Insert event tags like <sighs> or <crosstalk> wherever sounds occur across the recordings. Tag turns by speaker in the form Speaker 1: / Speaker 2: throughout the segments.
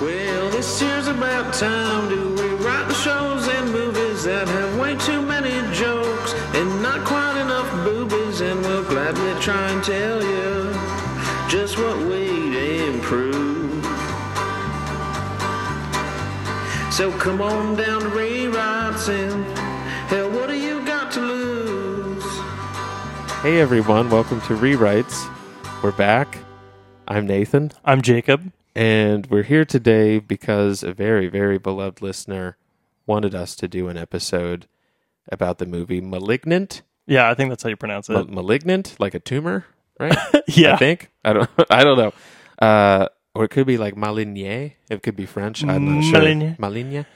Speaker 1: Well, this year's about time to rewrite the shows and movies that have way too many jokes and not quite enough boobies, and we'll gladly try and tell you just what we'd improve. So come on down to rewrites and hell, what do you got to lose?
Speaker 2: Hey everyone, welcome to Rewrites. We're back. I'm Nathan,
Speaker 3: I'm Jacob.
Speaker 2: and we're here today because a very, very beloved listener wanted us to do an episode about the movie Malignant.
Speaker 3: Yeah, I think that's how you pronounce
Speaker 2: Ma-
Speaker 3: it.
Speaker 2: malignant, like a tumor, right? I
Speaker 3: <laughs> yeah.
Speaker 2: think. I don't. <laughs> I don't know. Uh, or it could be like Maligné. It could be French. I'm not sure.
Speaker 3: Maligné.
Speaker 2: Maligné.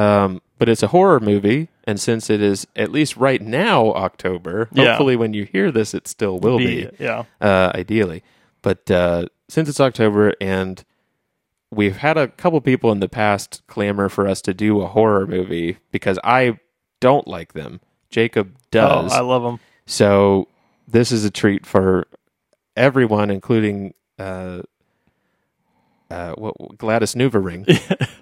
Speaker 2: Um, but it's a horror movie, and since it is at least right now October,
Speaker 3: Yeah.
Speaker 2: hopefully when you hear this, it still will be
Speaker 3: Yeah.
Speaker 2: uh, ideally. But uh, since it's October and we've had a couple people in the past clamor for us to do a horror movie because I don't like them. Jacob
Speaker 3: Oh,
Speaker 2: does.
Speaker 3: I love them.
Speaker 2: so this is a treat for everyone, including uh, uh, what, Gladys Nuvering.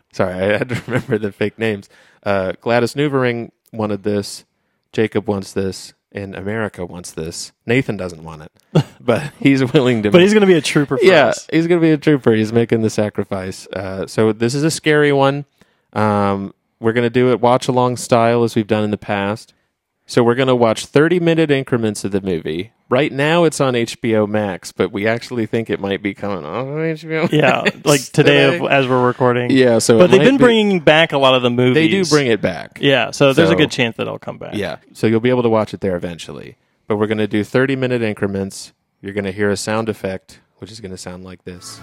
Speaker 2: <laughs> Sorry, I had to remember the fake names. Uh, Gladys Nuvering wanted this. Jacob wants this. And America wants this. Nathan doesn't want
Speaker 3: <laughs>
Speaker 2: it, but he's willing to.
Speaker 3: But he's going to be a trooper for
Speaker 2: yeah,
Speaker 3: us.
Speaker 2: he's gonna be a trooper. He's making the sacrifice. Uh, so this is a scary one. Um, we're gonna do it watch along style as we've done in the past. So we're gonna watch thirty minute increments of the movie. Right now it's on HBO Max, but we actually think it might be coming off of HBO. Max <laughs>
Speaker 3: Yeah, like today of- as we're recording.
Speaker 2: yeah. So
Speaker 3: But
Speaker 2: it
Speaker 3: they've
Speaker 2: might
Speaker 3: been
Speaker 2: be-
Speaker 3: bringing back a lot of the movies.
Speaker 2: They do bring it back.
Speaker 3: Yeah, so there's
Speaker 2: So-
Speaker 3: a good chance that it'll come back.
Speaker 2: Yeah. So you'll be able to watch it there eventually. But we're going to do 30 minute increments. You're going to hear a sound effect, which is going to sound like this.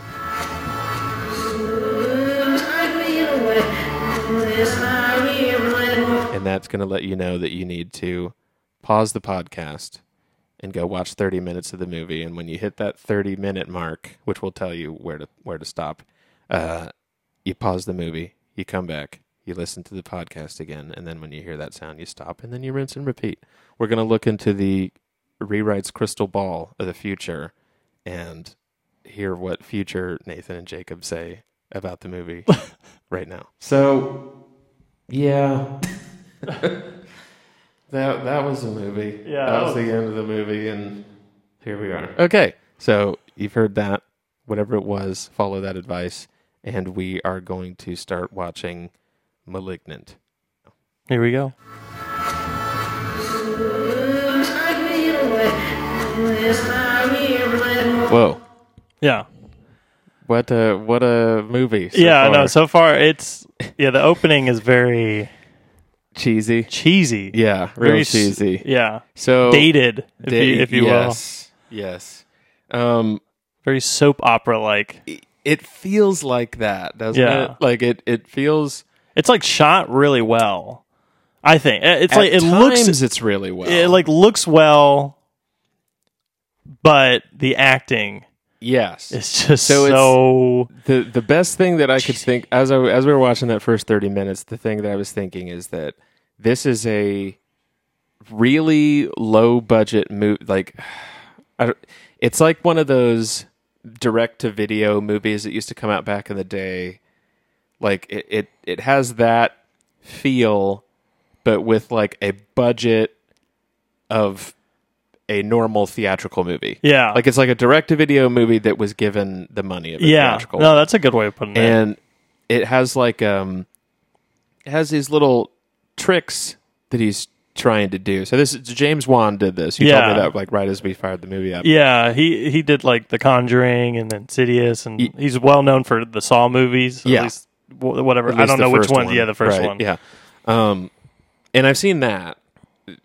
Speaker 2: And that's going to let you know that you need to pause the podcast and go watch 30 minutes of the movie. And when you hit that 30 minute mark, which will tell you where to where to stop, uh, you pause the movie, you come back, you listen to the podcast again, and then when you hear that sound, you stop, and then you rinse and repeat. We're going to look into the rewrites crystal ball of the future and hear what future Nathan and Jacob say about the movie
Speaker 3: <laughs>
Speaker 2: right now. So,
Speaker 3: <laughs>
Speaker 2: yeah. that that was a movie.
Speaker 3: Yeah,
Speaker 2: that
Speaker 3: that
Speaker 2: was
Speaker 3: was-
Speaker 2: the end of the movie and here we are. Okay. So, you've heard that whatever it was, follow that advice and we are going to start watching Malignant.
Speaker 3: Here we go.
Speaker 2: Whoa.
Speaker 3: Yeah.
Speaker 2: What a what a movie. so
Speaker 3: yeah, no,
Speaker 2: far.
Speaker 3: so far it's yeah, the opening is very
Speaker 2: cheesy.
Speaker 3: cheesy.
Speaker 2: Yeah,
Speaker 3: Very
Speaker 2: real
Speaker 3: s-
Speaker 2: cheesy.
Speaker 3: Yeah.
Speaker 2: So
Speaker 3: Dated, if
Speaker 2: da-
Speaker 3: you, if you will.
Speaker 2: yes, yes. Um,
Speaker 3: Very soap opera like.
Speaker 2: i- it feels like that, doesn't
Speaker 3: Yeah.
Speaker 2: it? Like it, it feels.
Speaker 3: It's like shot really well. I think. It- It's
Speaker 2: At
Speaker 3: like it
Speaker 2: times
Speaker 3: looks
Speaker 2: it's really well.
Speaker 3: it like looks well, but the acting
Speaker 2: yes.
Speaker 3: is just
Speaker 2: So
Speaker 3: so.
Speaker 2: it's- the the best thing that I could think as I as we were watching that first thirty minutes, the thing that I was thinking is that this is a really low budget movie. Like, <sighs> I don't- it's like one of those direct to video movies that used to come out back in the day. Like it, it it has that feel, but with like a budget of a normal theatrical movie.
Speaker 3: yeah,
Speaker 2: Like it's like a direct to video movie that was given the money of a
Speaker 3: yeah.
Speaker 2: theatrical
Speaker 3: No, that's a good way of putting it.
Speaker 2: and it has like um it has these little tricks that he's trying to do. So this is James Wan did this. You told
Speaker 3: Yeah.
Speaker 2: me that like right as we fired the movie up.
Speaker 3: Yeah, he he did like The Conjuring and Insidious, and
Speaker 2: Y-
Speaker 3: he's well known for the Saw movies. At
Speaker 2: Yeah.
Speaker 3: least, wh- whatever.
Speaker 2: At
Speaker 3: I
Speaker 2: least
Speaker 3: don't
Speaker 2: the
Speaker 3: know which
Speaker 2: first
Speaker 3: one. Yeah, the first
Speaker 2: Right,
Speaker 3: one.
Speaker 2: Yeah. Um and I've seen that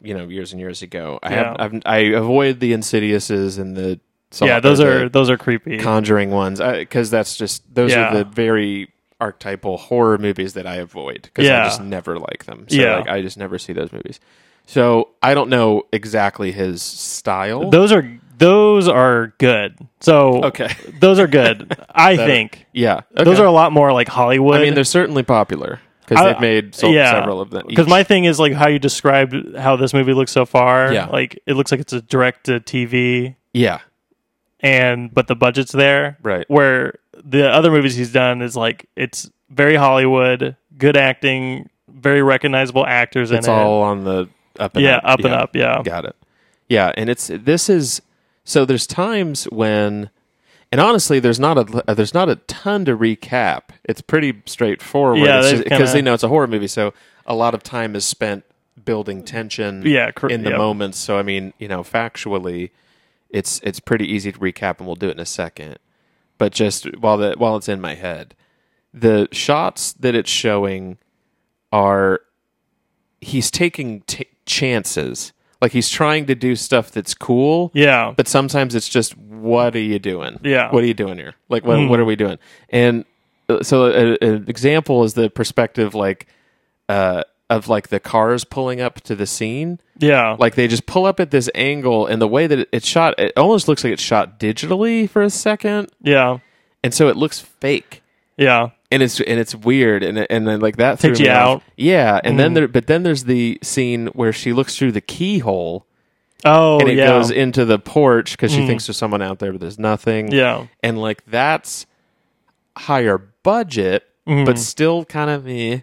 Speaker 2: you know years and years ago. I
Speaker 3: Yeah.
Speaker 2: have I've, I avoid the Insidiouses and the Saw-
Speaker 3: Yeah, those
Speaker 2: the
Speaker 3: are those are creepy.
Speaker 2: Conjuring ones because that's just those are
Speaker 3: Yeah.
Speaker 2: the very archetypal horror movies that I avoid because I
Speaker 3: Yeah.
Speaker 2: just never like them. So
Speaker 3: Yeah.
Speaker 2: like, I just never see those movies. So I don't know exactly his style.
Speaker 3: those are those are good. So
Speaker 2: Okay.
Speaker 3: those
Speaker 2: <laughs>
Speaker 3: are good. I
Speaker 2: That-
Speaker 3: think
Speaker 2: yeah, okay.
Speaker 3: those are a lot more like Hollywood.
Speaker 2: I mean, they're certainly popular because
Speaker 3: I-
Speaker 2: they've made so, several of them.
Speaker 3: Because
Speaker 2: each.
Speaker 3: my thing is like how you described how this movie looks so far.
Speaker 2: Yeah.
Speaker 3: like it looks like it's a direct to TV,
Speaker 2: yeah,
Speaker 3: and but the budget's there.
Speaker 2: Right.
Speaker 3: Where the other movies he's done is like it's very Hollywood, good acting, very recognizable actors
Speaker 2: It's
Speaker 3: in
Speaker 2: all on the up
Speaker 3: it.
Speaker 2: and
Speaker 3: Yeah,
Speaker 2: up.
Speaker 3: up and up. Yeah,
Speaker 2: Got it. Yeah, and it's this is so there's times when and honestly there's not a uh, there's not a ton to recap. It's pretty straightforward
Speaker 3: Yeah,
Speaker 2: It's
Speaker 3: they've
Speaker 2: just- cuz
Speaker 3: kinda-
Speaker 2: you know it's a horror movie so a lot of time is spent building tension
Speaker 3: Yeah, cor-
Speaker 2: in the
Speaker 3: yep.
Speaker 2: moments. So I mean, you know, factually it's it's pretty easy to recap and we'll do it in a second. But just while the while it's in my head, the shots that it's showing are he's taking t- chances. Like he's trying to do stuff that's cool,
Speaker 3: yeah,
Speaker 2: but sometimes it's just what are you doing?
Speaker 3: Yeah. Mm-hmm.
Speaker 2: what are you doing here? Like what what are we doing? And uh, so a- a- an example is the perspective like uh of like the cars pulling up to the scene.
Speaker 3: yeah.
Speaker 2: Like they just pull up at this angle and the way that it, it's shot it almost looks like it's shot digitally for a second
Speaker 3: yeah,
Speaker 2: and so it looks fake
Speaker 3: yeah,
Speaker 2: and it's and it's weird and and then like that
Speaker 3: Takes
Speaker 2: threw me
Speaker 3: you
Speaker 2: off.
Speaker 3: out. Mm.
Speaker 2: Yeah, and then there but then there's the scene where she looks through the keyhole
Speaker 3: oh
Speaker 2: and it
Speaker 3: yeah, Mm.
Speaker 2: goes into the porch because she thinks there's someone out there, but there's nothing.
Speaker 3: yeah,
Speaker 2: and like that's higher budget,
Speaker 3: Mm.
Speaker 2: but still kind of eh.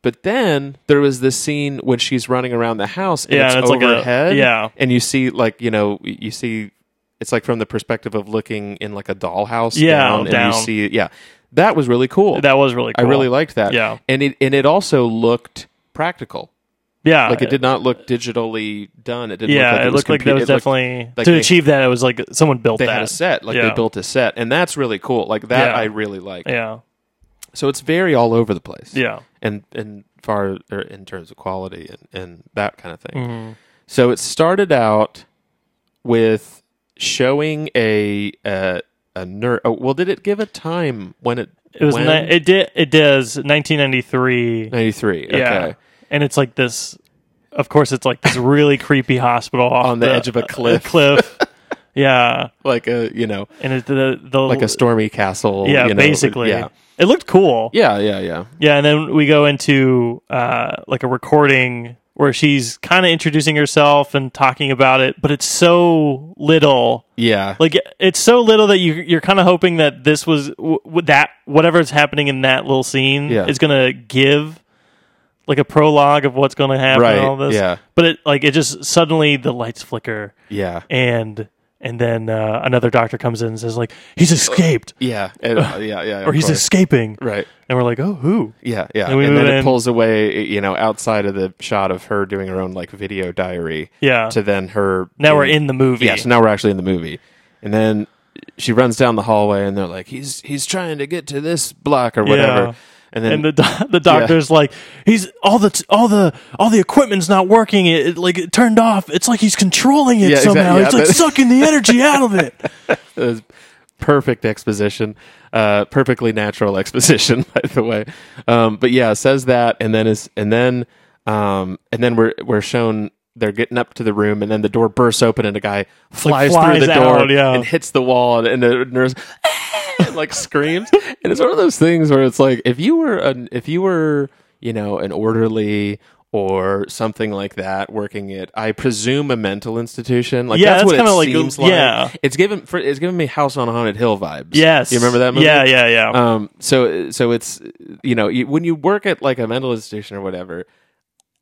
Speaker 2: But then there was this scene when she's running around the house and
Speaker 3: Yeah,
Speaker 2: it's,
Speaker 3: and it's like a-
Speaker 2: overhead.
Speaker 3: yeah.
Speaker 2: and you see like you know you see it's like from the perspective of looking in like a dollhouse.
Speaker 3: Yeah,
Speaker 2: down, and
Speaker 3: down.
Speaker 2: you see yeah. That was really cool.
Speaker 3: that was really.
Speaker 2: I
Speaker 3: cool.
Speaker 2: really liked that.
Speaker 3: Yeah.
Speaker 2: And it and it also looked practical.
Speaker 3: Yeah,
Speaker 2: Like it did not look digitally done. It didn't
Speaker 3: Uh,
Speaker 2: look like it,
Speaker 3: Yeah, it,
Speaker 2: was
Speaker 3: looked like
Speaker 2: compu-
Speaker 3: that was
Speaker 2: it looked-
Speaker 3: definitely
Speaker 2: like
Speaker 3: to
Speaker 2: they-
Speaker 3: achieve that. It was like someone built
Speaker 2: they
Speaker 3: that.
Speaker 2: had a set. Like
Speaker 3: Yeah.
Speaker 2: they built a set. And that's really cool. Like that
Speaker 3: Yeah.
Speaker 2: I really like.
Speaker 3: Yeah,
Speaker 2: So it's very all over the place.
Speaker 3: yeah,
Speaker 2: And and far or in terms of quality and, and that kind of thing.
Speaker 3: Mm-hmm.
Speaker 2: So it started out with showing a uh, a nerd. Oh, well, did it give a time when it
Speaker 3: it was.
Speaker 2: when?
Speaker 3: Ni- it did. It does. 1993.
Speaker 2: 93.
Speaker 3: Yeah,
Speaker 2: Okay.
Speaker 3: and it's like this. Of course, it's like this really creepy hospital off
Speaker 2: On the edge
Speaker 3: <laughs>
Speaker 2: of a cliff.
Speaker 3: cliff. yeah,
Speaker 2: Like a, you know,
Speaker 3: and it, the the
Speaker 2: like a stormy castle.
Speaker 3: yeah,
Speaker 2: you know,
Speaker 3: basically.
Speaker 2: Yeah.
Speaker 3: It looked cool.
Speaker 2: Yeah, yeah, yeah.
Speaker 3: Yeah, and then we go into uh, like a recording where she's kind of introducing herself and talking about it, but it's so little.
Speaker 2: Yeah.
Speaker 3: Like it's so little that you you're kind of hoping that this was w- w- that whatever's happening in that little scene
Speaker 2: Yeah.
Speaker 3: is gonna give like a prologue of what's gonna happen.
Speaker 2: Right,
Speaker 3: And all this,
Speaker 2: yeah.
Speaker 3: But it like it just suddenly the lights flicker
Speaker 2: yeah.
Speaker 3: and and then uh, another doctor comes in and says like he's escaped
Speaker 2: Yeah. And, uh, yeah, yeah.
Speaker 3: or
Speaker 2: of
Speaker 3: he's
Speaker 2: course.
Speaker 3: escaping
Speaker 2: Right.
Speaker 3: and we're like oh who
Speaker 2: Yeah, yeah.
Speaker 3: And
Speaker 2: And,
Speaker 3: we
Speaker 2: then
Speaker 3: move
Speaker 2: it
Speaker 3: in-
Speaker 2: pulls away, you know, outside of the shot of her doing her own like video diary
Speaker 3: yeah
Speaker 2: to then her.
Speaker 3: now we're in the movie
Speaker 2: Yeah, so now we're actually in the movie, and then she runs down the hallway, and they're like, "He's he's trying to get to this block or whatever,"
Speaker 3: Yeah.
Speaker 2: and then
Speaker 3: and the do- the doctor's like he's all the t- all the all the equipment's not working it, it, like it turned off it's like he's controlling it
Speaker 2: Yeah, exact-
Speaker 3: somehow
Speaker 2: yeah,
Speaker 3: it's like
Speaker 2: but-
Speaker 3: sucking the energy out
Speaker 2: <laughs>
Speaker 3: of it
Speaker 2: uh, perfect exposition, uh, perfectly natural <laughs> exposition, by the way. Um, but yeah, says that, and then is and then um, and then we're we're shown they're getting up to the room, and then the door bursts open, and a guy flies,
Speaker 3: flies
Speaker 2: through the door
Speaker 3: out, yeah.
Speaker 2: and hits the wall, and, and the nurse. "Ah," and, like screams and it's one of those things where it's like if you were an if you were you know an orderly or something like that working at i presume a mental institution like
Speaker 3: Yeah,
Speaker 2: that's,
Speaker 3: that's
Speaker 2: what
Speaker 3: kinda
Speaker 2: it
Speaker 3: like-
Speaker 2: seems
Speaker 3: yeah.
Speaker 2: like it's given for it's given me House on Haunted Hill vibes.
Speaker 3: yes
Speaker 2: you remember that movie?
Speaker 3: yeah yeah yeah
Speaker 2: Um. So so it's you know you, when you work at like a mental institution or whatever,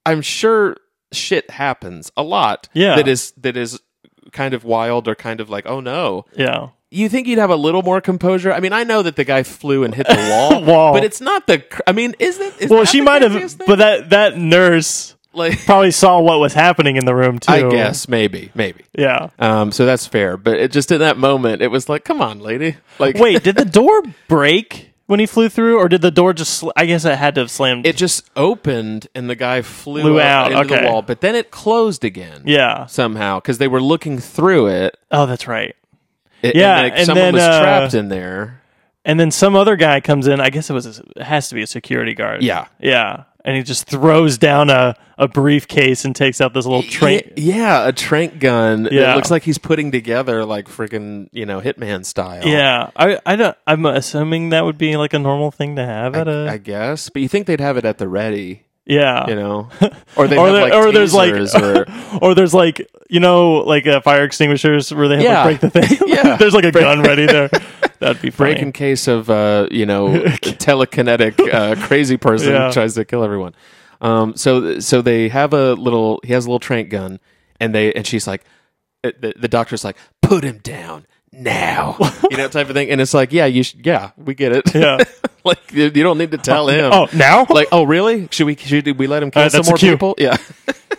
Speaker 2: I'm sure shit happens a lot.
Speaker 3: Yeah.
Speaker 2: That is that is kind of wild or kind of like oh no.
Speaker 3: yeah
Speaker 2: You think you'd have a little more composure? I mean, I know that the guy flew and hit the
Speaker 3: <laughs>
Speaker 2: wall,
Speaker 3: Wall.
Speaker 2: but it's not the. Cr- I mean, is it? Is
Speaker 3: well
Speaker 2: that
Speaker 3: she
Speaker 2: the
Speaker 3: might have
Speaker 2: craziest thing?
Speaker 3: but that that nurse
Speaker 2: like
Speaker 3: probably saw what was happening in the room too
Speaker 2: I guess maybe maybe.
Speaker 3: yeah
Speaker 2: <laughs> Um. So that's fair, but it just in that moment, it was like, come on, lady. Like
Speaker 3: wait did the door break when he flew through or did the door just sl- i guess it had to have slammed
Speaker 2: it just opened and the guy flew,
Speaker 3: Flew
Speaker 2: out,
Speaker 3: out,
Speaker 2: into
Speaker 3: okay.
Speaker 2: the wall, but then it closed again.
Speaker 3: yeah
Speaker 2: Somehow, because they were looking through it.
Speaker 3: oh that's right
Speaker 2: it
Speaker 3: Yeah,
Speaker 2: And like,
Speaker 3: and
Speaker 2: someone
Speaker 3: then,
Speaker 2: was
Speaker 3: uh,
Speaker 2: trapped in there.
Speaker 3: And then some other guy comes in. I guess it was a, it has to be a security guard.
Speaker 2: Yeah.
Speaker 3: yeah. And he just throws down a, a briefcase and takes out this little train.
Speaker 2: Y- yeah, a trank gun. It
Speaker 3: Yeah.
Speaker 2: looks like he's putting together like freaking, you know, Hitman style.
Speaker 3: Yeah, I I don't. I'm assuming that would be like a normal thing to have at a
Speaker 2: I guess. But you think they'd have it at the ready,
Speaker 3: yeah.
Speaker 2: you know?
Speaker 3: <laughs>
Speaker 2: Or they
Speaker 3: Or
Speaker 2: have
Speaker 3: there-
Speaker 2: like
Speaker 3: or there's, like-
Speaker 2: tasers or
Speaker 3: Or there's like you know like uh, fire extinguishers where they have
Speaker 2: Yeah.
Speaker 3: to break the thing.
Speaker 2: <laughs>
Speaker 3: <laughs>
Speaker 2: Yeah. <laughs>
Speaker 3: there's like a gun ready there. That'd be funny.
Speaker 2: break in case of uh, you
Speaker 3: <laughs>
Speaker 2: know telekinetic uh, crazy person
Speaker 3: Yeah.
Speaker 2: who tries to kill everyone. Um, so so they have a little. He has a little trank gun, and they and she's like, uh, the, the doctor's like, put him down
Speaker 3: <laughs>
Speaker 2: now, you know, type of thing. And it's like, yeah, you should, yeah, we get it.
Speaker 3: Yeah.
Speaker 2: <laughs> like you, you don't need to tell him.
Speaker 3: Oh, now?
Speaker 2: like, oh, really? Should we should we let him kill
Speaker 3: Uh,
Speaker 2: some
Speaker 3: that's a
Speaker 2: more
Speaker 3: cue.
Speaker 2: people? Yeah.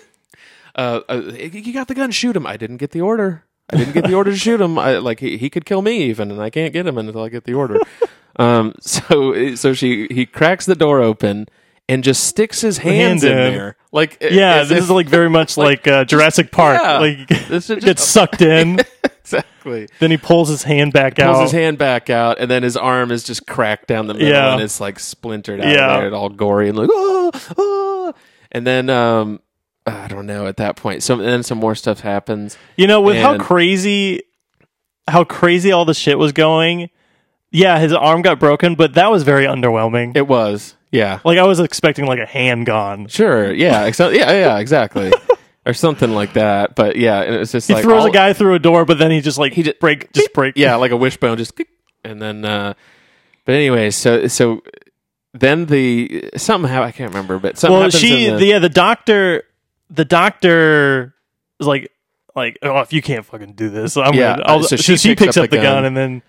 Speaker 2: <laughs> uh, uh, you got the gun, shoot him. I didn't get the order. I didn't get the order to shoot him. I like he, he could kill me even, and I can't get him until I get the
Speaker 3: <laughs>
Speaker 2: order. um, so so she he cracks the door open and just sticks his hands
Speaker 3: Hands
Speaker 2: in,
Speaker 3: in.
Speaker 2: there. Like
Speaker 3: yeah,
Speaker 2: as
Speaker 3: this
Speaker 2: if-
Speaker 3: is like very much like, uh, Jurassic Park.
Speaker 2: Yeah.
Speaker 3: Like <laughs>
Speaker 2: This is
Speaker 3: gets
Speaker 2: just- <laughs>
Speaker 3: sucked in,
Speaker 2: exactly.
Speaker 3: then he pulls his hand back
Speaker 2: Pulls
Speaker 3: out.
Speaker 2: his hand back out, and then his arm is just cracked down the middle,
Speaker 3: Yeah.
Speaker 2: and it's like splintered out of
Speaker 3: Yeah.
Speaker 2: there, and all gory, and like oh, oh. and then um, I don't know. At that point, some and then some more stuff happens.
Speaker 3: You know, with how
Speaker 2: And-
Speaker 3: crazy, how crazy all the shit was going. Yeah, his arm got broken, but that was very underwhelming.
Speaker 2: It was, yeah,
Speaker 3: like I was expecting like a hand gone.
Speaker 2: sure, yeah, ex- yeah, yeah,
Speaker 3: <laughs>
Speaker 2: exactly, or something like that. But yeah, and it's just
Speaker 3: He
Speaker 2: like
Speaker 3: throws
Speaker 2: all-
Speaker 3: a guy through a door, but then he just like he
Speaker 2: just-
Speaker 3: just break, just break.
Speaker 2: yeah, like a wishbone, just click, and then. uh But anyway, so so then the somehow I can't remember, but something
Speaker 3: Well,
Speaker 2: happens
Speaker 3: she,
Speaker 2: in
Speaker 3: the, yeah, the doctor, the doctor is like, like, oh, if you can't fucking do this, I'm
Speaker 2: Yeah,
Speaker 3: gonna. I'll,
Speaker 2: so
Speaker 3: so
Speaker 2: she
Speaker 3: she, picks, up, the gun. and then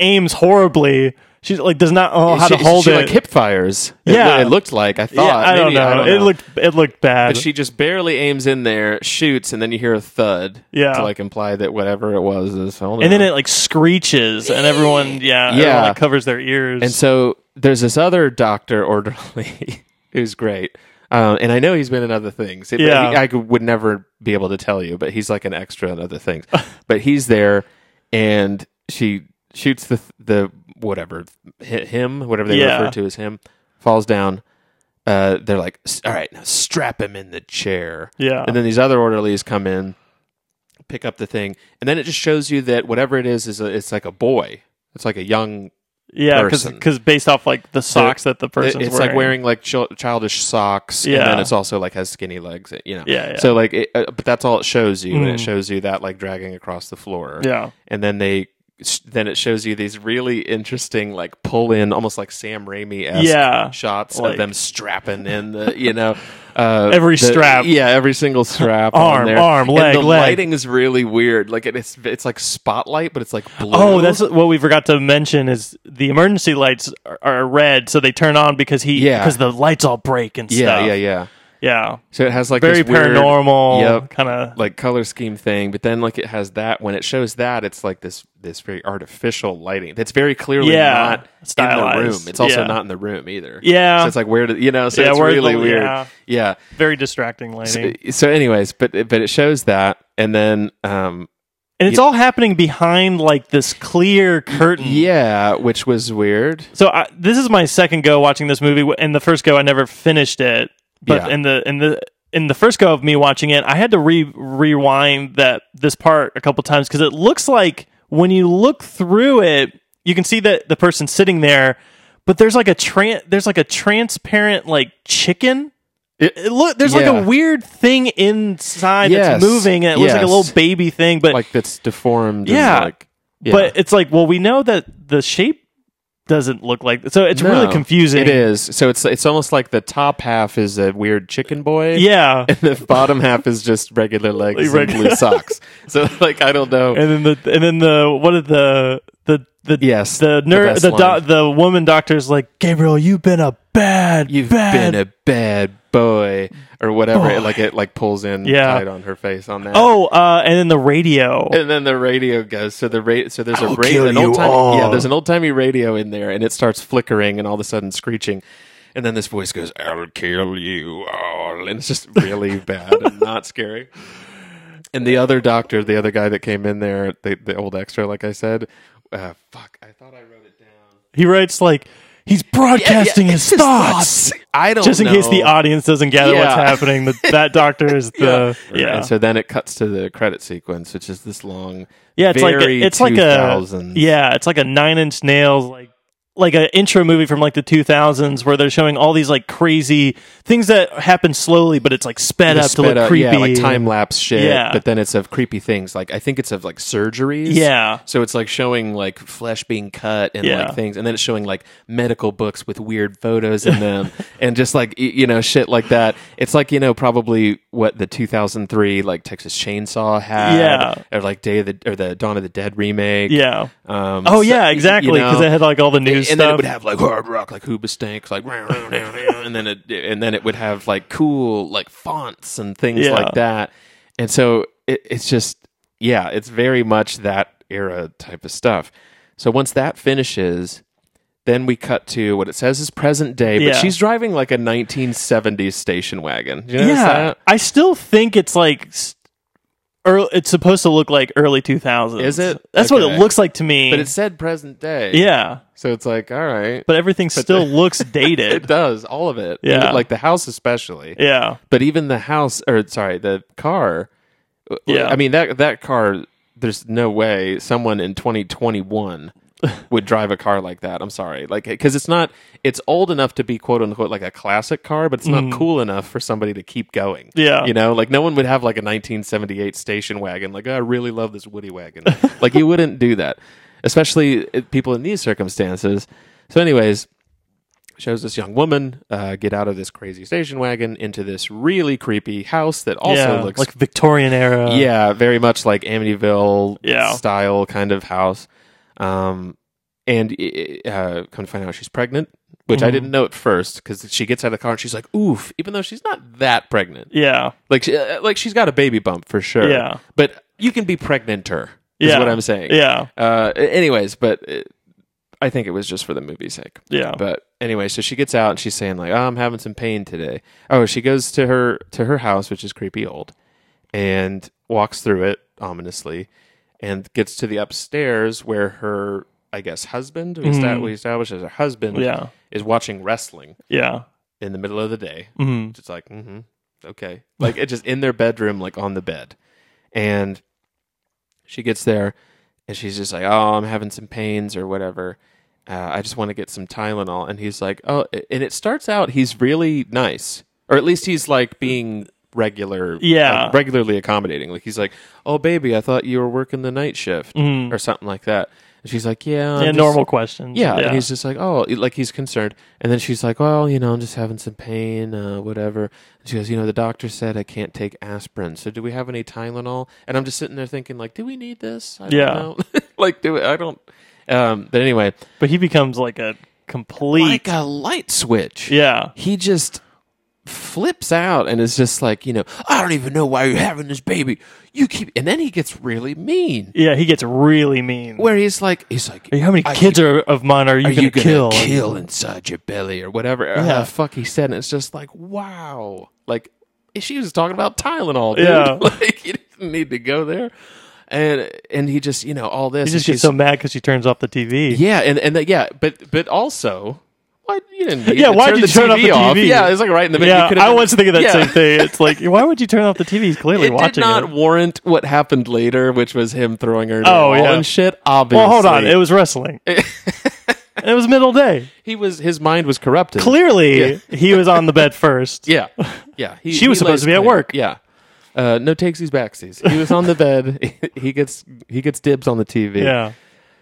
Speaker 3: aims horribly. She like does not know how
Speaker 2: she,
Speaker 3: to hold
Speaker 2: she,
Speaker 3: it.
Speaker 2: like hip fires. It-
Speaker 3: Yeah.
Speaker 2: it, looked like I
Speaker 3: yeah,
Speaker 2: thought.
Speaker 3: I,
Speaker 2: Maybe,
Speaker 3: don't know. It looked it looked bad.
Speaker 2: But she just barely aims in there, shoots, and then you hear a thud.
Speaker 3: Yeah.
Speaker 2: to like imply that whatever it was is filmed.
Speaker 3: and then it like screeches, and everyone, yeah, everyone,
Speaker 2: uh, Yeah.
Speaker 3: like, covers their ears.
Speaker 2: And so there's this other doctor orderly <laughs> who's great. Um, and I know he's been in other things. It-
Speaker 3: Yeah.
Speaker 2: he- I could, would never be able to tell you, but he's like an extra in other
Speaker 3: <laughs>
Speaker 2: things. but he's there, and she shoots the the whatever hi- him, whatever they
Speaker 3: Yeah.
Speaker 2: refer to as him, falls down. Uh, they're like, "S- all right, now strap him in the chair.
Speaker 3: Yeah.
Speaker 2: And then these other orderlies come in, pick up the thing, and then it just shows you that whatever it is is a, it's like a boy. It's like a young
Speaker 3: yeah, because
Speaker 2: person.
Speaker 3: based off like the socks that the
Speaker 2: it-
Speaker 3: person's
Speaker 2: it's like wearing like chil- childish socks and then
Speaker 3: Yeah.
Speaker 2: it's also like has skinny legs you know
Speaker 3: Yeah, yeah.
Speaker 2: so like it, uh, but that's all it shows you and it
Speaker 3: Mm.
Speaker 2: shows you that like dragging across the floor
Speaker 3: Yeah.
Speaker 2: and then they then it shows you these really interesting like pull in almost like Sam Raimi esque
Speaker 3: Yeah.
Speaker 2: shots of
Speaker 3: Like-
Speaker 2: them strapping in the you know <laughs> uh,
Speaker 3: Every
Speaker 2: the-
Speaker 3: strap.
Speaker 2: yeah every single strap
Speaker 3: Arm,
Speaker 2: on there.
Speaker 3: arm,
Speaker 2: And
Speaker 3: leg,
Speaker 2: the
Speaker 3: leg.
Speaker 2: lighting is really weird like it, it's it's like spotlight but it's like blue
Speaker 3: Oh, that's what we forgot to mention is the emergency lights are, are red, so they turn on because he
Speaker 2: Yeah.
Speaker 3: because the lights all break and
Speaker 2: yeah
Speaker 3: stuff.
Speaker 2: yeah yeah
Speaker 3: yeah.
Speaker 2: so it has like
Speaker 3: Very
Speaker 2: this weird-
Speaker 3: paranormal
Speaker 2: yep
Speaker 3: kind of
Speaker 2: like color scheme thing, but then like it has that when it shows that it's like this this very artificial lighting that's very clearly
Speaker 3: Yeah,
Speaker 2: not
Speaker 3: stylized.
Speaker 2: in the room. It's also
Speaker 3: Yeah.
Speaker 2: not in the room either.
Speaker 3: Yeah.
Speaker 2: so it's like where do you know? So
Speaker 3: Yeah,
Speaker 2: it's
Speaker 3: where the-
Speaker 2: really weird.
Speaker 3: yeah.
Speaker 2: yeah.
Speaker 3: very distracting lighting.
Speaker 2: So, so anyways, but but it shows that, and then um
Speaker 3: and it's all happening behind like this clear curtain.
Speaker 2: yeah, which was weird.
Speaker 3: So I, this is my second go watching this movie, and the first go I never finished it. But
Speaker 2: Yeah.
Speaker 3: in the in the in the first go of me watching it, I had to re rewind that this part a couple times because it looks like when you look through it, you can see that the person sitting there, but there's like a tran there's like a transparent like chicken. It, look, there's
Speaker 2: yeah.
Speaker 3: like a weird thing inside
Speaker 2: Yes,
Speaker 3: that's moving, and it looks like
Speaker 2: yes.
Speaker 3: a little baby thing. But
Speaker 2: Like that's deformed.
Speaker 3: Yeah.
Speaker 2: and like, yeah.
Speaker 3: but it's like, well, we know that the shape doesn't look like. So it's
Speaker 2: No,
Speaker 3: really confusing.
Speaker 2: It is. So it's it's almost like the top half is a weird chicken boy. <laughs>
Speaker 3: <laughs> Yeah.
Speaker 2: the bottom half is just regular legs and
Speaker 3: Regular-
Speaker 2: blue socks. So like I don't know.
Speaker 3: and then the and then the what are the the the
Speaker 2: Yes,
Speaker 3: the
Speaker 2: the
Speaker 3: ner-
Speaker 2: best
Speaker 3: the, doc
Speaker 2: line.
Speaker 3: the woman doctor's like Gabriel, you've been a bad
Speaker 2: You've
Speaker 3: bad
Speaker 2: been a bad boy or whatever. It, like it like pulls in
Speaker 3: Yeah.
Speaker 2: tight on her face on that.
Speaker 3: oh uh and then the radio
Speaker 2: And then the radio goes. So the ra- so there's a radio.
Speaker 3: kill
Speaker 2: An
Speaker 3: you
Speaker 2: old time,
Speaker 3: all.
Speaker 2: yeah, there's an old timey radio in there, and it starts flickering, and all of a sudden screeching, and then this voice goes, "I'll kill you all," and it's just
Speaker 3: <laughs>
Speaker 2: really bad and not scary. And the other doctor, the other guy that came in there, the, the old extra, like I said, uh, fuck, I thought I wrote it down.
Speaker 3: he writes like he's broadcasting
Speaker 2: Yeah,
Speaker 3: his thoughts
Speaker 2: I don't
Speaker 3: just in case
Speaker 2: know.
Speaker 3: the audience doesn't gather
Speaker 2: Yeah.
Speaker 3: what's happening that that
Speaker 2: <laughs>
Speaker 3: doctor is the yeah yeah,
Speaker 2: Uh, And so then it cuts to the credit sequence, which is this long.
Speaker 3: it's like a,
Speaker 2: very
Speaker 3: it's like a
Speaker 2: 2000s.
Speaker 3: yeah it's like a nine inch nails like like an intro movie from like the 2000s where they're showing all these like crazy things that happen slowly, but it's like sped up
Speaker 2: Sped
Speaker 3: to look
Speaker 2: up-
Speaker 3: creepy.
Speaker 2: yeah, like time lapse shit.
Speaker 3: Yeah.
Speaker 2: But then it's of creepy things. Like I think it's of like surgeries.
Speaker 3: Yeah.
Speaker 2: So it's like showing like flesh being cut and
Speaker 3: Yeah.
Speaker 2: like things, and then it's showing like medical books with weird photos in
Speaker 3: <laughs>
Speaker 2: them, and just like y- you know shit like that. It's like you know probably what the 2003 like Texas Chainsaw had,
Speaker 3: Yeah.
Speaker 2: or like Day of the or the Dawn of the Dead remake.
Speaker 3: Yeah.
Speaker 2: Um,
Speaker 3: Oh
Speaker 2: so-
Speaker 3: yeah,
Speaker 2: y-
Speaker 3: exactly.
Speaker 2: you
Speaker 3: Because
Speaker 2: know?
Speaker 3: it had like all the
Speaker 2: and
Speaker 3: news
Speaker 2: then
Speaker 3: stuff.
Speaker 2: it would have like hard rock, like Hooba Stanks, like row, row, row, row, and then it and then it would have like cool like fonts and things
Speaker 3: Yeah.
Speaker 2: like that. And so it, it's just yeah, it's very much that era type of stuff. So once that finishes, then we cut to what it says is present day, but
Speaker 3: Yeah.
Speaker 2: she's driving like a 1970s station wagon. Do you notice
Speaker 3: yeah,
Speaker 2: that?
Speaker 3: I still think it's like. Early, it's supposed to look like early 2000s.
Speaker 2: Is it?
Speaker 3: That's what
Speaker 2: Okay.
Speaker 3: it looks like to me.
Speaker 2: But it said present day.
Speaker 3: yeah,
Speaker 2: So it's like, all right.
Speaker 3: but everything still
Speaker 2: <laughs>
Speaker 3: looks
Speaker 2: it
Speaker 3: dated.
Speaker 2: does, all of it.
Speaker 3: Yeah.
Speaker 2: Like the house especially.
Speaker 3: yeah,
Speaker 2: but even the house or sorry the car w-
Speaker 3: Yeah.
Speaker 2: i mean that that car there's no way someone in
Speaker 3: <laughs>
Speaker 2: 2021 would drive a car like that i'm sorry like because it's not it's old enough to be quote unquote like a classic car but it's not cool enough for somebody to keep going
Speaker 3: Mm-hmm. Yeah.
Speaker 2: you know like no one would have like a 1978 station wagon like "Oh, i really love this woody wagon <laughs> like you wouldn't do that especially uh, people in these circumstances so anyways shows this young woman uh, get out of this crazy station wagon into this really creepy house that also
Speaker 3: yeah,
Speaker 2: looks
Speaker 3: like Victorian era.
Speaker 2: yeah very much like Amityville
Speaker 3: Uh, Yeah.
Speaker 2: style kind of house um and i- i- uh, come to find out she's pregnant which
Speaker 3: Mm-hmm.
Speaker 2: I didn't know at first because she gets out of the car and she's like oof even though she's not that pregnant
Speaker 3: yeah,
Speaker 2: like she, uh, like she's got a baby bump for sure
Speaker 3: Yeah.
Speaker 2: but you can be pregnanter is
Speaker 3: yeah.
Speaker 2: what I'm saying
Speaker 3: Yeah,
Speaker 2: uh, anyways, but uh I think it was just for the movie's sake.
Speaker 3: Yeah.
Speaker 2: But anyway, so she gets out and she's saying like, "Oh, "I'm having some pain today." Oh, she goes to her to her house, which is creepy old, and walks through it ominously, and gets to the upstairs where her I guess husband we, esta- we established as her husband
Speaker 3: Mm-hmm. Yeah.
Speaker 2: is watching wrestling
Speaker 3: yeah,
Speaker 2: in the middle of the day.
Speaker 3: Mhm.
Speaker 2: Just like, mm-hmm, okay. Like, it just in their bedroom, like on the bed. And she gets there and she's just like, oh, I'm having some pains or whatever. Uh, I just want to get some Tylenol. And he's like, oh, and it starts out, he's really nice. Or at least he's like being regular,
Speaker 3: Yeah.
Speaker 2: like, regularly accommodating. Like, he's like, oh, baby, I thought you were working the night shift or something like that. And she's like, yeah. I'm
Speaker 3: Mm-hmm. yeah.
Speaker 2: just-
Speaker 3: Normal questions.
Speaker 2: yeah, and he's just like, oh, like he's concerned. And then she's like, well, you know, I'm just having some pain, uh, whatever. And she goes, you know, the doctor said I can't take aspirin. So do we have any Tylenol? And I'm just sitting there thinking, like, do we need this? I
Speaker 3: Yeah.
Speaker 2: don't know. <laughs> like, do it? I don't. Um, but anyway,
Speaker 3: but he becomes like a complete.
Speaker 2: like a light switch.
Speaker 3: yeah,
Speaker 2: He just flips out and is just like, you know, I don't even know why you're having this baby. You keep, and then he gets really mean.
Speaker 3: yeah. He gets really mean.
Speaker 2: Where he's like, he's like,
Speaker 3: How many
Speaker 2: I
Speaker 3: kids are of mine are you,
Speaker 2: are
Speaker 3: gonna,
Speaker 2: you gonna
Speaker 3: kill?
Speaker 2: kill? inside your belly or whatever
Speaker 3: Yeah.
Speaker 2: uh, fuck he said and it's just like wow like she was talking about tylenol dude. <laughs>
Speaker 3: Yeah.
Speaker 2: like you didn't need to go there and and he just you know all this
Speaker 3: He just
Speaker 2: and
Speaker 3: gets
Speaker 2: she's-
Speaker 3: so mad because she turns off the TV.
Speaker 2: yeah and and that yeah but but also why you didn't need
Speaker 3: Yeah,
Speaker 2: to
Speaker 3: why
Speaker 2: turn
Speaker 3: did
Speaker 2: the
Speaker 3: you turn off
Speaker 2: TV
Speaker 3: the
Speaker 2: off?
Speaker 3: TV?
Speaker 2: yeah it's like right in the middle You
Speaker 3: Yeah,
Speaker 2: could've
Speaker 3: I
Speaker 2: been-
Speaker 3: was thinking that
Speaker 2: Yeah.
Speaker 3: same thing. It's like, why would you turn off the TV? He's clearly
Speaker 2: <laughs> it did
Speaker 3: watching
Speaker 2: not
Speaker 3: it.
Speaker 2: warrant what happened later which was him throwing her into
Speaker 3: Oh,
Speaker 2: oh,
Speaker 3: yeah.
Speaker 2: and shit obviously
Speaker 3: Well, hold on. It was
Speaker 2: <laughs>
Speaker 3: wrestling. it was middle day.
Speaker 2: he was his mind was corrupted
Speaker 3: Clearly, he was on the bed
Speaker 2: <laughs>
Speaker 3: first. <laughs>
Speaker 2: Yeah, yeah. He,
Speaker 3: She was
Speaker 2: he
Speaker 3: supposed to
Speaker 2: lays
Speaker 3: be at
Speaker 2: clear.
Speaker 3: work.
Speaker 2: Yeah. Uh, no takesies, backsies. He was on the bed. <laughs> he gets he gets dibs on the TV.
Speaker 3: Yeah.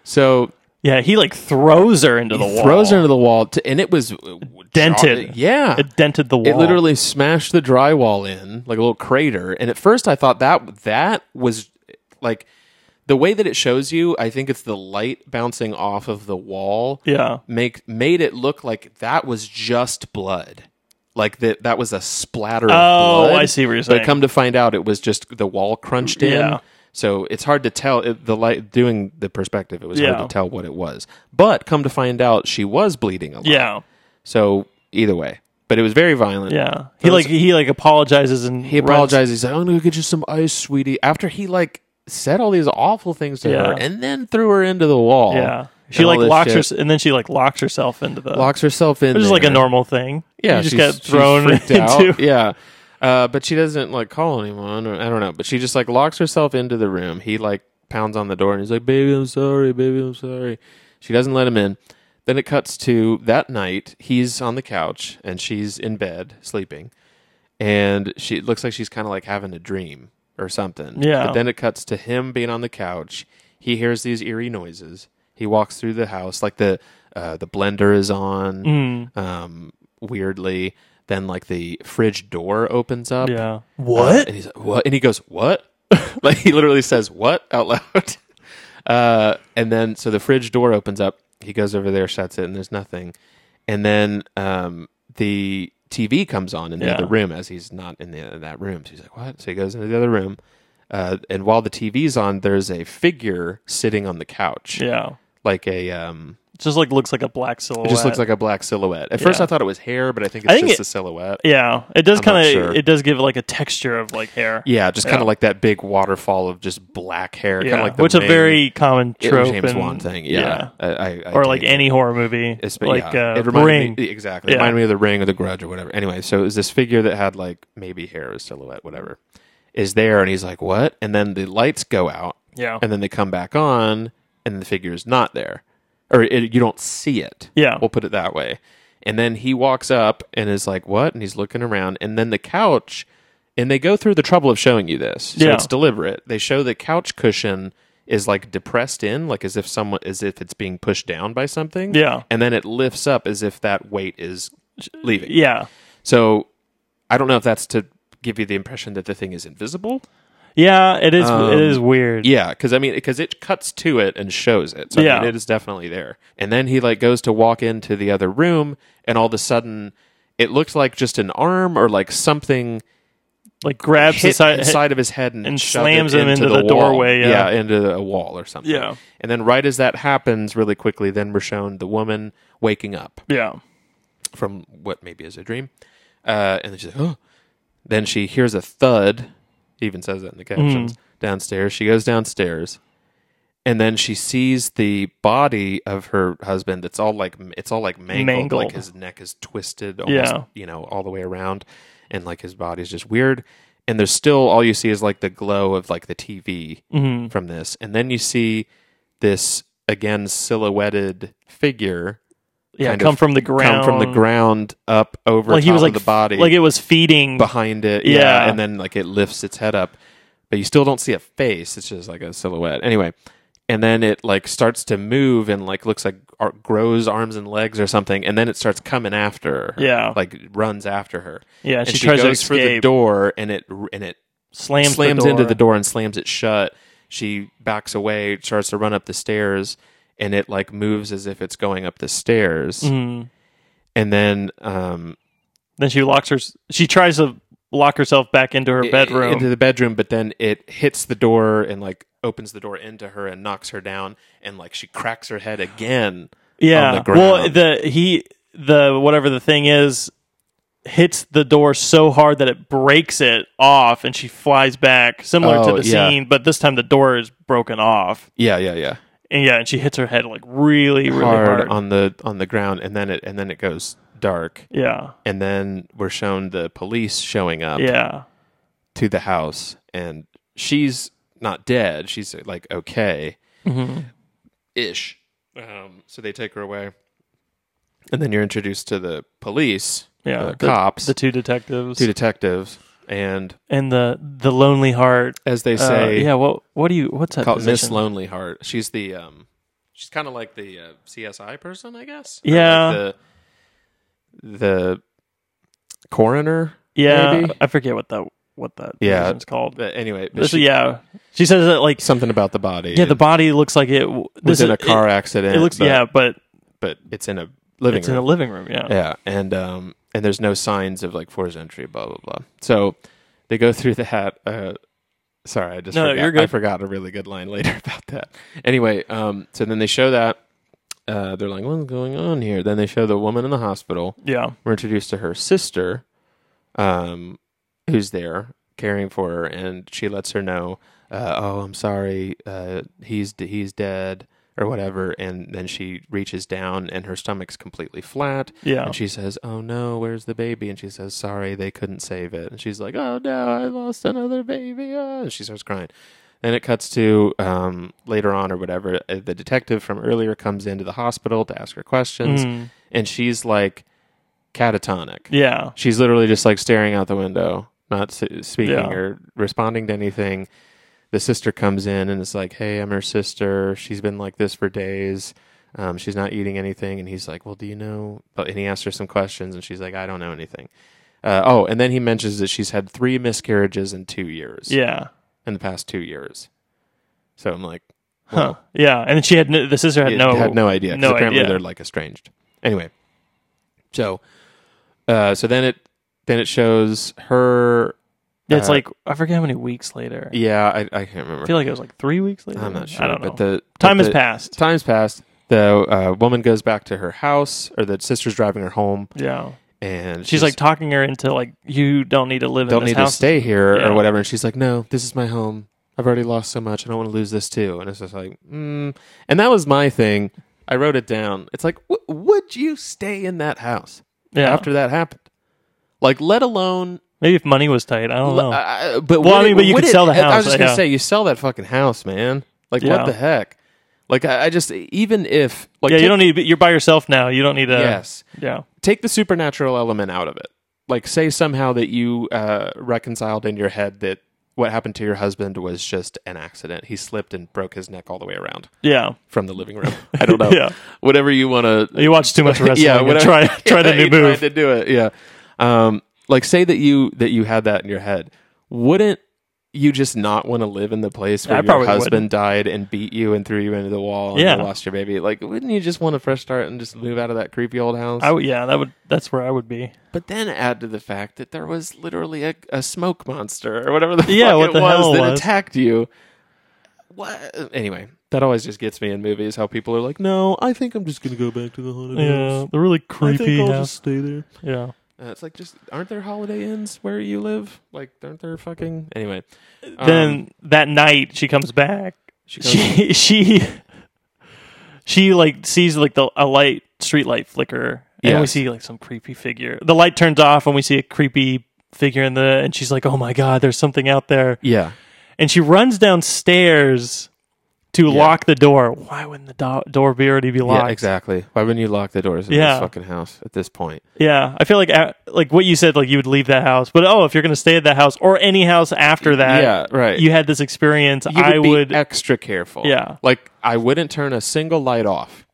Speaker 2: So
Speaker 3: Yeah, he like throws her into the wall.
Speaker 2: throws her into the wall, to, and it was uh,
Speaker 3: Dented.
Speaker 2: Yeah.
Speaker 3: It dented the wall.
Speaker 2: It literally smashed the drywall in like a little crater. And at first, I thought that that was like the way that it shows you. I think it's the light bouncing off of the wall.
Speaker 3: Yeah.
Speaker 2: make made it look like that was just blood. Like that, that was a splatter. Of
Speaker 3: Oh,
Speaker 2: blood.
Speaker 3: I see what you're
Speaker 2: But
Speaker 3: saying.
Speaker 2: come to find out, it was just the wall crunched in.
Speaker 3: Yeah.
Speaker 2: So it's hard to tell it, the light doing the perspective. It was
Speaker 3: Yeah.
Speaker 2: hard to tell what it was. But come to find out, she was bleeding a lot.
Speaker 3: Yeah.
Speaker 2: So either way, but it was very violent.
Speaker 3: Yeah. He like he like apologizes and
Speaker 2: He apologized. He's like, "I'm gonna go get you some ice, sweetie." After he like said all these awful things to her,
Speaker 3: Yeah.
Speaker 2: and then threw her into the wall.
Speaker 3: Yeah. She
Speaker 2: And all
Speaker 3: like
Speaker 2: this
Speaker 3: locks
Speaker 2: shit.
Speaker 3: her and then she like locks herself into the
Speaker 2: locks herself in,
Speaker 3: which is like a
Speaker 2: there.
Speaker 3: normal thing.
Speaker 2: Yeah,
Speaker 3: You just
Speaker 2: she's-
Speaker 3: got thrown
Speaker 2: she's freaked
Speaker 3: <laughs> into
Speaker 2: Out. Yeah, uh, but she doesn't like call anyone. Or, I don't know, but she just like locks herself into the room. He like pounds on the door and he's like, "Baby, I'm sorry. Baby, I'm sorry." She doesn't let him in. Then it cuts to that night. He's on the couch and she's in bed sleeping, and she it looks like she's kind of like having a dream or something.
Speaker 3: Yeah.
Speaker 2: But then it cuts to him being on the couch. He hears these eerie noises. He walks through the house like the uh, the blender is on um, weirdly. Then like the fridge door opens up.
Speaker 3: Yeah.
Speaker 2: Uh, and he's like, what? And he goes, what? <laughs> like he literally says what out loud. <laughs> Uh, and then so the fridge door opens up. He goes over there, shuts it, and there's nothing. And then um, the TV comes on in the
Speaker 3: Yeah.
Speaker 2: other room as he's not in, the, in that room. So he's like, what? So he goes into the other room. Uh, and while the TV's on, there's a figure sitting on the couch,
Speaker 3: Yeah.
Speaker 2: like a. Um,
Speaker 3: It just like looks like a black silhouette.
Speaker 2: it just looks like a black silhouette. At first,
Speaker 3: Yeah.
Speaker 2: I thought it was hair, but I think it's
Speaker 3: I think
Speaker 2: just
Speaker 3: it-
Speaker 2: a silhouette.
Speaker 3: Yeah. It
Speaker 2: I'm
Speaker 3: does
Speaker 2: not
Speaker 3: kind of
Speaker 2: sure.
Speaker 3: it does give like a texture of like hair.
Speaker 2: Yeah, just kind of like that big waterfall of just black hair, kind
Speaker 3: Yeah.
Speaker 2: of like the
Speaker 3: Which a
Speaker 2: main
Speaker 3: very common trope
Speaker 2: James
Speaker 3: in-
Speaker 2: Wan thing. Yeah, I, I, I
Speaker 3: Or like
Speaker 2: dig it.
Speaker 3: any horror movie.
Speaker 2: It's- but
Speaker 3: like
Speaker 2: yeah,
Speaker 3: uh,
Speaker 2: it reminded
Speaker 3: Ring.
Speaker 2: me e, exactly. It
Speaker 3: Yeah.
Speaker 2: reminded me of the Ring or the Grudge or whatever. Anyway, so it was this figure that had like maybe hair, a silhouette, whatever, is there, and he's like, "What?" And then the lights go out,
Speaker 3: Yeah.
Speaker 2: and then they come back on, and the figure is not there, or it, you don't see it.
Speaker 3: Yeah.
Speaker 2: we'll put it that way. And then he walks up and is like, "What?" And he's looking around, and then the couch, and they go through the trouble of showing you this. So
Speaker 3: Yeah.
Speaker 2: it's deliberate. They show the couch cushion is like depressed in, like as if someone, as if it's being pushed down by something.
Speaker 3: Yeah.
Speaker 2: and then it lifts up as if that weight is leaving.
Speaker 3: yeah.
Speaker 2: So I don't know if that's to give you the impression that the thing is invisible.
Speaker 3: Yeah, it is it is weird.
Speaker 2: Um, Yeah, because I mean, because it cuts to it and shows it. So I
Speaker 3: Yeah.
Speaker 2: mean, it is definitely there. And then he like goes to walk into the other room, and all of a sudden, it looked like just an arm or like something
Speaker 3: Like grabs
Speaker 2: hit
Speaker 3: the side,
Speaker 2: inside of his head and,
Speaker 3: and
Speaker 2: shoved
Speaker 3: slams
Speaker 2: it
Speaker 3: him
Speaker 2: into,
Speaker 3: into the
Speaker 2: wall.
Speaker 3: doorway, yeah.
Speaker 2: into the- a wall or something.
Speaker 3: Yeah.
Speaker 2: And then right as that happens, really quickly, then we're shown the woman waking up
Speaker 3: Yeah.
Speaker 2: from what maybe is a dream. Uh, and then she's like, oh. Then she hears a thud, even says that in the
Speaker 3: Hmm.
Speaker 2: captions, downstairs. She goes downstairs. And then she sees the body of her husband that's all like it's all like mangled,
Speaker 3: Mangled.
Speaker 2: like his neck is twisted almost,
Speaker 3: Yeah.
Speaker 2: you know, all the way around and like his body's just weird. And there's still all you see is like the glow of like the TV
Speaker 3: Mm-hmm.
Speaker 2: from this. And then you see this again silhouetted figure
Speaker 3: Yeah,
Speaker 2: kind
Speaker 3: come
Speaker 2: of
Speaker 3: from the
Speaker 2: come
Speaker 3: ground.
Speaker 2: from the ground up over
Speaker 3: Like
Speaker 2: top
Speaker 3: he was
Speaker 2: of
Speaker 3: like
Speaker 2: the body
Speaker 3: Like it was feeding
Speaker 2: behind it yeah.
Speaker 3: Yeah.
Speaker 2: and then like it lifts its head up but you still don't see a face it's just like a silhouette anyway and then it like starts to move and like looks like ar- grows arms and legs or something and then it starts coming after her
Speaker 3: Yeah.
Speaker 2: like runs after her
Speaker 3: Yeah,
Speaker 2: and
Speaker 3: she tries to
Speaker 2: goes for the
Speaker 3: escape.
Speaker 2: door and it and it
Speaker 3: slams,
Speaker 2: slams
Speaker 3: the
Speaker 2: into the door and slams it shut. She backs away, starts to run up the stairs, and it like moves as if it's going up the stairs.
Speaker 3: Mm-hmm.
Speaker 2: And then um,
Speaker 3: Then she locks her she tries to lock herself back into her
Speaker 2: i-
Speaker 3: bedroom.
Speaker 2: into the bedroom, but then it hits the door and like opens the door into her and knocks her down, and like she cracks her head again.
Speaker 3: yeah.
Speaker 2: on the
Speaker 3: Well,
Speaker 2: ground.
Speaker 3: the he the whatever the thing is hits the door so hard that it breaks it off and she flies back similar
Speaker 2: Oh,
Speaker 3: to the
Speaker 2: yeah.
Speaker 3: scene but this time the door is broken off
Speaker 2: Yeah, yeah, yeah.
Speaker 3: and yeah and she hits her head like really really
Speaker 2: hard,
Speaker 3: hard,
Speaker 2: on the on the ground, and then it and then it goes dark,
Speaker 3: yeah
Speaker 2: and then we're shown the police showing up.
Speaker 3: yeah
Speaker 2: to the house and she's not dead she's like okay ish um, so they take her away and then you're introduced to the police
Speaker 3: yeah
Speaker 2: the,
Speaker 3: the-
Speaker 2: cops
Speaker 3: the two detectives
Speaker 2: two detectives and
Speaker 3: and the the lonely heart
Speaker 2: as they
Speaker 3: uh,
Speaker 2: say
Speaker 3: yeah what what do you what's that
Speaker 2: called miss
Speaker 3: position?
Speaker 2: lonely heart she's the um she's kind of like the uh, csi person i guess Or
Speaker 3: Yeah.
Speaker 2: like the, the coroner
Speaker 3: yeah
Speaker 2: maybe?
Speaker 3: i forget what that what that
Speaker 2: Yeah.
Speaker 3: position's called
Speaker 2: but anyway but
Speaker 3: This-
Speaker 2: she-
Speaker 3: yeah she says that like
Speaker 2: something about the body
Speaker 3: yeah the body looks like it
Speaker 2: was
Speaker 3: this
Speaker 2: in
Speaker 3: is-
Speaker 2: a car
Speaker 3: it,
Speaker 2: accident
Speaker 3: it looks
Speaker 2: but-
Speaker 3: yeah but
Speaker 2: but it's in a living
Speaker 3: it's
Speaker 2: room
Speaker 3: in a living room yeah
Speaker 2: Yeah, and um, and there's no signs of like forced entry, blah blah blah. So they go through that. Uh, sorry, I just
Speaker 3: No, no,
Speaker 2: forgot,
Speaker 3: you're good.
Speaker 2: I forgot a really good line <laughs> later about that. Anyway, um, so then they show that uh, they're like, what's going on here? Then they show the woman in the hospital.
Speaker 3: yeah
Speaker 2: We're introduced to her sister, um, who's there caring for her, and she lets her know, uh, "Oh, I'm sorry, uh, he's he's dead." Or whatever, and then she reaches down, and her stomach's completely flat.
Speaker 3: Yeah.
Speaker 2: and she says, "Oh no, where's the baby?" And she says, "Sorry, they couldn't save it." And she's like, "Oh no, I lost another baby," ah," and she starts crying. Then it cuts to um, later on or whatever. uh, The detective from earlier comes into the hospital to ask her questions, and she's like catatonic.
Speaker 3: Yeah.
Speaker 2: She's literally just like staring out the window, not s- speaking
Speaker 3: Yeah.
Speaker 2: or responding to anything. The sister comes in and is like, "Hey, I'm her sister. She's been like this for days. Um, she's not eating anything." And he's like, "Well, do you know?" But and he asks her some questions, and she's like, "I don't know anything." Uh, oh, and then he mentions that she's had three miscarriages in two years.
Speaker 3: Yeah.
Speaker 2: in the past two years. So I'm like,
Speaker 3: Huh. Yeah. And then she had no, the sister had
Speaker 2: it-
Speaker 3: no
Speaker 2: had no idea. 'cause
Speaker 3: No
Speaker 2: apparently
Speaker 3: idea.
Speaker 2: they're like estranged. Anyway, so uh, so then it then it shows her.
Speaker 3: Yeah, it's
Speaker 2: uh,
Speaker 3: like I forget how many weeks later.
Speaker 2: Yeah, I, I can't remember.
Speaker 3: I feel like it was like three weeks later.
Speaker 2: I'm not sure,
Speaker 3: I don't know.
Speaker 2: but the but
Speaker 3: time has
Speaker 2: the-
Speaker 3: passed.
Speaker 2: Time's passed. The uh, woman goes back to her house, or the sister's driving her home,
Speaker 3: yeah.
Speaker 2: and
Speaker 3: She's like talking her into like you don't need to live
Speaker 2: don't
Speaker 3: in this
Speaker 2: need
Speaker 3: house.
Speaker 2: to stay here
Speaker 3: Yeah.
Speaker 2: or whatever. And she's like, no, this is my home. I've already lost so much. I don't want to lose this too. And it's just like, mm. and that was my thing. I wrote it down. It's like, w- would you stay in that house
Speaker 3: Yeah.
Speaker 2: after that happened? Like, let alone.
Speaker 3: Maybe if money was tight, I don't know.
Speaker 2: I- I- but
Speaker 3: Well,
Speaker 2: would
Speaker 3: I mean,
Speaker 2: it-
Speaker 3: but you
Speaker 2: would
Speaker 3: could
Speaker 2: it-
Speaker 3: sell the
Speaker 2: I
Speaker 3: house,
Speaker 2: was just gonna
Speaker 3: yeah.
Speaker 2: say, you sell that fucking house, man. Like,
Speaker 3: Yeah.
Speaker 2: what the heck? Like, I, I just even if like
Speaker 3: yeah, you
Speaker 2: take-
Speaker 3: don't e- need. You're by yourself now. You don't need a.
Speaker 2: yes
Speaker 3: Yeah.
Speaker 2: take the supernatural element out of it. Like, say somehow that you uh, reconciled in your head that what happened to your husband was just an accident. He slipped and broke his neck all the way around
Speaker 3: Yeah.
Speaker 2: from the living room. I don't know.
Speaker 3: <laughs> Yeah.
Speaker 2: Whatever you want to.
Speaker 3: You watch too much wrestling.
Speaker 2: <laughs> Yeah,
Speaker 3: yeah.
Speaker 2: whatever.
Speaker 3: Try try the
Speaker 2: Yeah,
Speaker 3: new
Speaker 2: he tried
Speaker 3: move.
Speaker 2: to do it. Yeah. Um, like, say that you that you had that in your head. Wouldn't you just not want to live in the place
Speaker 3: I
Speaker 2: where your
Speaker 3: probably
Speaker 2: husband
Speaker 3: wouldn't.
Speaker 2: died and beat you and threw you into the wall and
Speaker 3: Yeah.
Speaker 2: you lost your baby? Like, wouldn't you just want a fresh start and just move out of that creepy old house?
Speaker 3: I would. Yeah. That would. That's where I would be.
Speaker 2: But then add to the fact that there was literally a, a smoke monster or whatever the
Speaker 3: <laughs> Yeah,
Speaker 2: fuck
Speaker 3: what
Speaker 2: it
Speaker 3: the
Speaker 2: was
Speaker 3: hell
Speaker 2: that
Speaker 3: was.
Speaker 2: attacked you. What? Anyway, that always just gets me in movies how people are like, "No, I think I'm just gonna go back to the haunted house.
Speaker 3: Yeah. The
Speaker 2: I
Speaker 3: really
Speaker 2: think
Speaker 3: creepy
Speaker 2: I'll
Speaker 3: house.
Speaker 2: just stay there."
Speaker 3: Yeah.
Speaker 2: Uh, it's like, just aren't there Holiday Inns where you live? Like, aren't there fucking anyway? um,
Speaker 3: then that night she comes back.
Speaker 2: she goes,
Speaker 3: She <laughs> she she like sees like the a light street light flicker, and we
Speaker 2: Yes.
Speaker 3: see like some creepy figure. The light turns off, and we see a creepy figure in the. And she's like, "Oh my god, there's something out there!"
Speaker 2: "Yeah,
Speaker 3: And she runs downstairs to lock the door. Why wouldn't the do- door be already be locked?
Speaker 2: yeah, exactly. Why wouldn't you lock the doors of
Speaker 3: Yeah.
Speaker 2: this fucking house at this point?"
Speaker 3: Yeah, I feel like uh, like what you said, like you would leave that house, but oh, if you're gonna stay at that house or any house after that,
Speaker 2: Yeah, right.
Speaker 3: You had this experience.
Speaker 2: Uh, you would
Speaker 3: I
Speaker 2: be
Speaker 3: would
Speaker 2: extra careful.
Speaker 3: Yeah.
Speaker 2: like I wouldn't turn a single light off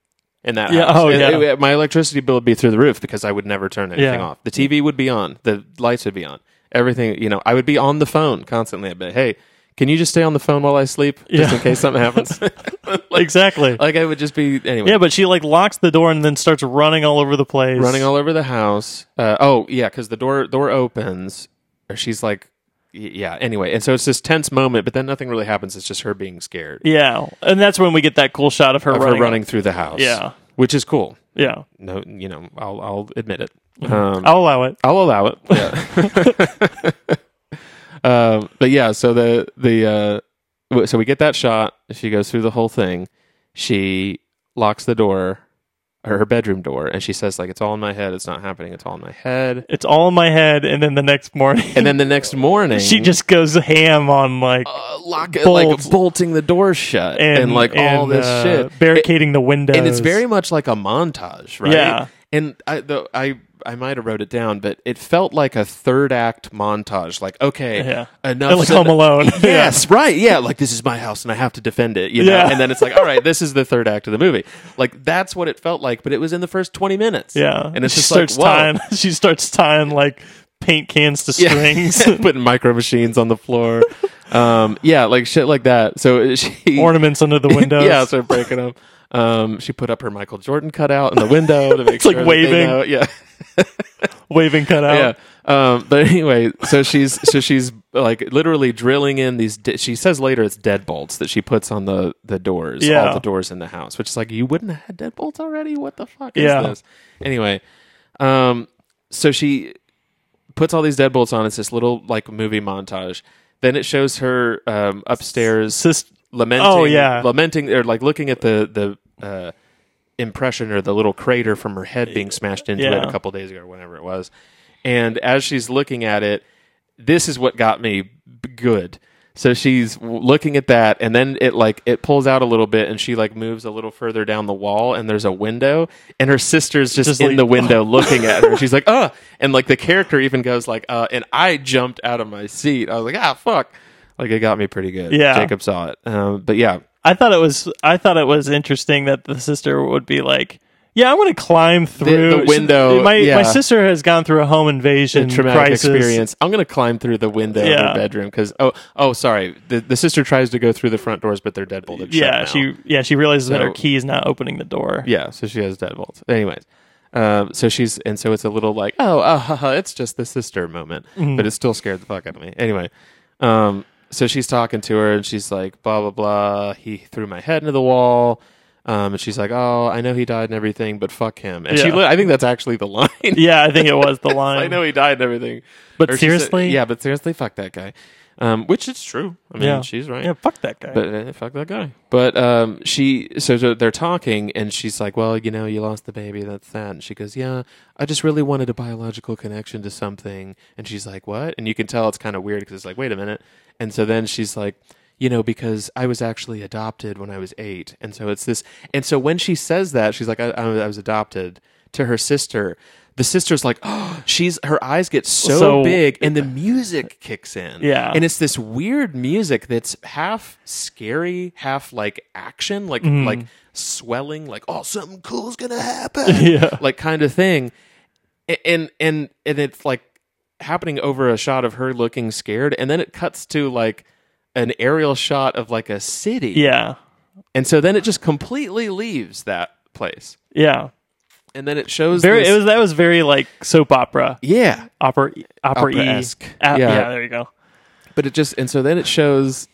Speaker 2: in that
Speaker 3: Yeah,
Speaker 2: house.
Speaker 3: oh,
Speaker 2: It-
Speaker 3: yeah.
Speaker 2: it- my electricity bill would be through the roof because I would never turn anything
Speaker 3: Yeah.
Speaker 2: off. The TV would be on, the lights would be on, everything. You know, I would be on the phone constantly. I'd be, like, hey, can you just stay on the phone while I sleep, just
Speaker 3: Yeah.
Speaker 2: in case something happens? <laughs> like,
Speaker 3: <laughs> exactly.
Speaker 2: like I would just be anyway.
Speaker 3: Yeah, but she like locks the door and then starts running all over the place.
Speaker 2: running all over the house. Uh, oh yeah, because the door door opens, or she's like, y- yeah. Anyway, and so it's this tense moment, but then nothing really happens. It's just her being scared.
Speaker 3: Yeah, and that's when we get that cool shot of her
Speaker 2: of
Speaker 3: running.
Speaker 2: her running through the house.
Speaker 3: Yeah.
Speaker 2: which is cool.
Speaker 3: Yeah,
Speaker 2: No, you know, I'll I'll admit it.
Speaker 3: Mm-hmm.
Speaker 2: Um,
Speaker 3: I'll allow it.
Speaker 2: I'll allow it. <laughs> um, but yeah, so the the uh, w- so we get that shot. She goes through the whole thing. She locks the door, or her bedroom door, and she says like, "It's all in my head. It's not happening. It's all in my head."
Speaker 3: It's all in my head, and then the next morning,
Speaker 2: And then the next morning,
Speaker 3: <laughs> she just goes ham on like
Speaker 2: uh, lock it, like
Speaker 3: bolts.
Speaker 2: bolting the door shut and,
Speaker 3: and,
Speaker 2: like all
Speaker 3: and,
Speaker 2: this
Speaker 3: uh,
Speaker 2: shit, It-
Speaker 3: barricading the windows,
Speaker 2: and it's very much like a montage, right?
Speaker 3: Yeah.
Speaker 2: And I though I I might have wrote it down, but it felt like a third act montage. Like okay,
Speaker 3: Yeah.
Speaker 2: enough.
Speaker 3: <laughs> Like Home Alone.
Speaker 2: <laughs> Yes, right. Yeah, like this is my house and I have to defend it. You know,
Speaker 3: Yeah.
Speaker 2: and then it's like, all right, this is the third act of the movie. Like that's what it felt like, but it was in the first twenty minutes.
Speaker 3: yeah.
Speaker 2: and it's
Speaker 3: she
Speaker 2: just
Speaker 3: starts
Speaker 2: like, whoa.
Speaker 3: tying. <laughs> She starts tying like paint cans to <laughs> strings,
Speaker 2: <laughs> putting micro machines on the floor. um, yeah, like shit like that. So uh, <laughs> she
Speaker 3: ornaments under the windows.
Speaker 2: yeah, so breaking them. Um, she put up her Michael Jordan cutout in the window
Speaker 3: <laughs>
Speaker 2: to make
Speaker 3: like
Speaker 2: sure that they
Speaker 3: waving.
Speaker 2: know. Yeah,
Speaker 3: waving cutout.
Speaker 2: yeah. Um, but anyway, so she's so she's like literally drilling in these. De- she says later it's deadbolts that she puts on the the doors,
Speaker 3: Yeah.
Speaker 2: all the doors in the house, which is like you wouldn't have had deadbolts already. What the fuck
Speaker 3: Yeah.
Speaker 2: is this? Anyway, um, so she puts all these deadbolts on. It's this little like movie montage. Then it shows her um, upstairs
Speaker 3: Sis-
Speaker 2: lamenting
Speaker 3: Oh, yeah.
Speaker 2: lamenting or like looking at the the uh impression or the little crater from her head being smashed into it
Speaker 3: Yeah.
Speaker 2: a couple days ago or whenever it was and as she's looking at it this is what got me b- good So she's w- looking at that, and then it like it pulls out a little bit, and she like moves a little further down the wall, and there's a window, and her sister's just,
Speaker 3: Just
Speaker 2: in
Speaker 3: like,
Speaker 2: the window looking at her. She's like, "Uh," and like the character even goes like, "Uh," and I jumped out of my seat. I was like, "Ah, fuck!" Like it got me pretty good.
Speaker 3: Yeah.
Speaker 2: Jacob saw it, um, but yeah,
Speaker 3: I thought it was I thought it was interesting that the sister would be like, "Yeah, I'm going to climb through
Speaker 2: the window,
Speaker 3: My
Speaker 2: yeah.
Speaker 3: my sister has gone through a home invasion
Speaker 2: traumatic
Speaker 3: crisis.
Speaker 2: experience. I'm gonna climb through the window in her
Speaker 3: Yeah.
Speaker 2: bedroom because oh oh sorry, the, the sister tries to go through the front doors, but they're deadbolted. shut
Speaker 3: Yeah,
Speaker 2: now.
Speaker 3: she yeah she realizes that her
Speaker 2: So-
Speaker 3: key is not opening the door.
Speaker 2: yeah, so she has deadbolts. Anyways, um, so she's and so it's a little like oh uh, ha, ha, it's just the sister moment,
Speaker 3: Mm-hmm.
Speaker 2: but it still scared the fuck out of me. Anyway, um, so she's talking to her and she's like blah blah blah. He threw my head into the wall. Um, and she's like, "Oh, I know he died and everything, but fuck him." And she,
Speaker 3: Yeah.
Speaker 2: li- I think that's actually the <laughs> line.
Speaker 3: Yeah, I think
Speaker 2: <laughs>
Speaker 3: it was the line.
Speaker 2: I know he died and everything.
Speaker 3: But
Speaker 2: she said-
Speaker 3: seriously?
Speaker 2: yeah, but seriously, fuck that guy. Um, which is true. I mean,
Speaker 3: Yeah.
Speaker 2: she's right.
Speaker 3: Yeah, fuck that guy.
Speaker 2: But uh, fuck that guy. But um, she, so, so they're talking, and she's like, "Well, you know, you lost the baby. That's that." And she goes, "Yeah, I just really wanted a biological connection to something." And she's like, "What?" And you can tell it's kind of weird because it's like, "Wait a minute." And so then she's like, "You know, because I was actually adopted when I was eight, and so it's this." And so when she says that, she's like, "I, I, I was adopted." To her sister, the sister's like, <gasps> "Oh, she's." Her eyes get so,
Speaker 3: So-
Speaker 2: big, and
Speaker 3: <laughs>
Speaker 2: the music kicks in.
Speaker 3: Yeah.
Speaker 2: and it's this weird music that's half scary, half like action, like
Speaker 3: Mm-hmm.
Speaker 2: like swelling, like oh something cool's gonna happen,
Speaker 3: <laughs> <laughs> Yeah.
Speaker 2: like kind of thing, A- and and and it's like happening over a shot of her looking scared, and then it cuts to like an aerial shot of like a city,
Speaker 3: yeah,
Speaker 2: and so then it just completely leaves that place,
Speaker 3: yeah.
Speaker 2: and then it shows
Speaker 3: Very.
Speaker 2: this-
Speaker 3: It was that was very like soap opera,
Speaker 2: yeah,
Speaker 3: opera, opera e.
Speaker 2: Opera-esque.
Speaker 3: Ah,
Speaker 2: Yeah.
Speaker 3: yeah, there you go.
Speaker 2: but it just and so then it shows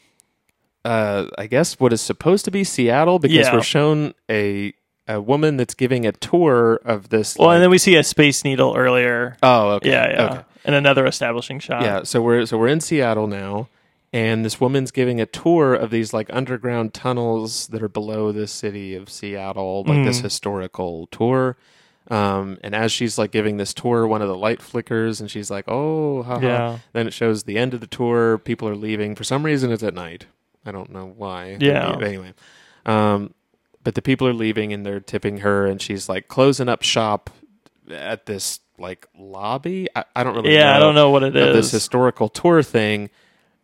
Speaker 2: uh i guess what is supposed to be seattle because
Speaker 3: Yeah.
Speaker 2: we're shown a a woman that's giving a tour of this
Speaker 3: Well, and
Speaker 2: like-
Speaker 3: then we see a space needle earlier.
Speaker 2: oh okay
Speaker 3: yeah, yeah,
Speaker 2: okay.
Speaker 3: and another establishing shot.
Speaker 2: yeah so we're so we're in seattle now and this woman's giving a tour of these like underground tunnels that are below the city of seattle like
Speaker 3: Mm.
Speaker 2: this historical tour um, and as she's like giving this tour, one of the light flickers, and she's like, "Oh, haha.
Speaker 3: Yeah.
Speaker 2: Then it shows the end of the tour. People are leaving for some reason. It's at night. I don't know why.
Speaker 3: Yeah.
Speaker 2: But Anyway, um, but the people are leaving, and they're tipping her, and she's like closing up shop at this like lobby. I, I don't really.
Speaker 3: Yeah,
Speaker 2: know
Speaker 3: I don't know what it
Speaker 2: of This
Speaker 3: is.
Speaker 2: historical tour thing,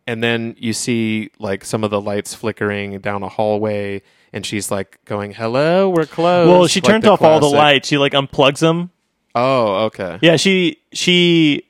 Speaker 2: and then you see like some of the lights flickering down a hallway. And she's like going, "Hello, we're closed."
Speaker 3: Well, she
Speaker 2: Oh, like
Speaker 3: turns
Speaker 2: the
Speaker 3: off all the
Speaker 2: classic.
Speaker 3: lights. She like unplugs them.
Speaker 2: Oh, okay.
Speaker 3: Yeah, she she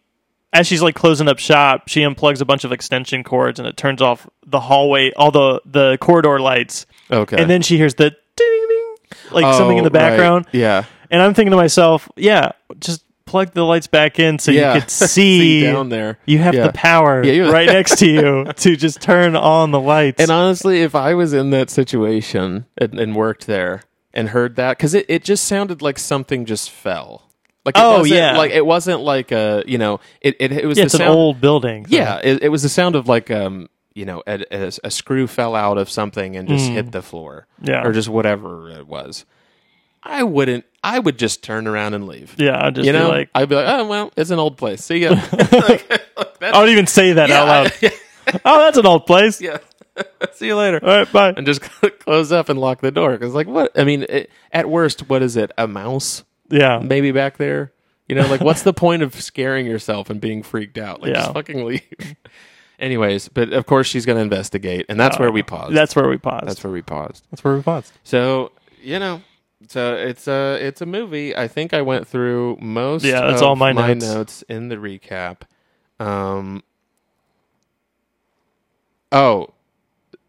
Speaker 3: as she's like closing up shop, she unplugs a bunch of extension cords and it turns off the hallway, all the the corridor lights.
Speaker 2: Oh, Okay.
Speaker 3: And then she hears the ding ding, like
Speaker 2: Oh,
Speaker 3: something in the
Speaker 2: right.
Speaker 3: background.
Speaker 2: Yeah.
Speaker 3: And I'm thinking to myself, yeah, just plug the lights back in so
Speaker 2: Yeah. <laughs>
Speaker 3: you could see,
Speaker 2: down there.
Speaker 3: You have
Speaker 2: Yeah.
Speaker 3: the power
Speaker 2: Yeah, you-
Speaker 3: right next
Speaker 2: <laughs>
Speaker 3: to you to just turn on the lights.
Speaker 2: And honestly, if I was in that situation and, and worked there and heard that, because it, it just sounded like something just fell. Like it
Speaker 3: Oh,
Speaker 2: wasn't,
Speaker 3: yeah.
Speaker 2: like it wasn't like a you know it it, it was
Speaker 3: yeah,
Speaker 2: the
Speaker 3: it's an
Speaker 2: sound-
Speaker 3: old building. so-
Speaker 2: yeah it, it was the sound of like um you know a, a, a screw fell out of something and just hit the floor
Speaker 3: Hmm. Yeah.
Speaker 2: or just whatever it was. I wouldn't. I would just turn around and leave.
Speaker 3: Yeah, I'd just
Speaker 2: you
Speaker 3: be
Speaker 2: know,
Speaker 3: like,
Speaker 2: I'd be like, oh well, it's an old place. See
Speaker 3: <laughs>
Speaker 2: ya. <laughs>
Speaker 3: I don't even say that out loud. <laughs> oh, that's an old place.
Speaker 2: yeah. <laughs> See you
Speaker 3: <laughs>
Speaker 2: later.
Speaker 3: All right, bye.
Speaker 2: and just <laughs> close up and lock the door. Because like what? I mean, it, at worst, what is it? A mouse
Speaker 3: Yeah.
Speaker 2: maybe back there. You know, like what's
Speaker 3: <laughs>
Speaker 2: the point of scaring yourself and being freaked out? Like just
Speaker 3: Yeah.
Speaker 2: fucking leave. <laughs> Anyways, but of course she's going to investigate, and that's where we paused.
Speaker 3: Oh, Uh, That's where we paused.
Speaker 2: that's where we paused.
Speaker 3: That's where we paused.
Speaker 2: So you know, so it's a it's a movie. I think I went through most.
Speaker 3: Yeah, that's
Speaker 2: of
Speaker 3: all my
Speaker 2: my
Speaker 3: notes.
Speaker 2: in the recap. Um. Oh,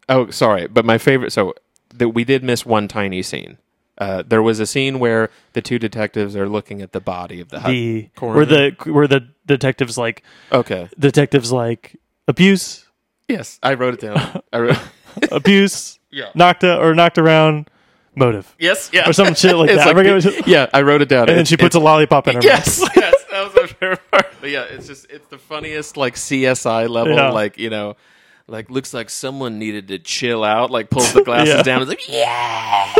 Speaker 2: oh, sorry, but my favorite. So that we did miss one tiny scene. Uh, there was a scene where the two detectives are looking at the body Uh, of the, hu-
Speaker 3: The
Speaker 2: coroner.
Speaker 3: where the where the detectives like
Speaker 2: okay.
Speaker 3: detectives like
Speaker 2: <laughs>
Speaker 3: abuse,
Speaker 2: Yes, I wrote it down. I
Speaker 3: <laughs>
Speaker 2: wrote. <laughs>
Speaker 3: abuse,
Speaker 2: Yeah.
Speaker 3: knocked a, or knocked around, motive
Speaker 2: Yes, yeah,
Speaker 3: or some shit like
Speaker 2: It's
Speaker 3: that. I forget what-
Speaker 2: yeah, I wrote it down.
Speaker 3: and then she puts a lollipop in her
Speaker 2: yes,
Speaker 3: mouth.
Speaker 2: <laughs> yes, that was my favorite part. But yeah, it's just it's the funniest like CSI level,
Speaker 3: Yeah.
Speaker 2: like you know, like looks like someone needed to chill out. Like pulls the glasses
Speaker 3: Yeah.
Speaker 2: down. It's like yeah,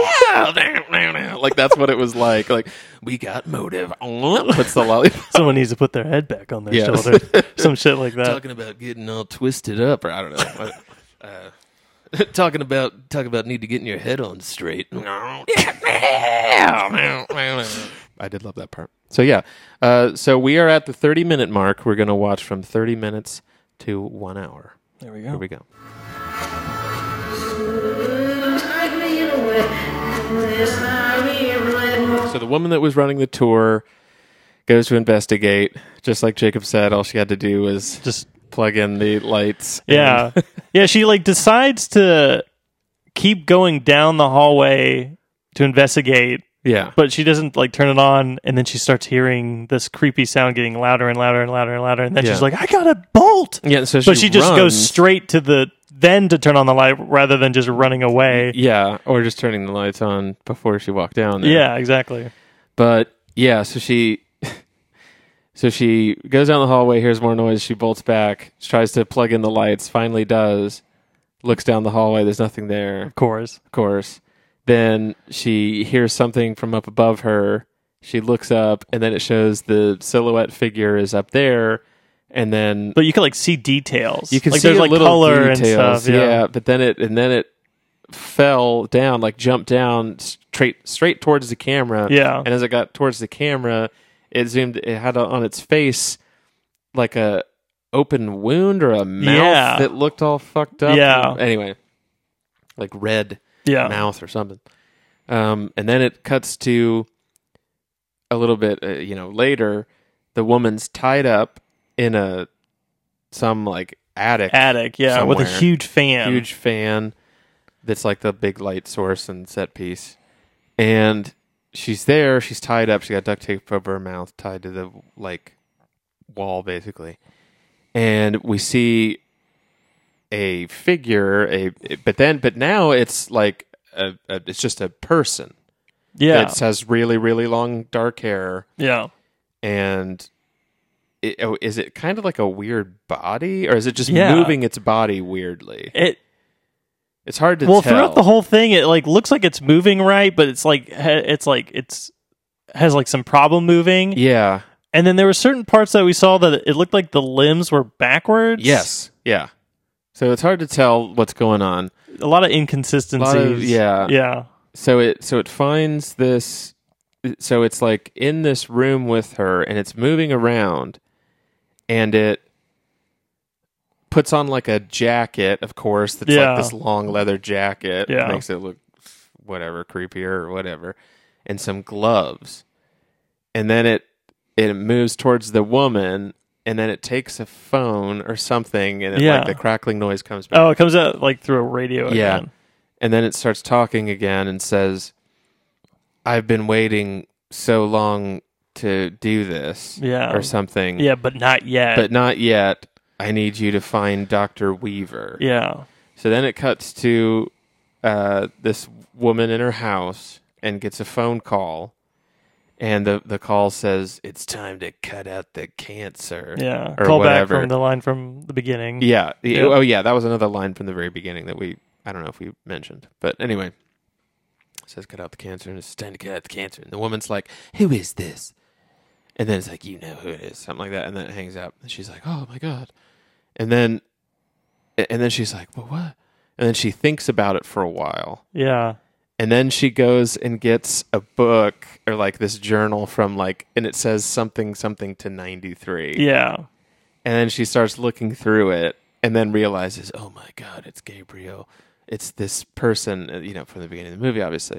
Speaker 2: <laughs> like that's what it was like. Like we got motive. Puts the lollipop.
Speaker 3: Someone needs to put their head back on their
Speaker 2: <laughs> Yes.
Speaker 3: shoulder, some shit like that.
Speaker 2: Talking about getting all twisted up, or I don't know. uh, <laughs> talking about talking about need to get in your head on
Speaker 3: <laughs>
Speaker 2: straight. I did love that part. So yeah, uh, so we are at the thirty minute mark. We're gonna watch from thirty minutes to one hour.
Speaker 3: There we
Speaker 2: Here
Speaker 3: go.
Speaker 2: we go. So the woman that was running the tour goes to investigate. Just like Jacob said, all she had to do was
Speaker 3: Just
Speaker 2: plug in the lights. and-
Speaker 3: yeah, yeah. She like decides to keep going down the hallway to investigate,
Speaker 2: yeah.
Speaker 3: but she doesn't like turn it on, and then she starts hearing this creepy sound getting louder and louder and louder and louder, and then
Speaker 2: Yeah.
Speaker 3: she's like, "I gotta bolt!"
Speaker 2: Yeah, so she,
Speaker 3: but she just goes
Speaker 2: runs.
Speaker 3: straight to the then to turn on the light rather than just running away.
Speaker 2: Yeah, or just turning the lights on before she walked down. There.
Speaker 3: Yeah, exactly.
Speaker 2: but yeah, so she, <laughs> so she goes down the hallway, hears more noise, she bolts back, she tries to plug in the lights, finally does, looks down the hallway, there's nothing there,
Speaker 3: Of course.
Speaker 2: of course. Then she hears something from up above her. She looks up, and then it shows the silhouette figure is up there, and then
Speaker 3: But you can like see details.
Speaker 2: you can
Speaker 3: like
Speaker 2: see
Speaker 3: there's
Speaker 2: a
Speaker 3: like
Speaker 2: little
Speaker 3: color and
Speaker 2: details,
Speaker 3: stuff. Yeah.
Speaker 2: but then it and then it fell down, like jumped down straight straight towards the camera.
Speaker 3: Yeah.
Speaker 2: and as it got towards the camera, it zoomed. It had on its face like a open wound or a mouth
Speaker 3: Yeah.
Speaker 2: that looked all fucked up.
Speaker 3: Yeah.
Speaker 2: Anyway, like red
Speaker 3: Yeah.
Speaker 2: mouth or something. Um, and then it cuts to a little bit, uh, you know, later. The woman's tied up in a some like attic,
Speaker 3: Attic, yeah, with a
Speaker 2: somewhere.
Speaker 3: huge fan.
Speaker 2: huge fan that's like the big light source and set piece. And she's there. She's tied up. She got duct tape over her mouth, tied to the like wall, basically. And we see a figure. A but then but now it's like a, a it's just a person
Speaker 3: Yeah.
Speaker 2: that has really really long dark hair
Speaker 3: yeah.
Speaker 2: and. It, oh, is it kind of like a weird body, or is it just
Speaker 3: Yeah.
Speaker 2: moving its body weirdly?
Speaker 3: It
Speaker 2: It's hard to
Speaker 3: well
Speaker 2: tell.
Speaker 3: throughout the whole thing it like looks like it's moving right, but it's like ha- it's like it's has like some problem moving.
Speaker 2: Yeah.
Speaker 3: And then there were certain parts that we saw that it looked like the limbs were backwards.
Speaker 2: Yes. Yeah. So it's hard to tell what's going on.
Speaker 3: A lot of inconsistencies.
Speaker 2: yeah.
Speaker 3: Yeah.
Speaker 2: So it so it finds this so it's like in this room with her and it's moving around and it puts on like a jacket, of course, that's
Speaker 3: Yeah.
Speaker 2: like this long leather jacket.
Speaker 3: Yeah.
Speaker 2: Makes it look whatever, creepier or whatever. And some gloves. And then it it moves towards the woman and then it takes a phone or something and it,
Speaker 3: Yeah.
Speaker 2: like the crackling noise comes back
Speaker 3: Oh, it comes out like through a radio
Speaker 2: yeah.
Speaker 3: again.
Speaker 2: And then it starts talking again and says, I've been waiting so long to do this.
Speaker 3: Yeah.
Speaker 2: Or something.
Speaker 3: Yeah, but not yet.
Speaker 2: But not yet. I need you to find Dr. Weaver.
Speaker 3: yeah.
Speaker 2: So then it cuts to uh, this woman in her house and gets a phone call. And the, the call says, It's time to cut out the cancer.
Speaker 3: Yeah.
Speaker 2: Or
Speaker 3: Call
Speaker 2: whatever.
Speaker 3: back from the line from the beginning.
Speaker 2: Yeah.
Speaker 3: Yeah.
Speaker 2: Oh, yeah. That was another line from the very beginning that we, I don't know if we mentioned. But anyway, it says cut out the cancer and it's time to cut out the cancer. And the woman's like, who is this? And then it's like, you know who it is, something like that. And then it hangs up. And she's like, oh my God. And then, and then she's like, well, what? And then she thinks about it for a while.
Speaker 3: Yeah.
Speaker 2: And then she goes and gets a book or like this journal from like, and it says something, something to 93.
Speaker 3: Yeah.
Speaker 2: And then she starts looking through it and then realizes, oh my God, it's Gabriel. It's this person, uh, you know, from the beginning of the movie, obviously.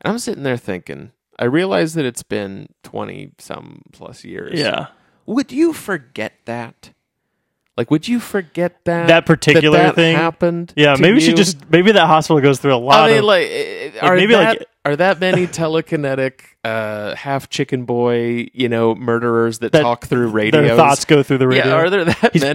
Speaker 2: And I'm sitting there thinking, I realize that it's been 20 some plus years.
Speaker 3: Yeah.
Speaker 2: Would you forget that? Like, would you forget that?
Speaker 3: That particular
Speaker 2: that that
Speaker 3: thing?
Speaker 2: happened.
Speaker 3: Yeah.
Speaker 2: to
Speaker 3: Maybe she
Speaker 2: you?
Speaker 3: just maybe that hospital goes through a
Speaker 2: I
Speaker 3: lot
Speaker 2: mean,
Speaker 3: of
Speaker 2: like, eh,
Speaker 3: like,
Speaker 2: are
Speaker 3: maybe,
Speaker 2: that,
Speaker 3: like-
Speaker 2: are that
Speaker 3: <laughs>
Speaker 2: many telekinetic, uh, half chicken boy, you know, murderers that,
Speaker 3: That
Speaker 2: talk through radios?
Speaker 3: their thoughts go through the radio.
Speaker 2: Yeah, are there that
Speaker 3: He's
Speaker 2: many?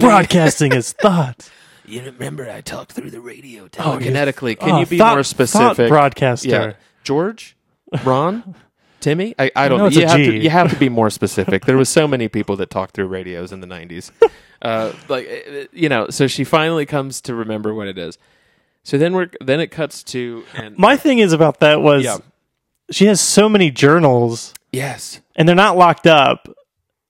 Speaker 2: <laughs>
Speaker 3: broadcasting his thoughts.
Speaker 1: You remember I talked through the radio.
Speaker 2: Oh, kinetically. Can
Speaker 3: Oh,
Speaker 2: you be
Speaker 3: thought-
Speaker 2: more
Speaker 3: thought
Speaker 2: specific?
Speaker 3: broadcaster.
Speaker 2: George, Ron,
Speaker 3: <laughs>
Speaker 2: Timmy. I, I don't know.
Speaker 3: No, it's a
Speaker 2: You have,
Speaker 3: G.
Speaker 2: to, you have to be more specific. there was so many people that talked through radios in the
Speaker 3: <laughs>
Speaker 2: nineties. Uh, like uh, you know, so she finally comes to remember what it is. So then we're then it cuts to and
Speaker 3: My thing is about that was
Speaker 2: Yeah.
Speaker 3: she has so many journals
Speaker 2: yes,
Speaker 3: and they're not locked up.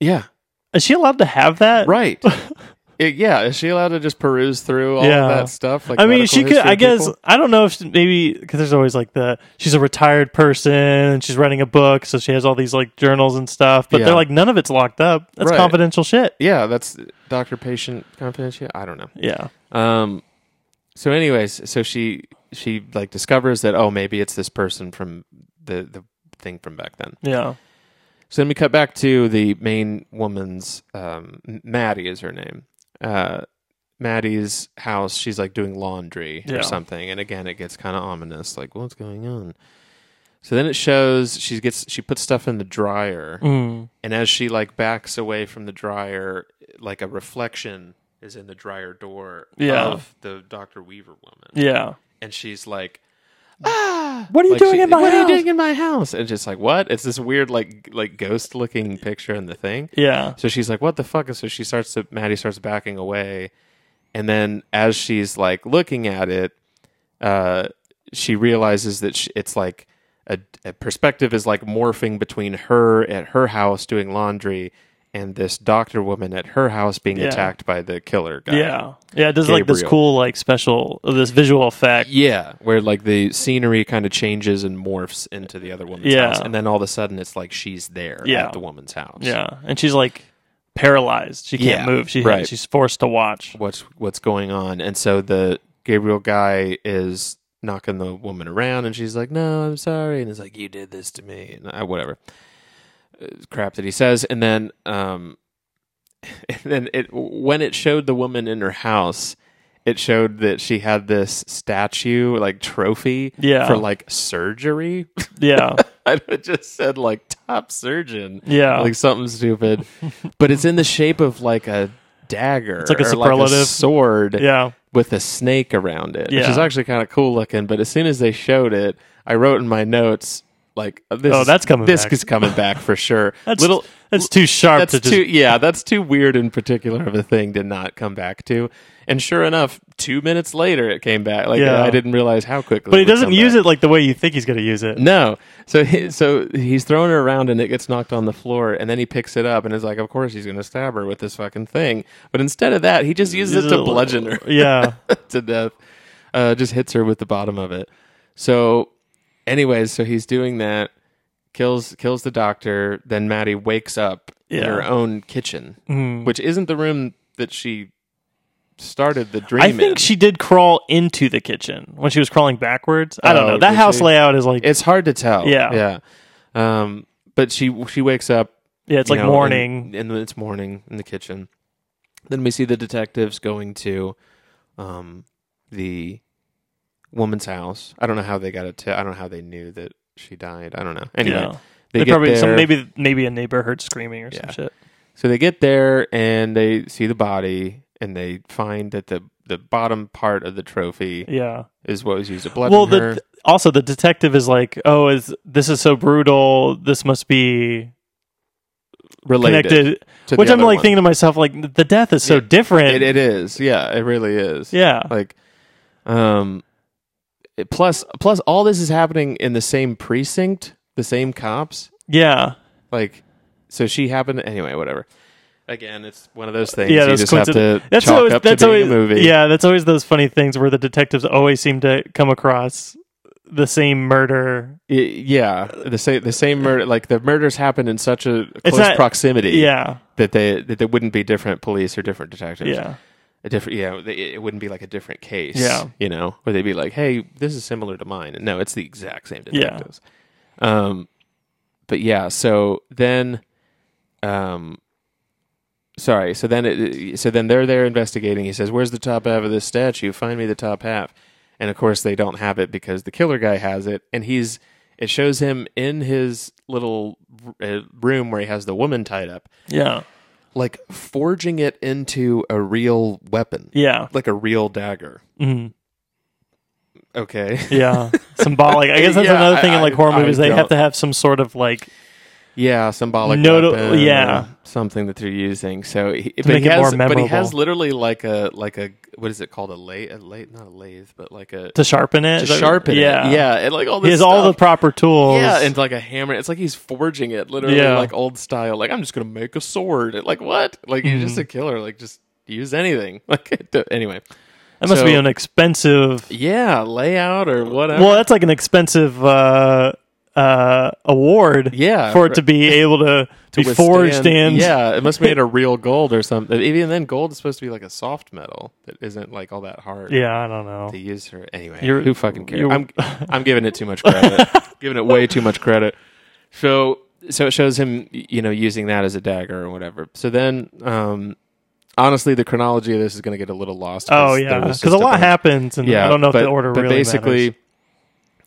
Speaker 2: yeah,
Speaker 3: Is she allowed to have that?
Speaker 2: right. <laughs> it- yeah, is she allowed to just peruse through all of
Speaker 3: Yeah.
Speaker 2: that stuff? Like
Speaker 3: I mean,
Speaker 2: medical
Speaker 3: she could.
Speaker 2: history
Speaker 3: I guess
Speaker 2: people?
Speaker 3: I don't know if she- maybe because there's always like the she's a retired person and she's writing a book, so she has all these like journals and stuff. But
Speaker 2: Yeah.
Speaker 3: they're like none of it's locked up. That's
Speaker 2: Right.
Speaker 3: confidential shit.
Speaker 2: Yeah, that's doctor patient confidentiality. I don't know.
Speaker 3: Yeah.
Speaker 2: Um, so, anyways, so she she like discovers that oh maybe it's this person from the the thing from back then.
Speaker 3: Yeah.
Speaker 2: So then we cut back to the main woman's um, M- Maddie is her name. Uh, Maddie's house. She's like doing laundry
Speaker 3: Yeah.
Speaker 2: or something, and again it gets kind of ominous. Like what's going on? So then it shows she gets she puts stuff in the dryer,
Speaker 3: Mm.
Speaker 2: and as she like backs away from the dryer, like a reflection is in the dryer door
Speaker 3: Yeah.
Speaker 2: of the Doctor Weaver woman,
Speaker 3: Yeah.
Speaker 2: and she's like.
Speaker 3: What are you
Speaker 2: Like,
Speaker 3: doing
Speaker 2: she-
Speaker 3: in my
Speaker 2: what
Speaker 3: house?
Speaker 2: are you doing in my house? And just like what? It's this weird like like ghost looking picture in the thing.
Speaker 3: Yeah.
Speaker 2: So she's like, what the fuck? And so she starts to Maddie starts backing away, and then as she's like looking at it, uh, she realizes that she, it's like a, a perspective is like morphing between her at her house doing laundry and this doctor woman at her house being
Speaker 3: Yeah.
Speaker 2: attacked by the killer guy.
Speaker 3: Yeah. Yeah. It does like this
Speaker 2: Gabriel.
Speaker 3: cool like special this visual effect.
Speaker 2: Yeah, where like the scenery kind of changes and morphs into the other woman's
Speaker 3: Yeah.
Speaker 2: house, and then all of a sudden it's like she's there
Speaker 3: Yeah.
Speaker 2: at the woman's house.
Speaker 3: Yeah. And she's like paralyzed. She can't
Speaker 2: Yeah.
Speaker 3: move. She
Speaker 2: Right.
Speaker 3: she's forced to watch.
Speaker 2: what's what's going on? And so the Gabriel guy is knocking the woman around, and she's like, "No, I'm sorry," and he's like, "You did this to me," and I, whatever uh, crap that he says, and then um, <laughs> and then it when it showed the woman in her house. It showed that she had this statue, like trophy,
Speaker 3: Yeah.
Speaker 2: for like surgery,
Speaker 3: Yeah.
Speaker 2: <laughs> I would've just said like top surgeon.
Speaker 3: Yeah.
Speaker 2: Like something
Speaker 3: <laughs>
Speaker 2: stupid. but it's in the shape of like a dagger. It's
Speaker 3: like a superlative.
Speaker 2: sword
Speaker 3: yeah.
Speaker 2: with a snake around it. Which
Speaker 3: Yeah.
Speaker 2: is actually kind of cool looking. But as soon as they showed it, I wrote in my notes like uh, this
Speaker 3: Oh,
Speaker 2: is-
Speaker 3: that's coming
Speaker 2: this
Speaker 3: back.
Speaker 2: is coming back for sure.
Speaker 3: <laughs> That's
Speaker 2: Little
Speaker 3: that's too sharp
Speaker 2: that's
Speaker 3: to just
Speaker 2: too yeah, that's too weird in particular of a thing to not come back to. And sure enough, two minutes later it came back. Like
Speaker 3: Yeah.
Speaker 2: I didn't realize how quickly.
Speaker 3: But he doesn't use it like the way you think he's going to use it.
Speaker 2: No. So he, so he's throwing her around and it gets knocked on the floor and then he picks it up and is like, of course he's going to stab her with this fucking thing. But instead of that, he just uses it to bludgeon her <laughs>
Speaker 3: Yeah.
Speaker 2: to death. Uh, just hits her with the bottom of it. So, anyways, so he's doing that, kills kills the doctor. Then Maddie wakes up in
Speaker 3: Yeah. Hmm.
Speaker 2: her own kitchen, which isn't the room that she started the dream
Speaker 3: I
Speaker 2: in.
Speaker 3: think she did crawl into the kitchen when she was crawling backwards. I don't
Speaker 2: Oh,
Speaker 3: know. That
Speaker 2: did
Speaker 3: house
Speaker 2: she?
Speaker 3: layout is like
Speaker 2: it's hard to tell.
Speaker 3: Yeah.
Speaker 2: yeah. Um, but she she wakes up
Speaker 3: yeah, it's
Speaker 2: you
Speaker 3: like
Speaker 2: know,
Speaker 3: morning.
Speaker 2: and, and it's morning in the kitchen then we see the detectives going to um the woman's house i don't know how they got it to i don't know how they knew that she died i don't know anyway
Speaker 3: Yeah.
Speaker 2: they,
Speaker 3: They
Speaker 2: get
Speaker 3: probably some
Speaker 2: there-
Speaker 3: maybe maybe a neighbor heard screaming or
Speaker 2: Yeah.
Speaker 3: some shit.
Speaker 2: so they get there and they see the body and they find that the the bottom part of the trophy
Speaker 3: Yeah.
Speaker 2: is what was used to blood
Speaker 3: well,
Speaker 2: in her.
Speaker 3: the also the detective is like, "Oh, is this is so brutal. This must be
Speaker 2: related
Speaker 3: connected."
Speaker 2: to the
Speaker 3: Which I'm
Speaker 2: other
Speaker 3: like
Speaker 2: one.
Speaker 3: thinking to myself like the death is so
Speaker 2: Yeah.
Speaker 3: different.
Speaker 2: it, it is yeah it really is
Speaker 3: yeah.
Speaker 2: like um it- plus plus all this is happening in the same precinct the same cops
Speaker 3: yeah.
Speaker 2: like so she happened anyway whatever again it's one of those things
Speaker 3: yeah,
Speaker 2: you
Speaker 3: those
Speaker 2: just have to
Speaker 3: coincident- that's
Speaker 2: chalk
Speaker 3: always
Speaker 2: up
Speaker 3: that's
Speaker 2: to being
Speaker 3: always
Speaker 2: a movie
Speaker 3: yeah, that's always those funny things where the detectives always seem to come across the same murder.
Speaker 2: I- yeah the same the same murder like the murders happen in such a close
Speaker 3: not-
Speaker 2: proximity
Speaker 3: Yeah,
Speaker 2: that they that they wouldn't be different police or different detectives
Speaker 3: yeah,
Speaker 2: a different yeah they, it wouldn't be like a different case
Speaker 3: Yeah.
Speaker 2: you know where they'd be like hey this is similar to mine and no it's the exact same
Speaker 3: Yeah.
Speaker 2: detectives um but yeah so then um sorry so then it, so then they're there investigating he says where's the top half of this statue find me the top half and of course they don't have it because the killer guy has it and he's it shows him in his little uh, room where he has the woman tied up
Speaker 3: yeah,
Speaker 2: like forging it into a real weapon
Speaker 3: yeah,
Speaker 2: like a real dagger.
Speaker 3: Mhm.
Speaker 2: Okay.
Speaker 3: yeah. Symbolic. I guess that's
Speaker 2: Yeah,
Speaker 3: another
Speaker 2: I-
Speaker 3: thing in like
Speaker 2: I-
Speaker 3: horror
Speaker 2: I
Speaker 3: movies. they have
Speaker 2: don't-
Speaker 3: to have some sort of like
Speaker 2: <laughs> Yeah, symbolic
Speaker 3: Nota-
Speaker 2: weapon.
Speaker 3: yeah.
Speaker 2: or something that they're using. So, he, but
Speaker 3: make
Speaker 2: he
Speaker 3: it
Speaker 2: has,
Speaker 3: more
Speaker 2: but he has
Speaker 3: memorable.
Speaker 2: literally like a like a what is it called a lathe? A lathe, not a lathe, but like a
Speaker 3: to sharpen it.
Speaker 2: to
Speaker 3: Is that-
Speaker 2: sharpen.
Speaker 3: Yeah,
Speaker 2: it. yeah, and like all this.
Speaker 3: He has all the
Speaker 2: stuff.
Speaker 3: proper tools.
Speaker 2: Yeah, and like a hammer. It's like he's forging it, literally
Speaker 3: Yeah. Mm-hmm.
Speaker 2: like old style. Like I'm just gonna make a sword. Like what? Like you're just a killer. Like just use anything. <laughs> Like it do- anyway,
Speaker 3: That must
Speaker 2: So-
Speaker 3: be an expensive.
Speaker 2: yeah, layout or whatever.
Speaker 3: Well, that's like an expensive uh, uh, award.
Speaker 2: Yeah,
Speaker 3: for it
Speaker 2: right.
Speaker 3: to be able to, to be forged
Speaker 2: withstand-
Speaker 3: and
Speaker 2: yeah, it must
Speaker 3: <laughs>
Speaker 2: be made of real gold or something. Even then, gold is supposed to be like a soft metal that isn't like all that hard.
Speaker 3: yeah. I don't know.
Speaker 2: to use her anyway.
Speaker 3: You're-
Speaker 2: who fucking cares?
Speaker 3: you're-
Speaker 2: I'm I'm giving it too much
Speaker 3: <laughs>
Speaker 2: credit. giving it way too much credit. So so it shows him y- you know using that as a dagger or whatever. So then um honestly the chronology of this is going to get a little lost.
Speaker 3: Oh yeah,
Speaker 2: there was
Speaker 3: because
Speaker 2: just
Speaker 3: a lot
Speaker 2: bunch-
Speaker 3: happens, and I don't know if the order really matters.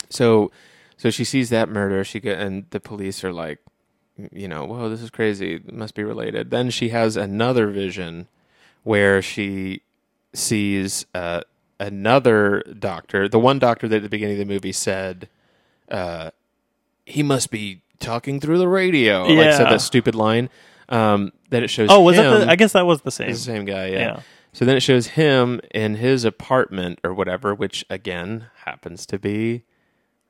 Speaker 2: so so she sees that murder. She get, and the police are like, you know, whoa, this is crazy. It must be related. Then she has another vision where she sees uh, another doctor. The one doctor that at the beginning of the movie said, uh, he must be talking through the radio. Like said
Speaker 3: Yeah.
Speaker 2: that stupid line. Um, that it shows.
Speaker 3: Oh, was that?
Speaker 2: him-
Speaker 3: The, I guess that was the same.
Speaker 2: it's the same guy, yeah.
Speaker 3: Yeah.
Speaker 2: So then it shows him in his apartment or whatever, which again happens to be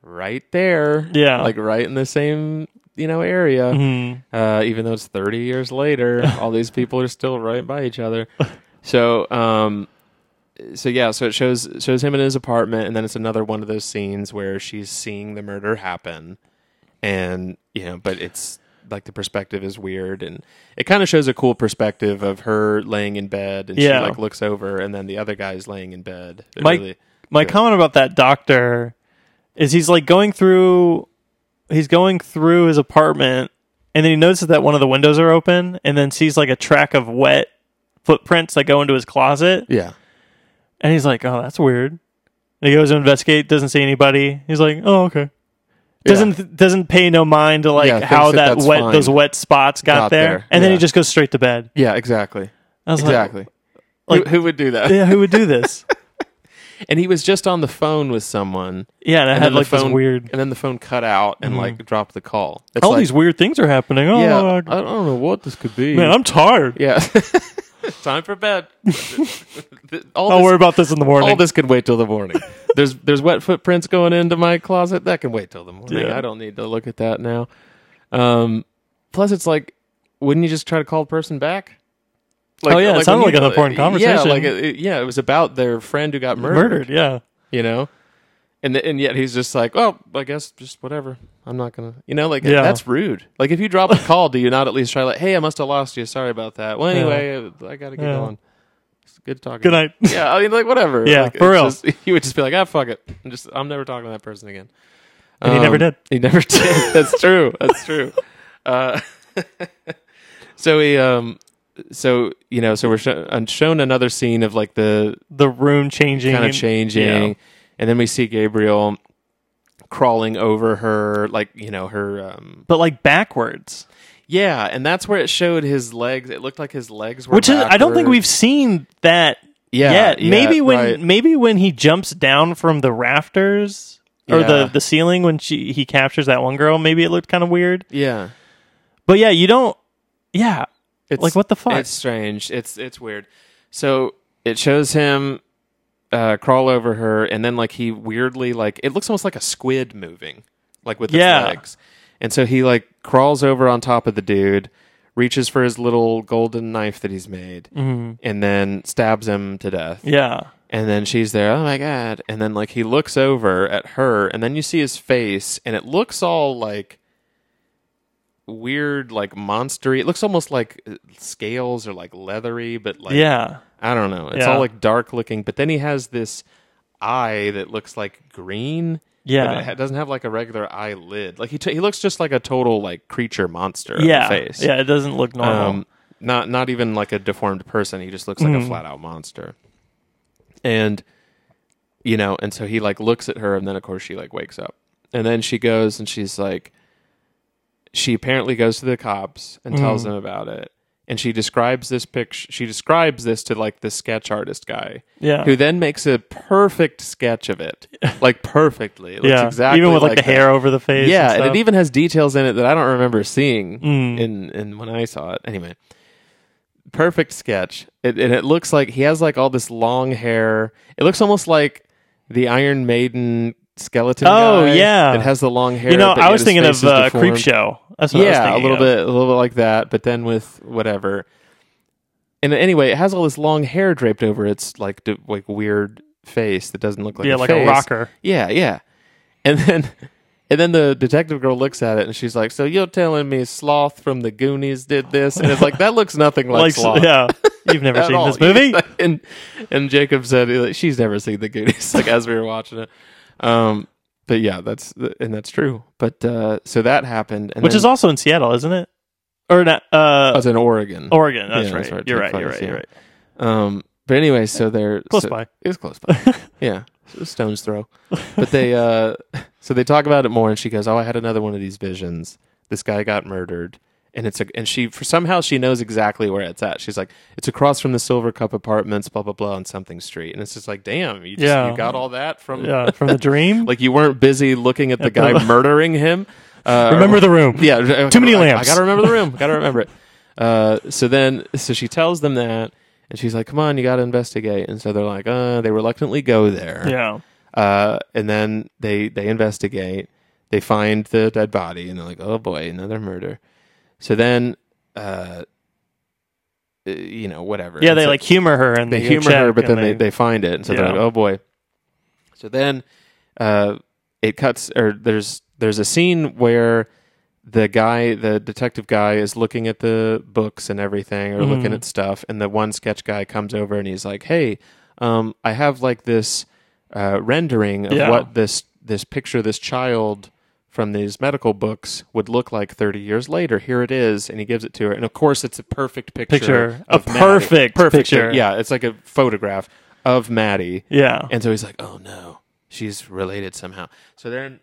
Speaker 2: right there.
Speaker 3: Yeah. Mm-hmm.
Speaker 2: Like right in the same, you know, area. Uh, even though it's 30 years
Speaker 3: <laughs>
Speaker 2: later, all these people are still right by each other. So, um, so yeah, so it shows shows him in his apartment, and then it's another one of those scenes where she's seeing the murder happen, and you know, but it's like the perspective is weird, and it kind of shows a cool perspective of her laying in bed, and
Speaker 3: Yeah.
Speaker 2: she like looks over, and then the other guy's laying in bed. It
Speaker 3: my
Speaker 2: really-
Speaker 3: my comment about that doctor is he's like going through he's going through his apartment and then he notices that one of the windows are open and then sees like a track of wet footprints that go into his closet
Speaker 2: yeah,
Speaker 3: and he's like oh that's weird and he goes to investigate doesn't see anybody he's like oh okay doesn't doesn't pay no mind to like
Speaker 2: Yeah,
Speaker 3: how
Speaker 2: thinks that
Speaker 3: that
Speaker 2: that's
Speaker 3: wet
Speaker 2: fine.
Speaker 3: those wet spots got,
Speaker 2: Got
Speaker 3: there,
Speaker 2: there,
Speaker 3: and then he
Speaker 2: yeah.
Speaker 3: just goes straight to bed
Speaker 2: yeah, exactly,
Speaker 3: I was like,
Speaker 2: exactly.
Speaker 3: like-
Speaker 2: who, who would do that?
Speaker 3: <laughs> yeah who would
Speaker 2: <laughs>
Speaker 3: do this
Speaker 2: And he was just on the phone with someone.
Speaker 3: yeah and I
Speaker 2: and
Speaker 3: had
Speaker 2: then
Speaker 3: like
Speaker 2: the phone
Speaker 3: this weird Mm-hmm.
Speaker 2: and then the phone cut out and like dropped the call. It's
Speaker 3: all
Speaker 2: like,
Speaker 3: these weird things are happening oh
Speaker 2: yeah,
Speaker 3: I-
Speaker 2: I don't know what this could be.
Speaker 3: Man, I'm tired.
Speaker 2: yeah, <laughs> time for bed. <laughs> all,
Speaker 3: I'll
Speaker 2: this,
Speaker 3: worry about this in the morning.
Speaker 2: all this could wait till the morning. there's there's wet footprints going into my closet that can wait till the morning.
Speaker 3: Yeah.
Speaker 2: I don't need to look at that now. Um, plus, it's like, wouldn't you just try to call the person back? Like,
Speaker 3: Oh, yeah, it
Speaker 2: when
Speaker 3: sounded
Speaker 2: you-
Speaker 3: like an important
Speaker 2: Yeah,
Speaker 3: conversation.
Speaker 2: like it, it- yeah, it was about their friend who got
Speaker 3: murdered. Yeah,
Speaker 2: you know and th- and yet he's just like well i guess just whatever i'm not gonna you know like
Speaker 3: Yeah.
Speaker 2: that's rude like if you drop a call do you not at least try like hey i must have lost you sorry about that well anyway i gotta get
Speaker 3: Yeah.
Speaker 2: going it's good talking
Speaker 3: Good night. <laughs>
Speaker 2: yeah i mean like whatever
Speaker 3: Yeah,
Speaker 2: Like,
Speaker 3: for
Speaker 2: it's just- <laughs> you would just be like ah fuck it I'm just i'm never talking to that person again Um,
Speaker 3: And he never did.
Speaker 2: he never <laughs> did that's true that's true uh <laughs> so he um so you know so we're sho- uh, shown another scene of like the
Speaker 3: the room changing,
Speaker 2: kind of changing.
Speaker 3: Yeah.
Speaker 2: And then we see Gabriel crawling over her, like, you know, her. Um,
Speaker 3: but like backwards,
Speaker 2: yeah, and that's where it showed his legs. It looked like his legs were.
Speaker 3: which is I don't think
Speaker 2: backwards.
Speaker 3: we've seen that
Speaker 2: Yeah,
Speaker 3: yet.
Speaker 2: yeah,
Speaker 3: maybe when
Speaker 2: right.
Speaker 3: maybe when he jumps down from the rafters or
Speaker 2: Yeah.
Speaker 3: the the ceiling when she he captures that one girl, maybe it looked kind of weird.
Speaker 2: Yeah.
Speaker 3: But yeah, you don't. Yeah,
Speaker 2: It's,
Speaker 3: Like, what the fuck?
Speaker 2: It's strange. It's it's weird. So it shows him uh, crawl over her, and then like he weirdly like it looks almost like a squid moving, like with its
Speaker 3: Yeah.
Speaker 2: legs. And so he like crawls over on top of the dude, reaches for his little golden knife that he's made,
Speaker 3: Mm-hmm.
Speaker 2: and then stabs him to death.
Speaker 3: yeah,
Speaker 2: And then she's there, oh my god. And then like he looks over at her, and then you see his face, and it looks all like weird, like monstery. It looks almost like uh, scales or like leathery, but like
Speaker 3: yeah.
Speaker 2: I don't know. It's
Speaker 3: Yeah.
Speaker 2: all like dark looking. But then he has this eye that looks like green.
Speaker 3: Yeah.
Speaker 2: but it ha- doesn't have like a regular eyelid. Like he t- he looks just like a total like creature monster. in the
Speaker 3: Yeah,
Speaker 2: face.
Speaker 3: yeah, it doesn't look normal.
Speaker 2: Um, not not even like a deformed person. He just looks
Speaker 3: Mm.
Speaker 2: like a flat out monster. And you know, and so he like looks at her, and then of course she like wakes up, and then she goes and she's like, she apparently goes to the cops and
Speaker 3: Mm.
Speaker 2: tells them about it, and she describes this picture. She describes this to like this sketch artist guy,
Speaker 3: Yeah.
Speaker 2: who then makes a perfect sketch of
Speaker 3: <laughs>
Speaker 2: it, like perfectly. It looks
Speaker 3: yeah,
Speaker 2: exactly
Speaker 3: even with like, the
Speaker 2: that.
Speaker 3: hair over the face.
Speaker 2: Yeah,
Speaker 3: and,
Speaker 2: and
Speaker 3: stuff. Mm.
Speaker 2: it even has details in it that I don't remember seeing in in when I saw it. Anyway, perfect sketch. It, and it looks like he has like all this long hair. It looks almost like the Iron Maiden skeleton.
Speaker 3: Oh,
Speaker 2: guy
Speaker 3: yeah.
Speaker 2: that has the long hair.
Speaker 3: you know,
Speaker 2: but
Speaker 3: I
Speaker 2: yet
Speaker 3: was
Speaker 2: his
Speaker 3: thinking
Speaker 2: face is
Speaker 3: of uh,
Speaker 2: deformed.
Speaker 3: creep show. That's what I was
Speaker 2: Yeah, a
Speaker 3: thinking
Speaker 2: little
Speaker 3: of.
Speaker 2: bit, a little bit like that, but then with whatever. And anyway, it has all this long hair draped over its like d- like weird face that doesn't look like
Speaker 3: yeah,
Speaker 2: a
Speaker 3: like a
Speaker 2: face.
Speaker 3: rocker.
Speaker 2: Yeah, yeah. And then and then the detective girl looks at it and she's like, "So you're telling me Sloth from the Goonies did this?" And it's like, "That looks nothing like,
Speaker 3: Like,
Speaker 2: Sloth."
Speaker 3: yeah, you've
Speaker 2: <laughs>
Speaker 3: never
Speaker 2: at
Speaker 3: seen
Speaker 2: all.
Speaker 3: this movie.
Speaker 2: and and Jacob said like, she's never seen the Goonies <laughs> like as we were watching it. Um but yeah, that's and that's true. But uh so that happened and
Speaker 3: Which
Speaker 2: then- <laughs>
Speaker 3: is also in Seattle, isn't it? Or not, uh,
Speaker 2: I was in Oregon.
Speaker 3: Oregon. That's
Speaker 2: Yeah,
Speaker 3: right.
Speaker 2: that's right.
Speaker 3: You're
Speaker 2: Take
Speaker 3: right. You're
Speaker 2: five,
Speaker 3: right. You're
Speaker 2: yeah.
Speaker 3: right.
Speaker 2: Um, but anyway, so they're
Speaker 3: Close
Speaker 2: so-
Speaker 3: by.
Speaker 2: It was close
Speaker 3: <laughs>
Speaker 2: by. yeah, it was a stone's throw. But they uh, <laughs> so they talk about it more, and she goes, "Oh, I had another one of these visions. This guy got murdered." And it's a, and she for somehow she knows exactly where it's at. She's like, it's across from the Silver Cup Apartments, blah blah blah, on something street. And it's just like, damn, you just,
Speaker 3: Yeah.
Speaker 2: you got all that from
Speaker 3: Yeah, from the
Speaker 2: <laughs>
Speaker 3: dream.
Speaker 2: like you weren't busy looking at the guy murdering him. Uh,
Speaker 3: <laughs> Remember
Speaker 2: or-
Speaker 3: the room.
Speaker 2: Yeah, I-
Speaker 3: Too many
Speaker 2: I-
Speaker 3: lamps.
Speaker 2: I, gotta remember the room. Gotta remember it. <laughs> Uh, so then, so she tells them that, and she's like, "Come on, you gotta investigate." And so they're like, "Uh," they reluctantly go there.
Speaker 3: yeah.
Speaker 2: Uh, and then they they investigate. They find the dead body, and they're like, "Oh boy, another murder." So then, uh, uh, you know, whatever.
Speaker 3: Yeah,
Speaker 2: And
Speaker 3: they
Speaker 2: so-
Speaker 3: like humor her and
Speaker 2: they
Speaker 3: you
Speaker 2: humor her,
Speaker 3: check
Speaker 2: but
Speaker 3: and
Speaker 2: then they, they find it, and so they're
Speaker 3: Yeah.
Speaker 2: like, "Oh boy!" So then, uh, it cuts, or there's there's a scene where the guy, the detective guy, is looking at the books and everything, or
Speaker 3: Mm-hmm.
Speaker 2: looking at stuff, and the one sketch guy comes over and he's like, "Hey, um, I have like this uh, rendering of
Speaker 3: Yeah.
Speaker 2: what this this picture, this child." From these medical books would look like 30 years later. Here it is, and he gives it to her, and of course, it's a perfect picture.
Speaker 3: Picture. A
Speaker 2: of Maddie.
Speaker 3: perfect
Speaker 2: perfect
Speaker 3: picture.
Speaker 2: Yeah, it's like a photograph of Maddie.
Speaker 3: yeah.
Speaker 2: And so he's like, oh no, she's related somehow. So then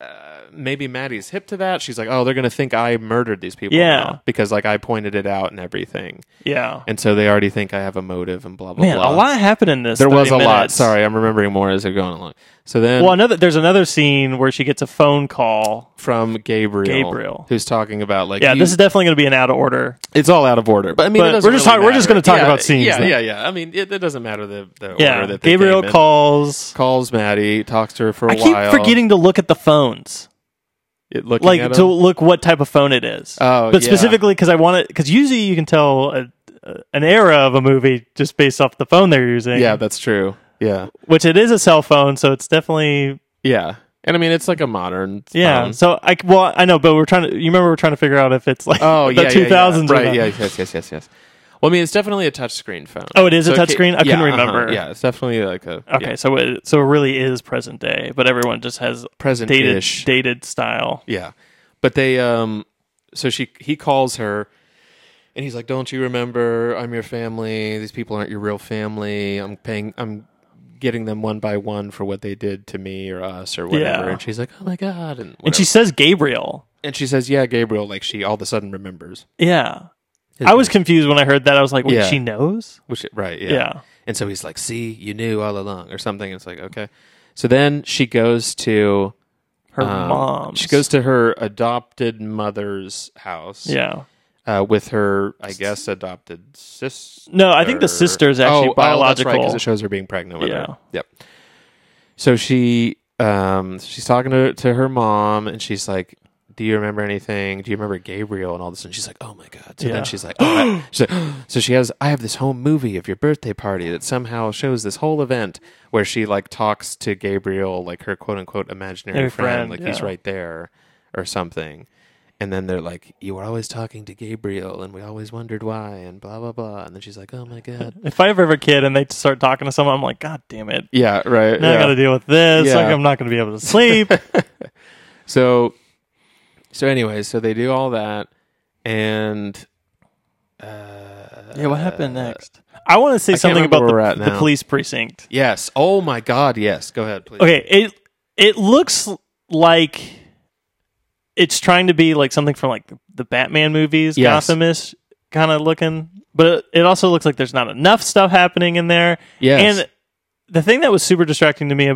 Speaker 2: uh, maybe Maddie's hip to that. She's like, oh, they're going to think I murdered these people.
Speaker 3: Yeah.
Speaker 2: now because like I pointed it out and everything.
Speaker 3: yeah.
Speaker 2: And so they already think I have a motive and blah, blah,
Speaker 3: Man,
Speaker 2: blah.
Speaker 3: a lot happened in this.
Speaker 2: There was a
Speaker 3: 30
Speaker 2: lot.
Speaker 3: minutes.
Speaker 2: Sorry, I'm remembering more as they're going along. So then
Speaker 3: Well, another there's another scene where she gets a phone call.
Speaker 2: from Gabriel,
Speaker 3: Gabriel.
Speaker 2: who's talking about like,
Speaker 3: Yeah,
Speaker 2: you-
Speaker 3: this is definitely going to be an out of order.
Speaker 2: it's all out of order. But I mean,
Speaker 3: But
Speaker 2: it doesn't
Speaker 3: we're just
Speaker 2: really
Speaker 3: talking- we're just
Speaker 2: matter.
Speaker 3: gonna talk
Speaker 2: Yeah,
Speaker 3: about scenes
Speaker 2: Yeah,
Speaker 3: then.
Speaker 2: yeah, yeah. I mean, it, it doesn't matter the, the order
Speaker 3: Yeah,
Speaker 2: that they
Speaker 3: Gabriel
Speaker 2: came in.
Speaker 3: calls.
Speaker 2: calls Maddie, talks to her for a
Speaker 3: I keep
Speaker 2: while.
Speaker 3: forgetting to look at the phones,
Speaker 2: it, looking
Speaker 3: like
Speaker 2: at
Speaker 3: to
Speaker 2: him.
Speaker 3: look what type of phone it is.
Speaker 2: Oh,
Speaker 3: but
Speaker 2: yeah.
Speaker 3: specifically because I want it because usually you can tell a, a, an era of a movie just based off the phone they're using.
Speaker 2: yeah, that's true. Yeah,
Speaker 3: which it is a cell phone, so it's definitely
Speaker 2: yeah, and I mean it's like a modern.
Speaker 3: yeah.
Speaker 2: phone.
Speaker 3: So I well I know, but we're trying to. You remember we're trying to figure out if it's like
Speaker 2: Oh,
Speaker 3: <laughs> the
Speaker 2: yeah,
Speaker 3: two thousands
Speaker 2: yeah, yeah. right? Yeah, yes, yes, yes, yes. Well, I mean it's definitely a touchscreen phone.
Speaker 3: Oh, it is a
Speaker 2: it ca-
Speaker 3: touchscreen? I
Speaker 2: yeah,
Speaker 3: couldn't
Speaker 2: uh-huh,
Speaker 3: remember.
Speaker 2: Yeah, it's definitely like a
Speaker 3: Okay,
Speaker 2: yeah,
Speaker 3: so it so it really is present day, but everyone just has dated
Speaker 2: present-ish.
Speaker 3: dated style.
Speaker 2: Yeah, but they um, so she he calls her. And he's like, "Don't you remember? I'm your family. These people aren't your real family. I'm paying. I'm getting them one by one for what they did to me or us or whatever."
Speaker 3: Yeah.
Speaker 2: And she's like, "Oh my god!" And,
Speaker 3: And
Speaker 2: whatever.
Speaker 3: she says Gabriel.
Speaker 2: And she says, "Yeah, Gabriel." Like she all of a sudden remembers.
Speaker 3: Yeah. I was confused when I heard that. I was like, wait,
Speaker 2: Yeah.
Speaker 3: she knows?
Speaker 2: Which right, yeah.
Speaker 3: Yeah.
Speaker 2: And so he's like, "See, you knew all along," or something. It's like, okay. So then she goes to
Speaker 3: Her
Speaker 2: um,
Speaker 3: mom.
Speaker 2: She goes to her adopted mother's house.
Speaker 3: Yeah.
Speaker 2: Uh, with her, I guess, adopted sister.
Speaker 3: No, I think the sister is actually
Speaker 2: oh, Oh, that's right,
Speaker 3: biological.
Speaker 2: 'cause it shows her being pregnant. With
Speaker 3: Yeah.
Speaker 2: Her. Yep. So she, um, she's talking to to her mom, and she's like, "Do you remember anything? Do you remember Gabriel and all this?" And she's like, "Oh my god!" So
Speaker 3: Yeah.
Speaker 2: then she's like, oh,
Speaker 3: <gasps>
Speaker 2: I- she's like, <gasps> "So she has, I have this whole movie of your birthday party that somehow shows this whole event where she like talks to Gabriel, like her quote unquote imaginary
Speaker 3: Her
Speaker 2: friend,
Speaker 3: friend,
Speaker 2: like he's
Speaker 3: yeah.
Speaker 2: right there or something." And then they're like, "You were always talking to Gabriel, and we always wondered why, and blah blah blah." And then she's like, "Oh <laughs> my god!"
Speaker 3: If I ever have a kid and they start talking to someone, I'm like, God damn it.
Speaker 2: Yeah, right.
Speaker 3: Now I
Speaker 2: yeah.
Speaker 3: got to deal with this.
Speaker 2: Yeah.
Speaker 3: Like, I'm not going to be able to sleep.
Speaker 2: So, so anyways, so they do all that, and uh,
Speaker 3: yeah, what happened next? I want to say
Speaker 2: can't
Speaker 3: something
Speaker 2: remember
Speaker 3: about
Speaker 2: where
Speaker 3: the,
Speaker 2: we're at
Speaker 3: the
Speaker 2: now.
Speaker 3: police precinct.
Speaker 2: yes, oh my God, yes. Go ahead, please.
Speaker 3: Okay, it it looks like it's trying to be like something from like the Batman movies,
Speaker 2: Yes.
Speaker 3: Gothamish kind of looking, but it also looks like there's not enough stuff happening in there.
Speaker 2: Yes.
Speaker 3: And the thing that was super distracting to me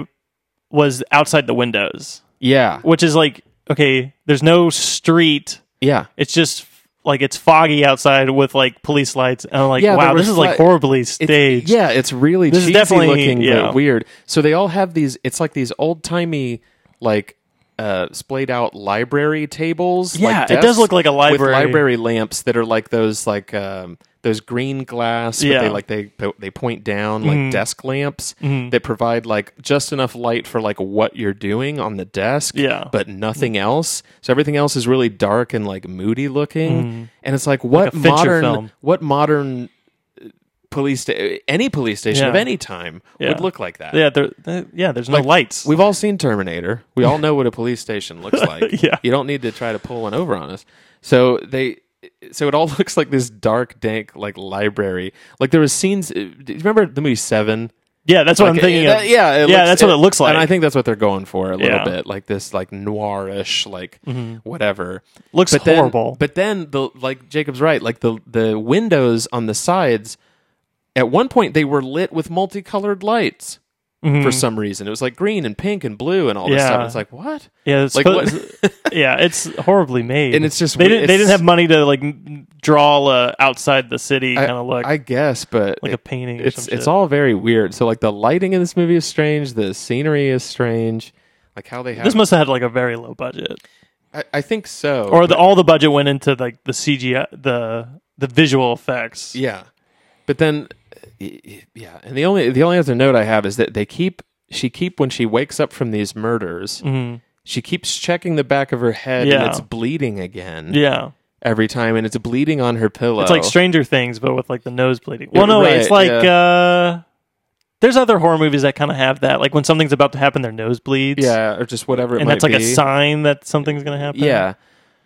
Speaker 3: was outside the windows,
Speaker 2: Yeah,
Speaker 3: which is like okay, there's no street.
Speaker 2: yeah,
Speaker 3: It's just like it's foggy outside with like police lights, and I'm like,
Speaker 2: Yeah, the
Speaker 3: wow, this is like
Speaker 2: refle-
Speaker 3: horribly
Speaker 2: It's-
Speaker 3: staged.
Speaker 2: Yeah, it's really
Speaker 3: This is
Speaker 2: cheesy
Speaker 3: definitely-
Speaker 2: looking, but
Speaker 3: yeah.
Speaker 2: weird. So they all have these. It's like these old timey, like uh, splayed out library tables.
Speaker 3: Yeah,
Speaker 2: like
Speaker 3: it does
Speaker 2: desks
Speaker 3: look like a
Speaker 2: with
Speaker 3: library.
Speaker 2: library lamps that are like those like um, those green glass. Yeah.
Speaker 3: Yeah. Mm-hmm.
Speaker 2: They like they they point down like desk lamps that provide like just enough light for like what you're doing on the desk.
Speaker 3: Yeah.
Speaker 2: but nothing else. So everything else is really dark and like moody looking. And it's like what
Speaker 3: Mm. a Fincher
Speaker 2: modern
Speaker 3: film.
Speaker 2: what modern uh, police sta- any police station
Speaker 3: Yeah.
Speaker 2: of any time
Speaker 3: Yeah.
Speaker 2: would look like that.
Speaker 3: Yeah, there, there- yeah. There's no lights.
Speaker 2: We've all seen Terminator. We all know what a police station
Speaker 3: <laughs>
Speaker 2: looks like.
Speaker 3: Yeah.
Speaker 2: You don't need to try to pull one over on us. So they so it all <laughs> looks like this dark, dank, like library. Like there was scenes. uh, Do you remember the movie Seven?
Speaker 3: yeah, that's what I'm
Speaker 2: Like,
Speaker 3: thinking.
Speaker 2: it-
Speaker 3: of.
Speaker 2: that- yeah,
Speaker 3: yeah, that's what it looks like.
Speaker 2: And I think that's what they're going for a little
Speaker 3: Yeah. Mm-hmm.
Speaker 2: bit, like this, like noirish, like whatever.
Speaker 3: Looks
Speaker 2: then-
Speaker 3: horrible.
Speaker 2: but then the like Jacob's right, like the the windows on the sides. At one point, they were lit with multicolored lights for some reason. It was like green and pink and blue and all this
Speaker 3: Mm-hmm. Yeah.
Speaker 2: stuff. And it's like what?
Speaker 3: yeah, it's
Speaker 2: like
Speaker 3: <laughs> supposed-
Speaker 2: what?
Speaker 3: yeah, it's horribly made,
Speaker 2: And it's just
Speaker 3: they
Speaker 2: weird.
Speaker 3: didn't they
Speaker 2: It's-
Speaker 3: didn't have money to like m- draw a outside the city
Speaker 2: I-
Speaker 3: kind of look.
Speaker 2: I guess, but
Speaker 3: Like a painting or
Speaker 2: It's
Speaker 3: some
Speaker 2: it's
Speaker 3: shit.
Speaker 2: all very weird. So like the lighting in this movie is strange. The scenery is strange. Like how they have.
Speaker 3: this must have had like a very low budget,
Speaker 2: I, I think so.
Speaker 3: or the, all the budget went into like the CGI, the the visual effects.
Speaker 2: Yeah, but then, y- y- yeah, and the only the only other note I have is that they keep she keep when she wakes up from these murders, she keeps checking the back of her head and
Speaker 3: Mm-hmm. Yeah.
Speaker 2: it's bleeding again
Speaker 3: yeah.
Speaker 2: every time, and it's bleeding on her pillow.
Speaker 3: It's like Stranger Things, but with like the nose bleeding. Well, no, wait, it's
Speaker 2: right,
Speaker 3: like uh, there's other horror movies that kind of have that. Like when something's about to happen, their nose bleeds.
Speaker 2: yeah, or just whatever, it
Speaker 3: and
Speaker 2: might
Speaker 3: that's like a
Speaker 2: be.
Speaker 3: sign that something's gonna happen.
Speaker 2: Yeah,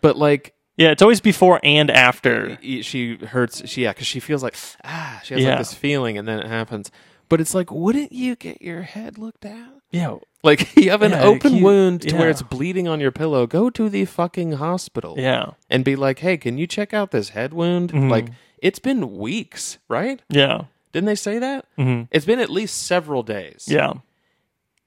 Speaker 2: but like
Speaker 3: yeah. It's always before and after.
Speaker 2: y- she hurts. She yeah, because she feels like ah, she has
Speaker 3: Yeah.
Speaker 2: like this feeling, and then it happens. But it's like, wouldn't you get your head looked at?
Speaker 3: Yeah,
Speaker 2: Like <laughs> you have an
Speaker 3: Yeah,
Speaker 2: open
Speaker 3: you-
Speaker 2: wound to where
Speaker 3: yeah.
Speaker 2: it's bleeding on your pillow. Go to the fucking hospital.
Speaker 3: yeah,
Speaker 2: and be like, "Hey, can you check out this head wound? Like, it's been weeks, right?
Speaker 3: yeah,
Speaker 2: Didn't they say that?
Speaker 3: Mhm.
Speaker 2: It's been at least several days,
Speaker 3: yeah.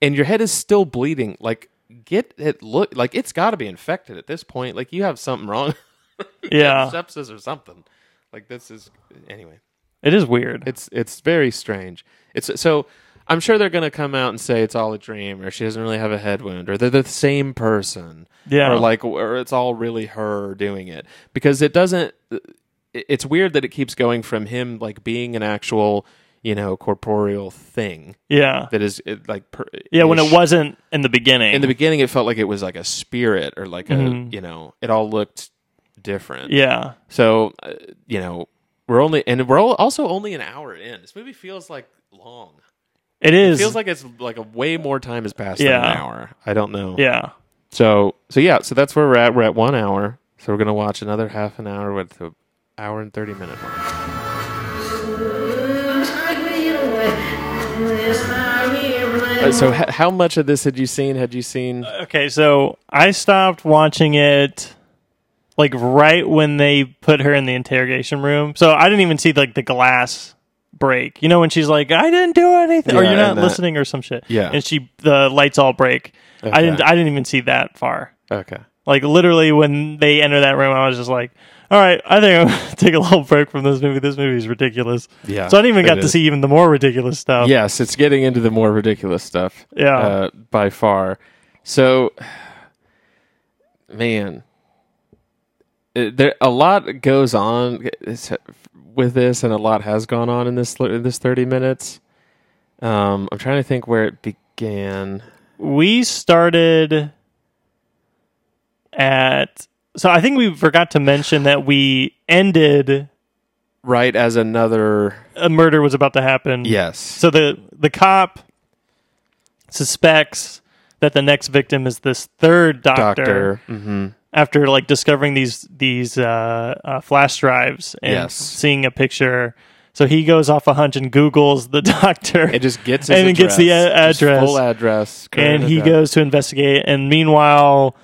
Speaker 2: and your head is still bleeding. Like, get it look like it's got to be infected at this point. Like, you have something wrong, <laughs>
Speaker 3: yeah.
Speaker 2: sepsis or something. Like, this is anyway.
Speaker 3: It is weird.
Speaker 2: It's it's very strange. It's so." I'm sure they're going to come out and say it's all a dream, or she doesn't really have a head wound, or they're the same person,
Speaker 3: Yeah.
Speaker 2: or like, or it's all really her doing it because it doesn't it- it's weird that it keeps going from him like being an actual you know corporeal thing
Speaker 3: yeah,
Speaker 2: that is it, like per,
Speaker 3: yeah. When it
Speaker 2: ish.
Speaker 3: wasn't in the beginning.
Speaker 2: in the beginning it felt like it was like a spirit or like a you know it all looked different
Speaker 3: Mm-hmm. yeah,
Speaker 2: so uh, you know we're only and we're all, also only an hour in this movie feels like long
Speaker 3: it is.
Speaker 2: feels like it's like a way more time has passed than
Speaker 3: Yeah.
Speaker 2: an hour i don't know
Speaker 3: yeah,
Speaker 2: so so yeah, so that's where we're at. We're at one hour. So we're gonna watch another half an hour with the hour and thirty minute
Speaker 3: <laughs>
Speaker 2: mark. Uh, so h- how much of this had you seen? Had you seen?
Speaker 3: Okay, so I stopped watching it like right when they put her in the interrogation room. So I didn't even see like the glass break. You know when she's like, "I didn't do anything," or
Speaker 2: Yeah,
Speaker 3: "You're
Speaker 2: and
Speaker 3: not
Speaker 2: that-
Speaker 3: listening," or some shit.
Speaker 2: Yeah.
Speaker 3: and she the lights all break.
Speaker 2: Okay.
Speaker 3: I didn't. I didn't even see that far.
Speaker 2: Okay.
Speaker 3: Like literally when they enter that room, I was just like, "All right, I think I'm gonna <laughs> take a little break from this movie. This movie's ridiculous."
Speaker 2: Yeah,
Speaker 3: So I didn't even
Speaker 2: it
Speaker 3: got to
Speaker 2: is.
Speaker 3: see even the more ridiculous stuff.
Speaker 2: Yes, it's getting into the more ridiculous stuff.
Speaker 3: Yeah.
Speaker 2: uh, by far. So, man, it- there a lot goes on it's- with this, and a lot has gone on in this in this thirty minutes. Um, I'm trying to think where it began.
Speaker 3: we started at so i think we forgot to mention that we ended
Speaker 2: Right as another
Speaker 3: a murder was about to happen
Speaker 2: yes.
Speaker 3: so the the cop suspects that the next victim is this third
Speaker 2: doctor.
Speaker 3: doctor,
Speaker 2: hmm
Speaker 3: after like discovering these these uh, uh flash drives and
Speaker 2: Yes.
Speaker 3: seeing a picture so he goes off a hunch and googles the <laughs> doctor
Speaker 2: It just gets his
Speaker 3: And it gets the a-
Speaker 2: Just
Speaker 3: address.
Speaker 2: full address, current
Speaker 3: and he
Speaker 2: address
Speaker 3: goes to investigate. And meanwhile,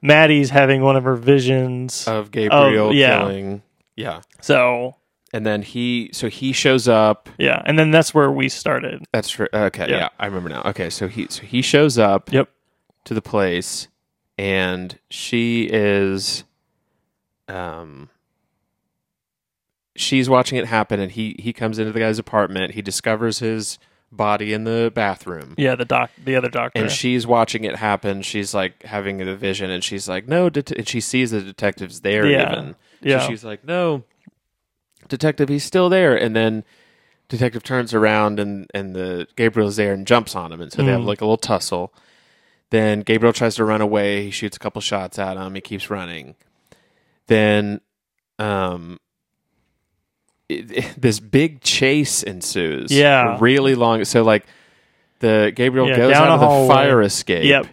Speaker 3: Maddie's having one of her visions.
Speaker 2: of Gabriel
Speaker 3: oh, yeah.
Speaker 2: killing. Yeah,
Speaker 3: so
Speaker 2: and then he so he shows up.
Speaker 3: yeah, and then that's where we started.
Speaker 2: That's true. Okay, yeah.
Speaker 3: Yeah.
Speaker 2: I remember now. Okay, so he so he shows up
Speaker 3: Yep.
Speaker 2: to the place, and she is, um, she's watching it happen, and he he comes into the guy's apartment. He discovers his body in the bathroom,
Speaker 3: Yeah, the doc, the other doctor.
Speaker 2: and she's watching it happen. She's like having the vision, and she's like, "No," det-, and she sees the detectives there.
Speaker 3: Yeah.
Speaker 2: Even
Speaker 3: Yeah.
Speaker 2: so she's like, "No." detective, he's still there. And then detective turns around and, and the Gabriel's there and jumps on him. And so they have
Speaker 3: Mm.
Speaker 2: like a little tussle. Then Gabriel tries to run away. He shoots a couple shots at him. He keeps running. Then um, it- it- <laughs> this big chase ensues.
Speaker 3: Yeah.
Speaker 2: Really long. So like the Gabriel
Speaker 3: Yeah,
Speaker 2: goes
Speaker 3: down
Speaker 2: out
Speaker 3: a
Speaker 2: of the
Speaker 3: hallway.
Speaker 2: fire escape
Speaker 3: Yep.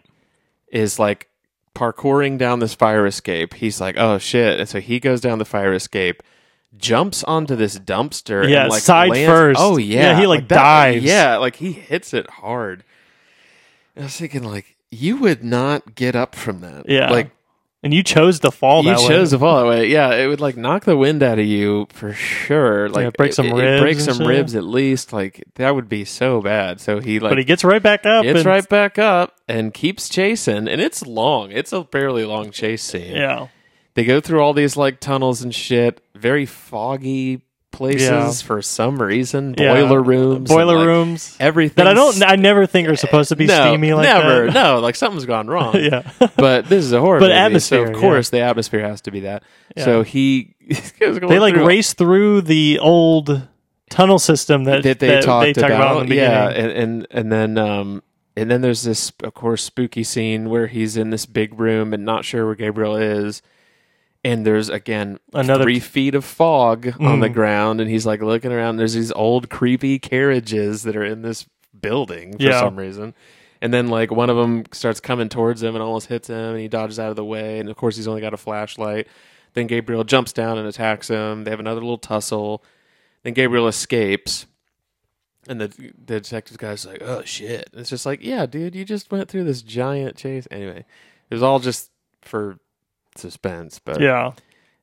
Speaker 2: is like parkouring down this fire escape. He's like, oh shit. And so he goes down the fire escape, jumps onto this dumpster.
Speaker 3: Yeah,
Speaker 2: and like
Speaker 3: side
Speaker 2: lands-
Speaker 3: first.
Speaker 2: Oh, yeah.
Speaker 3: Yeah, he, like,
Speaker 2: that-
Speaker 3: dives.
Speaker 2: Yeah, like he hits it hard. And I was thinking, like, you would not get up from that.
Speaker 3: Yeah.
Speaker 2: Like,
Speaker 3: And you chose to fall
Speaker 2: you
Speaker 3: that way.
Speaker 2: chose to fall that way. Yeah, it would like knock the wind out of you for sure. Like
Speaker 3: break
Speaker 2: it-
Speaker 3: some
Speaker 2: it- It
Speaker 3: ribs
Speaker 2: break
Speaker 3: and
Speaker 2: some
Speaker 3: shit.
Speaker 2: ribs at least. Like that would be so bad. So he like
Speaker 3: but he gets right back up.
Speaker 2: gets
Speaker 3: and,
Speaker 2: right back up and keeps chasing, and it's long. It's a fairly long chase scene.
Speaker 3: Yeah.
Speaker 2: They go through all these like tunnels and shit, very foggy places
Speaker 3: Yeah.
Speaker 2: for some reason.
Speaker 3: Yeah.
Speaker 2: Boiler rooms,
Speaker 3: Boiler
Speaker 2: and, like,
Speaker 3: rooms.
Speaker 2: everything
Speaker 3: That I don't. I never think are supposed to be
Speaker 2: no,
Speaker 3: steamy like
Speaker 2: never.
Speaker 3: that.
Speaker 2: No, like something's gone wrong.
Speaker 3: <laughs> yeah.
Speaker 2: but this is a horror
Speaker 3: But
Speaker 2: movie,
Speaker 3: atmosphere,
Speaker 2: so
Speaker 3: yeah.
Speaker 2: of course the atmosphere has to be that
Speaker 3: Yeah.
Speaker 2: so he <laughs> he's going
Speaker 3: they like
Speaker 2: through
Speaker 3: race through the old tunnel system that,
Speaker 2: that they talked
Speaker 3: talk about. in the beginning.
Speaker 2: yeah and, and and then um and then there's this of course spooky scene where he's in this big room and not sure where gabriel is and there's again
Speaker 3: Another- Mm.
Speaker 2: three feet of fog on the ground and he's like looking around there's these old creepy carriages that are in this building for
Speaker 3: Yeah.
Speaker 2: some reason and then like one of them starts coming towards him and almost hits him and he dodges out of the way and of course he's only got a flashlight then gabriel jumps down and attacks him they have another little tussle then gabriel escapes and the the detective guy's like, "Oh shit!" It's just like, "Yeah, dude, you just went through this giant chase." Anyway, it was all just for suspense, but
Speaker 3: Yeah.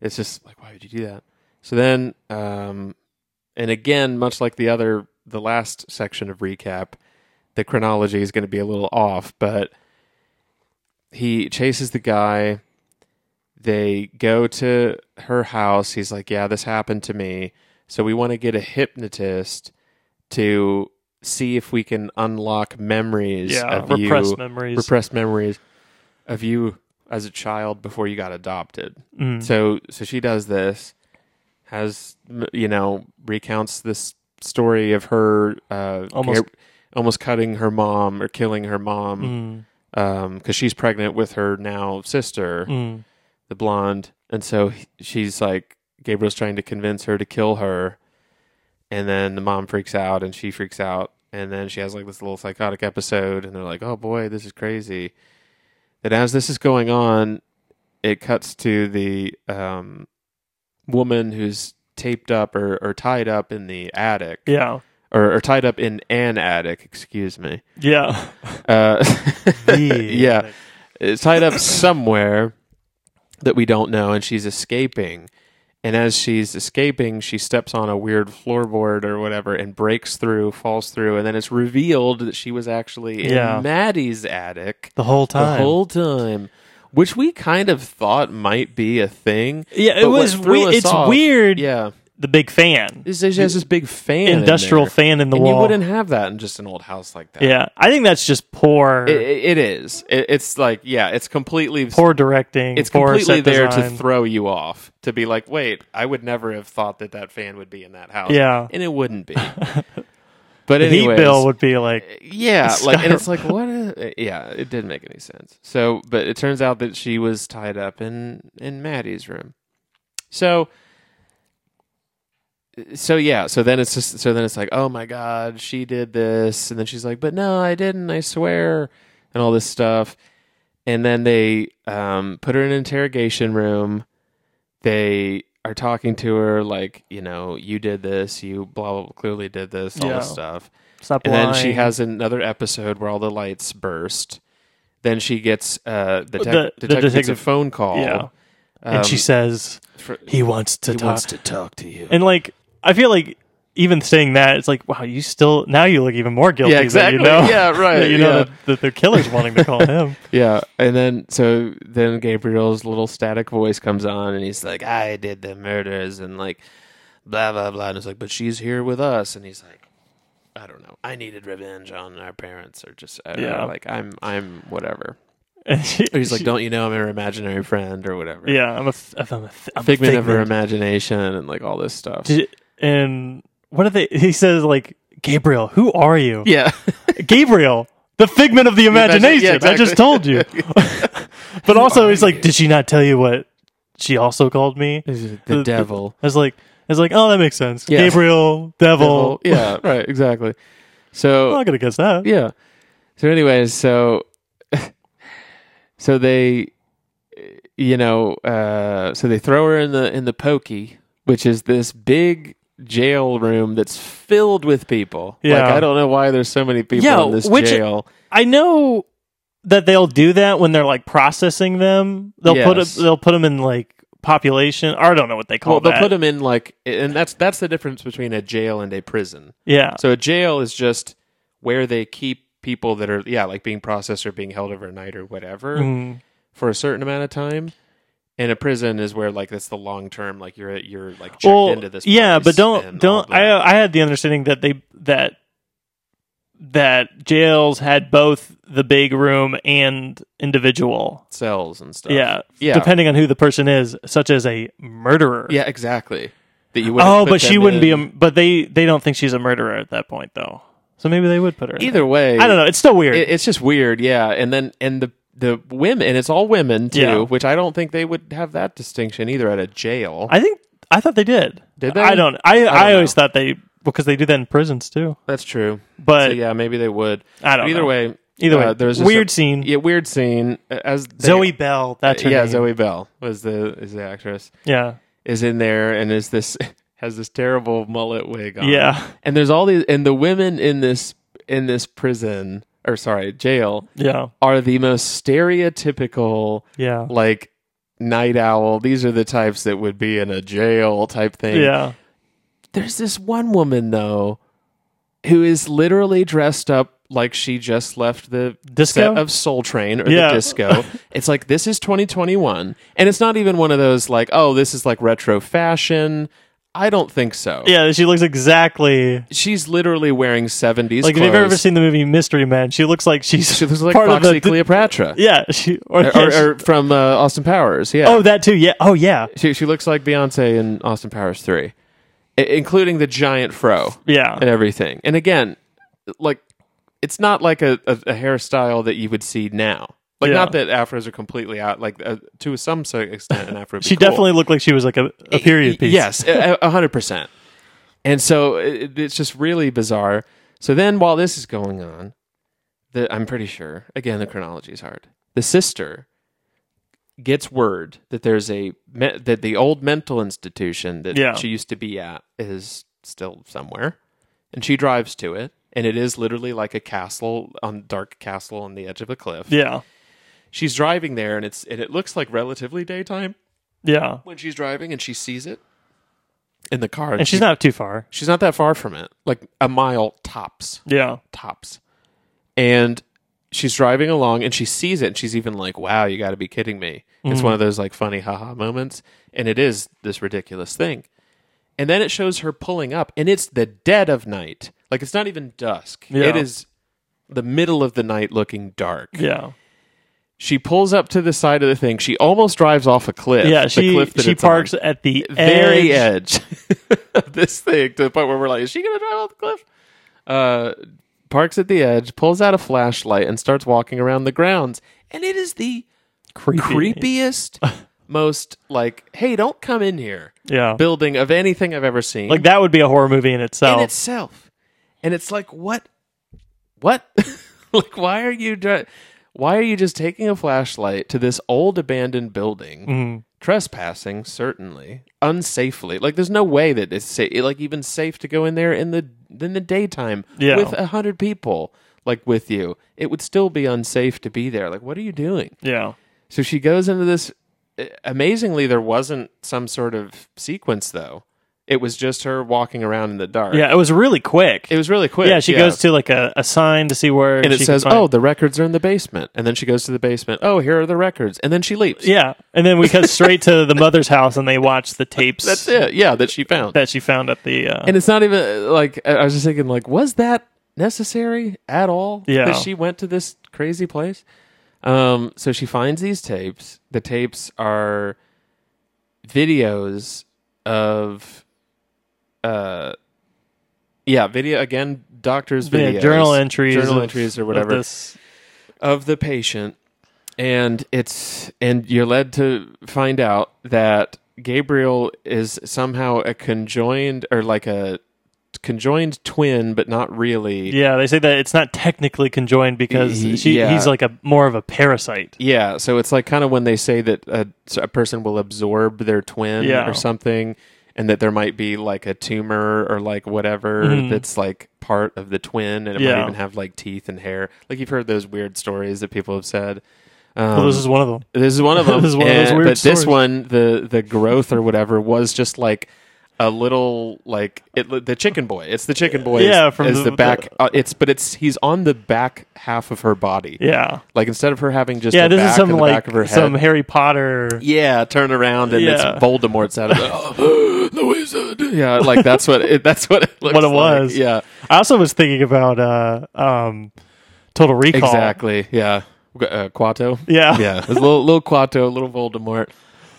Speaker 2: it's just like, why would you do that? So then, um, and again, much like the other, the last section of recap, the chronology is going to be a little off, but he chases the guy. They go to her house. He's like, yeah, this happened to me. So we want to get a hypnotist to see if we can unlock memories
Speaker 3: Yeah.
Speaker 2: of
Speaker 3: Repressed
Speaker 2: you,
Speaker 3: memories.
Speaker 2: repressed memories of you as a child before you got adopted.
Speaker 3: Mm.
Speaker 2: So so she does this, has m- you know recounts this story of her uh,
Speaker 3: Almost-
Speaker 2: gar- almost cutting her mom or killing her mom
Speaker 3: Mm.
Speaker 2: because she's pregnant with her now sister,
Speaker 3: Mm.
Speaker 2: the blonde, and so he- she's like Gabriel's trying to convince her to kill her, and then the mom freaks out and she freaks out. And then she has like this little psychotic episode, and they're like, "Oh boy, this is crazy." That as this is going on, it cuts to the um, woman who's taped up or, or tied up in the attic,
Speaker 3: Yeah.
Speaker 2: or, or tied up in an attic. Excuse me.
Speaker 3: Yeah.
Speaker 2: <laughs>
Speaker 3: <laughs>
Speaker 2: Uh,
Speaker 3: Yeah.
Speaker 2: yeah, it's tied up somewhere that we don't know, and she's escaping. And as she's escaping, she steps on a weird floorboard or whatever and breaks through, falls through, and then it's revealed that she was actually in
Speaker 3: Yeah.
Speaker 2: Maddie's attic
Speaker 3: The whole time.
Speaker 2: the whole time, which we kind of thought might be a thing.
Speaker 3: Yeah, it
Speaker 2: but what
Speaker 3: was
Speaker 2: threw
Speaker 3: we-
Speaker 2: us
Speaker 3: it's
Speaker 2: off-
Speaker 3: weird.
Speaker 2: Yeah,
Speaker 3: the big fan.
Speaker 2: this is just this big fan, in
Speaker 3: Industrial
Speaker 2: there.
Speaker 3: fan in the
Speaker 2: and
Speaker 3: wall.
Speaker 2: You wouldn't have that in just an old house like that.
Speaker 3: yeah. I think that's just poor
Speaker 2: It, it is. It, it's like yeah, it's completely
Speaker 3: poor directing.
Speaker 2: it's
Speaker 3: poor
Speaker 2: completely
Speaker 3: set
Speaker 2: there
Speaker 3: design.
Speaker 2: to throw you off to be like, wait, I would never have thought that that fan would be in that house.
Speaker 3: Yeah.
Speaker 2: and it wouldn't
Speaker 3: <laughs>
Speaker 2: be. but
Speaker 3: The heat
Speaker 2: anyways,
Speaker 3: bill would be like
Speaker 2: yeah, like and
Speaker 3: Star-
Speaker 2: it's like what? Is, yeah, it didn't make any sense. So, but it turns out that she was tied up in in Maddie's room. So, so yeah, so then it's just so then it's like, oh my god, she did this, and then she's like, but no, I didn't, I swear, and all this stuff, and then they um, put her in an interrogation room. They are talking to her like, you know, you did this, you blah blah, blah clearly did this, all this
Speaker 3: Yeah.
Speaker 2: stuff.
Speaker 3: stop
Speaker 2: And then she
Speaker 3: lying.
Speaker 2: has another episode where all the lights burst. Then she gets uh, the, tec-
Speaker 3: The- the
Speaker 2: detective gets a
Speaker 3: detective-
Speaker 2: phone call.
Speaker 3: Yeah. and
Speaker 2: Um,
Speaker 3: she says
Speaker 2: fr-
Speaker 3: he wants to talk.
Speaker 2: to talk to you.
Speaker 3: and like I feel like even saying that, it's like wow, you still now you look even more guilty.
Speaker 2: Yeah, exactly.
Speaker 3: That you know, <laughs>
Speaker 2: Yeah, right,
Speaker 3: that you know
Speaker 2: yeah.
Speaker 3: that, that the killer's wanting to call
Speaker 2: <laughs>
Speaker 3: him.
Speaker 2: yeah, and then so then Gabriel's little static voice comes on, and he's like, "I did the murders," and like, blah blah blah. And it's like, "But she's here with us," and he's like, "I don't know. I needed revenge on our parents, or just I don't
Speaker 3: Yeah.
Speaker 2: know, like I'm I'm whatever."
Speaker 3: <laughs>
Speaker 2: Or he's like, "Don't you know I'm your imaginary friend or whatever?"
Speaker 3: yeah, I'm a, f- I'm a, th- I'm a
Speaker 2: figment, of her
Speaker 3: figment.
Speaker 2: imagination and like all this stuff.
Speaker 3: Did- And what are they? <laughs> He says like, Gabriel, who are you?
Speaker 2: yeah, <laughs>
Speaker 3: Gabriel, the figment of the
Speaker 2: imagine-
Speaker 3: imagination.
Speaker 2: yeah,
Speaker 3: I just
Speaker 2: exactly.
Speaker 3: told
Speaker 2: <laughs>
Speaker 3: you. <laughs> but also, he's like, did she not tell you what she also called me? I
Speaker 2: the,
Speaker 3: the-
Speaker 2: devil.
Speaker 3: was like, I was like, oh, that makes sense.
Speaker 2: Yeah.
Speaker 3: Gabriel, devil.
Speaker 2: devil.
Speaker 3: <laughs>
Speaker 2: Yeah, right, exactly. So
Speaker 3: I'm not gonna guess that.
Speaker 2: yeah. So, anyways, so <laughs> so they, you know, uh, so they throw her in the in the pokey, which is this big jail room that's filled with people. like,
Speaker 3: Yeah.
Speaker 2: I don't know why there's so many people
Speaker 3: Yeah,
Speaker 2: in this
Speaker 3: which-
Speaker 2: jail.
Speaker 3: I know that they'll do that when they're like processing them. They'll put
Speaker 2: Yes.
Speaker 3: a, they'll put them in like population. Or I don't know what they call
Speaker 2: Well, they'll
Speaker 3: that.
Speaker 2: put them in like, and that's that's the difference between a jail and a prison.
Speaker 3: yeah,
Speaker 2: Uh, So a jail is just where they keep people that are yeah, like being processed or being held overnight or whatever.
Speaker 3: Mm.
Speaker 2: for a certain amount of time. And a prison is where like that's the long term, like you're you're like checked
Speaker 3: well,
Speaker 2: into this.
Speaker 3: yeah,
Speaker 2: place
Speaker 3: but don't
Speaker 2: and
Speaker 3: don't.
Speaker 2: all that.
Speaker 3: I uh, I had the understanding that they that that jails had both the big room and individual.
Speaker 2: cells and stuff.
Speaker 3: Yeah,
Speaker 2: yeah,
Speaker 3: Depending on who the person is, such as a murderer.
Speaker 2: yeah, exactly. That you wouldn't
Speaker 3: Oh,
Speaker 2: put
Speaker 3: but she
Speaker 2: them
Speaker 3: wouldn't be a.
Speaker 2: in.
Speaker 3: But they they don't think she's a murderer at that point though. So maybe they would put her. in
Speaker 2: either way.
Speaker 3: there. I don't know. It's still weird.
Speaker 2: It, it's just weird, yeah. And then and the the women, and it's all women too,
Speaker 3: Yeah.
Speaker 2: which I don't think they would have that distinction either at a jail.
Speaker 3: I think I thought they did.
Speaker 2: Did they?
Speaker 3: I don't. I I,
Speaker 2: know.
Speaker 3: always thought they because they do that in prisons too.
Speaker 2: that's true.
Speaker 3: But
Speaker 2: so yeah, maybe they would.
Speaker 3: I don't
Speaker 2: But either
Speaker 3: know.
Speaker 2: way,
Speaker 3: Either way,
Speaker 2: uh, there was just
Speaker 3: weird
Speaker 2: a-
Speaker 3: scene.
Speaker 2: Yeah, weird scene. uh, As they-
Speaker 3: Zoe Bell. That's her
Speaker 2: yeah,
Speaker 3: name.
Speaker 2: Zoe Bell was the is the actress.
Speaker 3: Yeah.
Speaker 2: is in there and is this <laughs> has this terrible mullet wig on.
Speaker 3: Yeah. <laughs>
Speaker 2: And there's all these and the women in this in this prison or sorry, jail
Speaker 3: Yeah.
Speaker 2: are the most stereotypical
Speaker 3: Yeah.
Speaker 2: like night owl. These are the types that would be in a jail type thing.
Speaker 3: Yeah.
Speaker 2: There's this one woman though who is literally dressed up like she just left the
Speaker 3: Disco?
Speaker 2: set of Soul Train or
Speaker 3: Yeah.
Speaker 2: the
Speaker 3: <laughs>
Speaker 2: disco. it's like this is 2021, and it's not even one of those like, oh, this is like retro fashion. I don't think so.
Speaker 3: Yeah. She looks exactly
Speaker 2: She's literally wearing 70s.
Speaker 3: like if
Speaker 2: clothes.
Speaker 3: you've ever seen the movie Mystery Man. She looks like she's
Speaker 2: she looks like
Speaker 3: part of
Speaker 2: Foxy
Speaker 3: the
Speaker 2: Cleopatra,
Speaker 3: yeah. She or,
Speaker 2: Or-
Speaker 3: yeah,
Speaker 2: or,
Speaker 3: she-
Speaker 2: or from uh, Austin Powers. Yeah.
Speaker 3: oh that too. Yeah. Oh yeah.
Speaker 2: she she looks like Beyonce in Austin Powers three, I- including the giant fro.
Speaker 3: Yeah.
Speaker 2: and everything. And again, like it's not like a, a, a hairstyle that you would see now. Like
Speaker 3: Yeah.
Speaker 2: not that afros are completely out. Like uh, to some cer- extent, an afro. would be
Speaker 3: She
Speaker 2: cool.
Speaker 3: definitely looked like she was like a, a period piece.
Speaker 2: Yes, a a hundred percent. And so it, it's just really bizarre. So then, while this is going on, the, I'm pretty sure again the chronology is hard. The sister gets word that there's a me- that the old mental institution that
Speaker 3: Yeah.
Speaker 2: she used to be at is still somewhere, and she drives to it, and it is literally like a castle on dark castle on the edge of a cliff.
Speaker 3: Yeah.
Speaker 2: She's driving there, and it's and it looks like relatively daytime
Speaker 3: Yeah.
Speaker 2: when she's driving and she sees it in the car.
Speaker 3: And she's not too far.
Speaker 2: she's not that far from it, like a mile tops,
Speaker 3: Yeah.
Speaker 2: tops. And she's driving along and she sees it and she's even like, "Wow, you got to be kidding me!" It's
Speaker 3: Mm-hmm.
Speaker 2: one of those like funny haha moments, and it is this ridiculous thing. And then it shows her pulling up, and it's the dead of night. Like it's not even dusk.
Speaker 3: Yeah.
Speaker 2: It is the middle of the night, looking dark.
Speaker 3: Yeah.
Speaker 2: She pulls up to the side of the thing. She almost drives off a cliff.
Speaker 3: Yeah.
Speaker 2: the
Speaker 3: She
Speaker 2: cliff that
Speaker 3: she
Speaker 2: it's on
Speaker 3: parks at the
Speaker 2: very
Speaker 3: edge.
Speaker 2: edge <laughs> of this thing to the point where we're like, is she gonna drive off the cliff? Uh, parks at the edge, pulls out a flashlight, and starts walking around the grounds. And it is the
Speaker 3: Creepy.
Speaker 2: creepiest, most like, hey, don't come in here
Speaker 3: Yeah.
Speaker 2: building of anything I've ever seen
Speaker 3: Like that would be a horror movie in
Speaker 2: in
Speaker 3: itself.
Speaker 2: itself. And it's like, what? What? <laughs> like, why are you? Dri- why are you just taking a flashlight to this old abandoned building?
Speaker 3: Mm.
Speaker 2: trespassing certainly unsafely like there's no way that it's sa- like even safe to go in there in the in the daytime
Speaker 3: Yeah.
Speaker 2: with a hundred people like with you it would still be unsafe to be there like what are you doing
Speaker 3: Yeah.
Speaker 2: so she goes into this eh, amazingly there wasn't some sort of sequence though it was just her walking around in the dark
Speaker 3: Yeah. It was really quick.
Speaker 2: it was really quick
Speaker 3: yeah. She goes to like a, a sign to see where
Speaker 2: and it
Speaker 3: she can
Speaker 2: says
Speaker 3: find-
Speaker 2: oh the records are in the basement and then she goes to the basement oh here are the records and then she leaps
Speaker 3: Yeah. And then we cut straight to the mother's house and they
Speaker 2: <laughs>
Speaker 3: watch the tapes
Speaker 2: that's it yeah that she found
Speaker 3: that she found at the. Uh,
Speaker 2: and it's not even like I I was just thinking like was that necessary at all
Speaker 3: Yeah.
Speaker 2: that she went to this crazy place Um, so she finds these tapes. The tapes are videos of, uh, yeah, video again, doctors' videos,
Speaker 3: Yeah, journal entries,
Speaker 2: journal
Speaker 3: of-
Speaker 2: entries or
Speaker 3: of
Speaker 2: whatever
Speaker 3: this-
Speaker 2: of the patient and it's and you're led to find out that Gabriel is somehow a conjoined or like a conjoined twin but not really.
Speaker 3: yeah, they say that it's not technically conjoined because
Speaker 2: Y-
Speaker 3: she,
Speaker 2: yeah.
Speaker 3: he's like a more of a parasite.
Speaker 2: Yeah, so it's like kind of when they say that a, a person will absorb their twin
Speaker 3: Yeah.
Speaker 2: or something and that there might be like a tumor or like whatever
Speaker 3: Mhm.
Speaker 2: that's like part of the twin and it might
Speaker 3: Yeah.
Speaker 2: even have like teeth and hair. Like you've heard those weird stories that people have said. Um,
Speaker 3: well, this is one of them.
Speaker 2: This is one
Speaker 3: <laughs>
Speaker 2: of them.
Speaker 3: This is one of those
Speaker 2: And-
Speaker 3: weird
Speaker 2: but this
Speaker 3: stories.
Speaker 2: one, the the growth or whatever, was just like a little like it, the chicken boy. It's the chicken boy.
Speaker 3: Yeah,
Speaker 2: is,
Speaker 3: from
Speaker 2: is
Speaker 3: the-
Speaker 2: the, back. uh, it's but it's he's on the back half of her body.
Speaker 3: Yeah,
Speaker 2: Like instead of her having just
Speaker 3: yeah.
Speaker 2: the
Speaker 3: This
Speaker 2: back
Speaker 3: is some
Speaker 2: and the
Speaker 3: like
Speaker 2: back of her head.
Speaker 3: some Harry Potter.
Speaker 2: yeah, turn around and it's
Speaker 3: Yeah.
Speaker 2: Voldemort's out of it. <gasps>
Speaker 3: <laughs>
Speaker 2: Oh, Louisa. Yeah, like that's what it, that's what it looks
Speaker 3: What it
Speaker 2: like.
Speaker 3: was.
Speaker 2: Yeah,
Speaker 3: I also was thinking about uh, um, Total Recall.
Speaker 2: exactly. Yeah, uh, Quato.
Speaker 3: Yeah.
Speaker 2: yeah, it's a little, little Quato, a little Voldemort,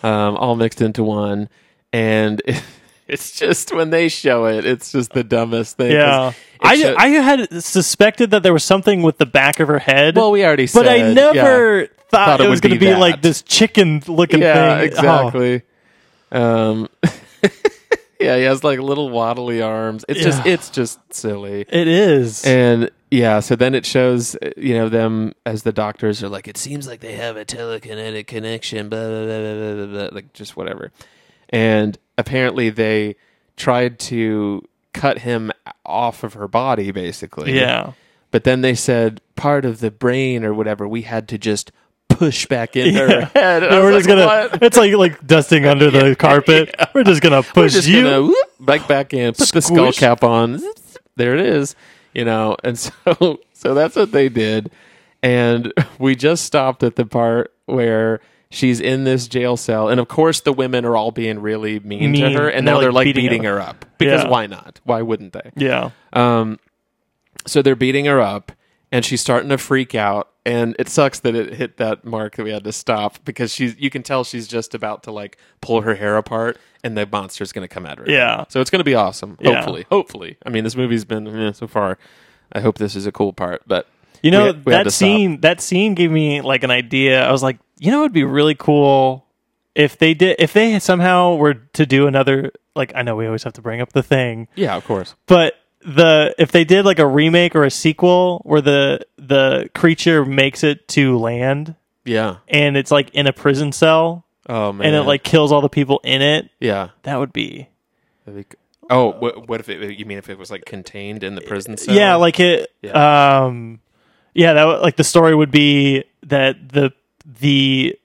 Speaker 2: um, all mixed into one, and <laughs> it's just when they show it, it's just the dumbest thing. 'cause
Speaker 3: Yeah.
Speaker 2: it
Speaker 3: I,
Speaker 2: show-
Speaker 3: I had suspected that there was something with the back of her head.
Speaker 2: well, we already,
Speaker 3: but I
Speaker 2: said, yeah.
Speaker 3: never thought,
Speaker 2: Thought it
Speaker 3: it was
Speaker 2: would
Speaker 3: going to
Speaker 2: be
Speaker 3: be,
Speaker 2: that.
Speaker 3: like this chicken looking
Speaker 2: yeah,
Speaker 3: thing. Oh,
Speaker 2: exactly. Um, <laughs> yeah, he has like little waddly arms. It's just,
Speaker 3: Yeah.
Speaker 2: it's just silly.
Speaker 3: Oh, it is.
Speaker 2: And yeah, so then it shows, uh, you know, them as the doctors are like, it seems like they have a telekinetic connection, blah, blah, blah, blah, blah, blah, blah, like just whatever. And apparently they tried to cut him off of her body, basically.
Speaker 3: yeah.
Speaker 2: But then they said part of the brain or whatever, we had to just push back <laughs> into her head. And I
Speaker 3: No, we're
Speaker 2: was
Speaker 3: just
Speaker 2: like,
Speaker 3: gonna.
Speaker 2: "What?"
Speaker 3: It's like like dusting
Speaker 2: <laughs>
Speaker 3: under the carpet. We're just gonna push
Speaker 2: We're just
Speaker 3: you.
Speaker 2: gonna whoop, back back in, put the skull
Speaker 3: Squish.
Speaker 2: cap on. There it is, you know. And <laughs> so, so that's what they did. And we just stopped at the part where she's in this jail cell, and of course the women are all being really mean, to
Speaker 3: Mean.
Speaker 2: her, and
Speaker 3: They're,
Speaker 2: now
Speaker 3: like,
Speaker 2: they're like
Speaker 3: beating
Speaker 2: beating,
Speaker 3: her.
Speaker 2: her up because
Speaker 3: Yeah.
Speaker 2: why not? Why wouldn't they?
Speaker 3: Yeah.
Speaker 2: Um, so they're beating her up, and she's starting to freak out. And it sucks that it hit that mark that we had to stop because she's you can tell she's just about to like pull her hair apart, and the monster's going to come at her.
Speaker 3: Yeah.
Speaker 2: So it's going to be awesome.
Speaker 3: Yeah.
Speaker 2: Hopefully, hopefully. I mean, this movie's been eh, so far. I hope this is a cool part, but
Speaker 3: You
Speaker 2: we
Speaker 3: know
Speaker 2: had- we had
Speaker 3: that
Speaker 2: to stop.
Speaker 3: scene. That scene gave me like an idea. I was like, you know, it'd be really cool if they did. If they somehow were to do another. Like I know we always have to bring up the thing,
Speaker 2: Yeah, of course.
Speaker 3: but the if they did like a remake or a sequel where the the creature makes it to land
Speaker 2: Yeah.
Speaker 3: and it's like in a prison cell
Speaker 2: Oh man.
Speaker 3: and it like kills all the people in it,
Speaker 2: yeah.
Speaker 3: that would be
Speaker 2: That'd be c- Oh, what, what if it? You mean if it was like contained in the prison cell?
Speaker 3: yeah like it yeah. um yeah that would- like the story would be that the the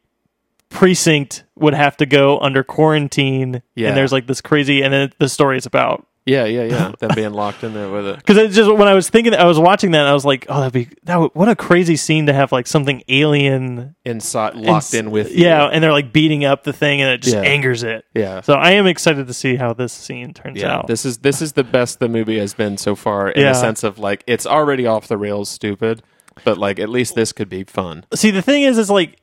Speaker 3: precinct would have to go under quarantine
Speaker 2: Yeah.
Speaker 3: and there's like this crazy and then the story is about
Speaker 2: yeah, yeah, yeah. Them being locked in there with it.
Speaker 3: because it just when i was thinking i was watching that i was like oh that'd be that would, what a crazy scene to have like something alien
Speaker 2: inside
Speaker 3: <laughs>
Speaker 2: locked
Speaker 3: and-
Speaker 2: in with you.
Speaker 3: yeah and they're like beating up the thing and it just
Speaker 2: Yeah.
Speaker 3: angers it
Speaker 2: yeah
Speaker 3: so i am excited to see how this scene turns
Speaker 2: yeah
Speaker 3: out
Speaker 2: this is this is the best the movie has been so far in
Speaker 3: Yeah.
Speaker 2: the sense of like it's already off the rails stupid but like at least this could be fun
Speaker 3: see the thing is is like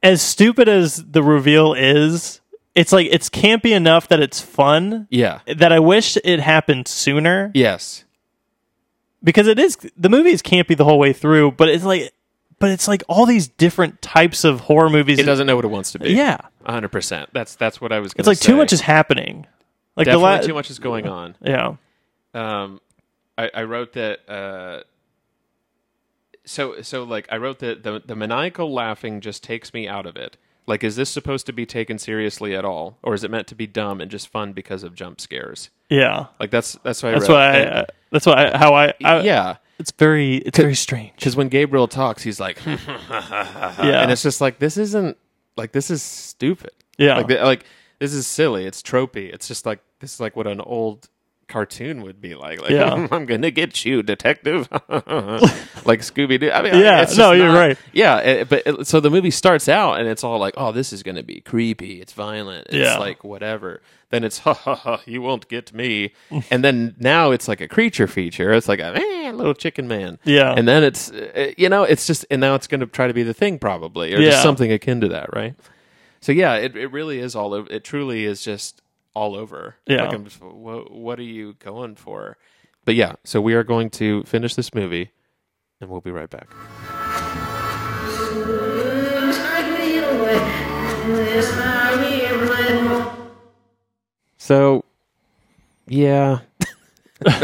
Speaker 3: as stupid as the reveal is it's like it's campy enough that it's fun
Speaker 2: yeah
Speaker 3: that i wish it happened sooner
Speaker 2: yes
Speaker 3: because it is the movie is campy the whole way through but it's like but it's like all these different types of horror movies
Speaker 2: it doesn't know what it wants to be
Speaker 3: yeah
Speaker 2: 100% that's that's what i was gonna
Speaker 3: it's like
Speaker 2: say.
Speaker 3: too much is happening like
Speaker 2: definitely
Speaker 3: the la-
Speaker 2: too much is going on
Speaker 3: yeah
Speaker 2: um i i wrote that uh so so like i wrote that the the maniacal laughing just takes me out of it like is this supposed to be taken seriously at all or is it meant to be dumb and just fun because of jump scares
Speaker 3: yeah
Speaker 2: Like that's that's what I
Speaker 3: that's
Speaker 2: wrote.
Speaker 3: why
Speaker 2: And-
Speaker 3: I, that's why I, how I, I
Speaker 2: yeah,
Speaker 3: it's very it's very strange
Speaker 2: because when Gabriel talks, he's
Speaker 3: <laughs>
Speaker 2: like,
Speaker 3: yeah
Speaker 2: Uh, and it's just like this isn't like this is stupid.
Speaker 3: Yeah.
Speaker 2: like th- like this is silly. It's tropey. It's just like this is like what an old cartoon would be like. like
Speaker 3: Yeah.
Speaker 2: <laughs> I'm gonna get you, detective. <laughs> like Scooby Doo. I mean,
Speaker 3: Yeah,
Speaker 2: it's just
Speaker 3: no, you're
Speaker 2: not-
Speaker 3: right.
Speaker 2: Yeah, it, but it, so the movie starts out and it's all like, oh, this is gonna be creepy. It's violent. It's
Speaker 3: Yeah.
Speaker 2: like whatever. Then it's <laughs> ha ha ha. You won't get me. and then now it's like a creature feature. It's like a eh, little chicken man.
Speaker 3: Yeah.
Speaker 2: And then it's uh, you know it's just and now it's gonna try to be the thing probably or
Speaker 3: Yeah.
Speaker 2: just something akin to that, right? So yeah, it, it really is all over. It truly is just all over.
Speaker 3: Yeah.
Speaker 2: Like I'm just, what, what are you going for? But yeah, so we are going to finish this movie, and we'll be right back. So, yeah, <laughs> that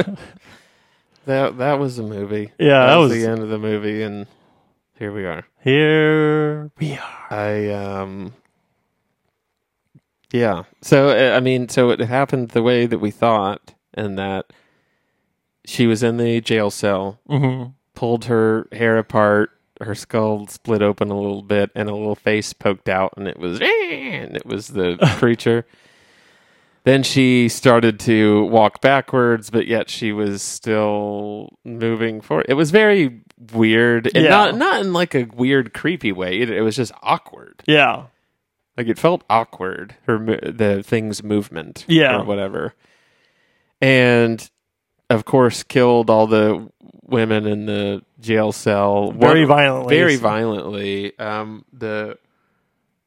Speaker 2: that was the movie.
Speaker 3: Yeah, that was-
Speaker 2: the end of the movie, and here we are.
Speaker 3: Here we are.
Speaker 2: I um yeah. So uh, I mean, so it happened the way that we thought, and that she was in the jail cell,
Speaker 3: Mm-hmm.
Speaker 2: pulled her hair apart, her skull split open a little bit, and a little face poked out, and it was and it was
Speaker 3: <laughs>
Speaker 2: the creature. Then she started to walk backwards, but yet she was still moving forward. It was very weird, and
Speaker 3: Yeah.
Speaker 2: not not in like a weird, creepy way. It, it was just awkward.
Speaker 3: Yeah.
Speaker 2: Like it felt awkward, her mo- the thing's movement,
Speaker 3: Yeah.
Speaker 2: or whatever. And of course, killed all the women in the jail cell
Speaker 3: Very
Speaker 2: One-
Speaker 3: violently.
Speaker 2: Very violently. Um, the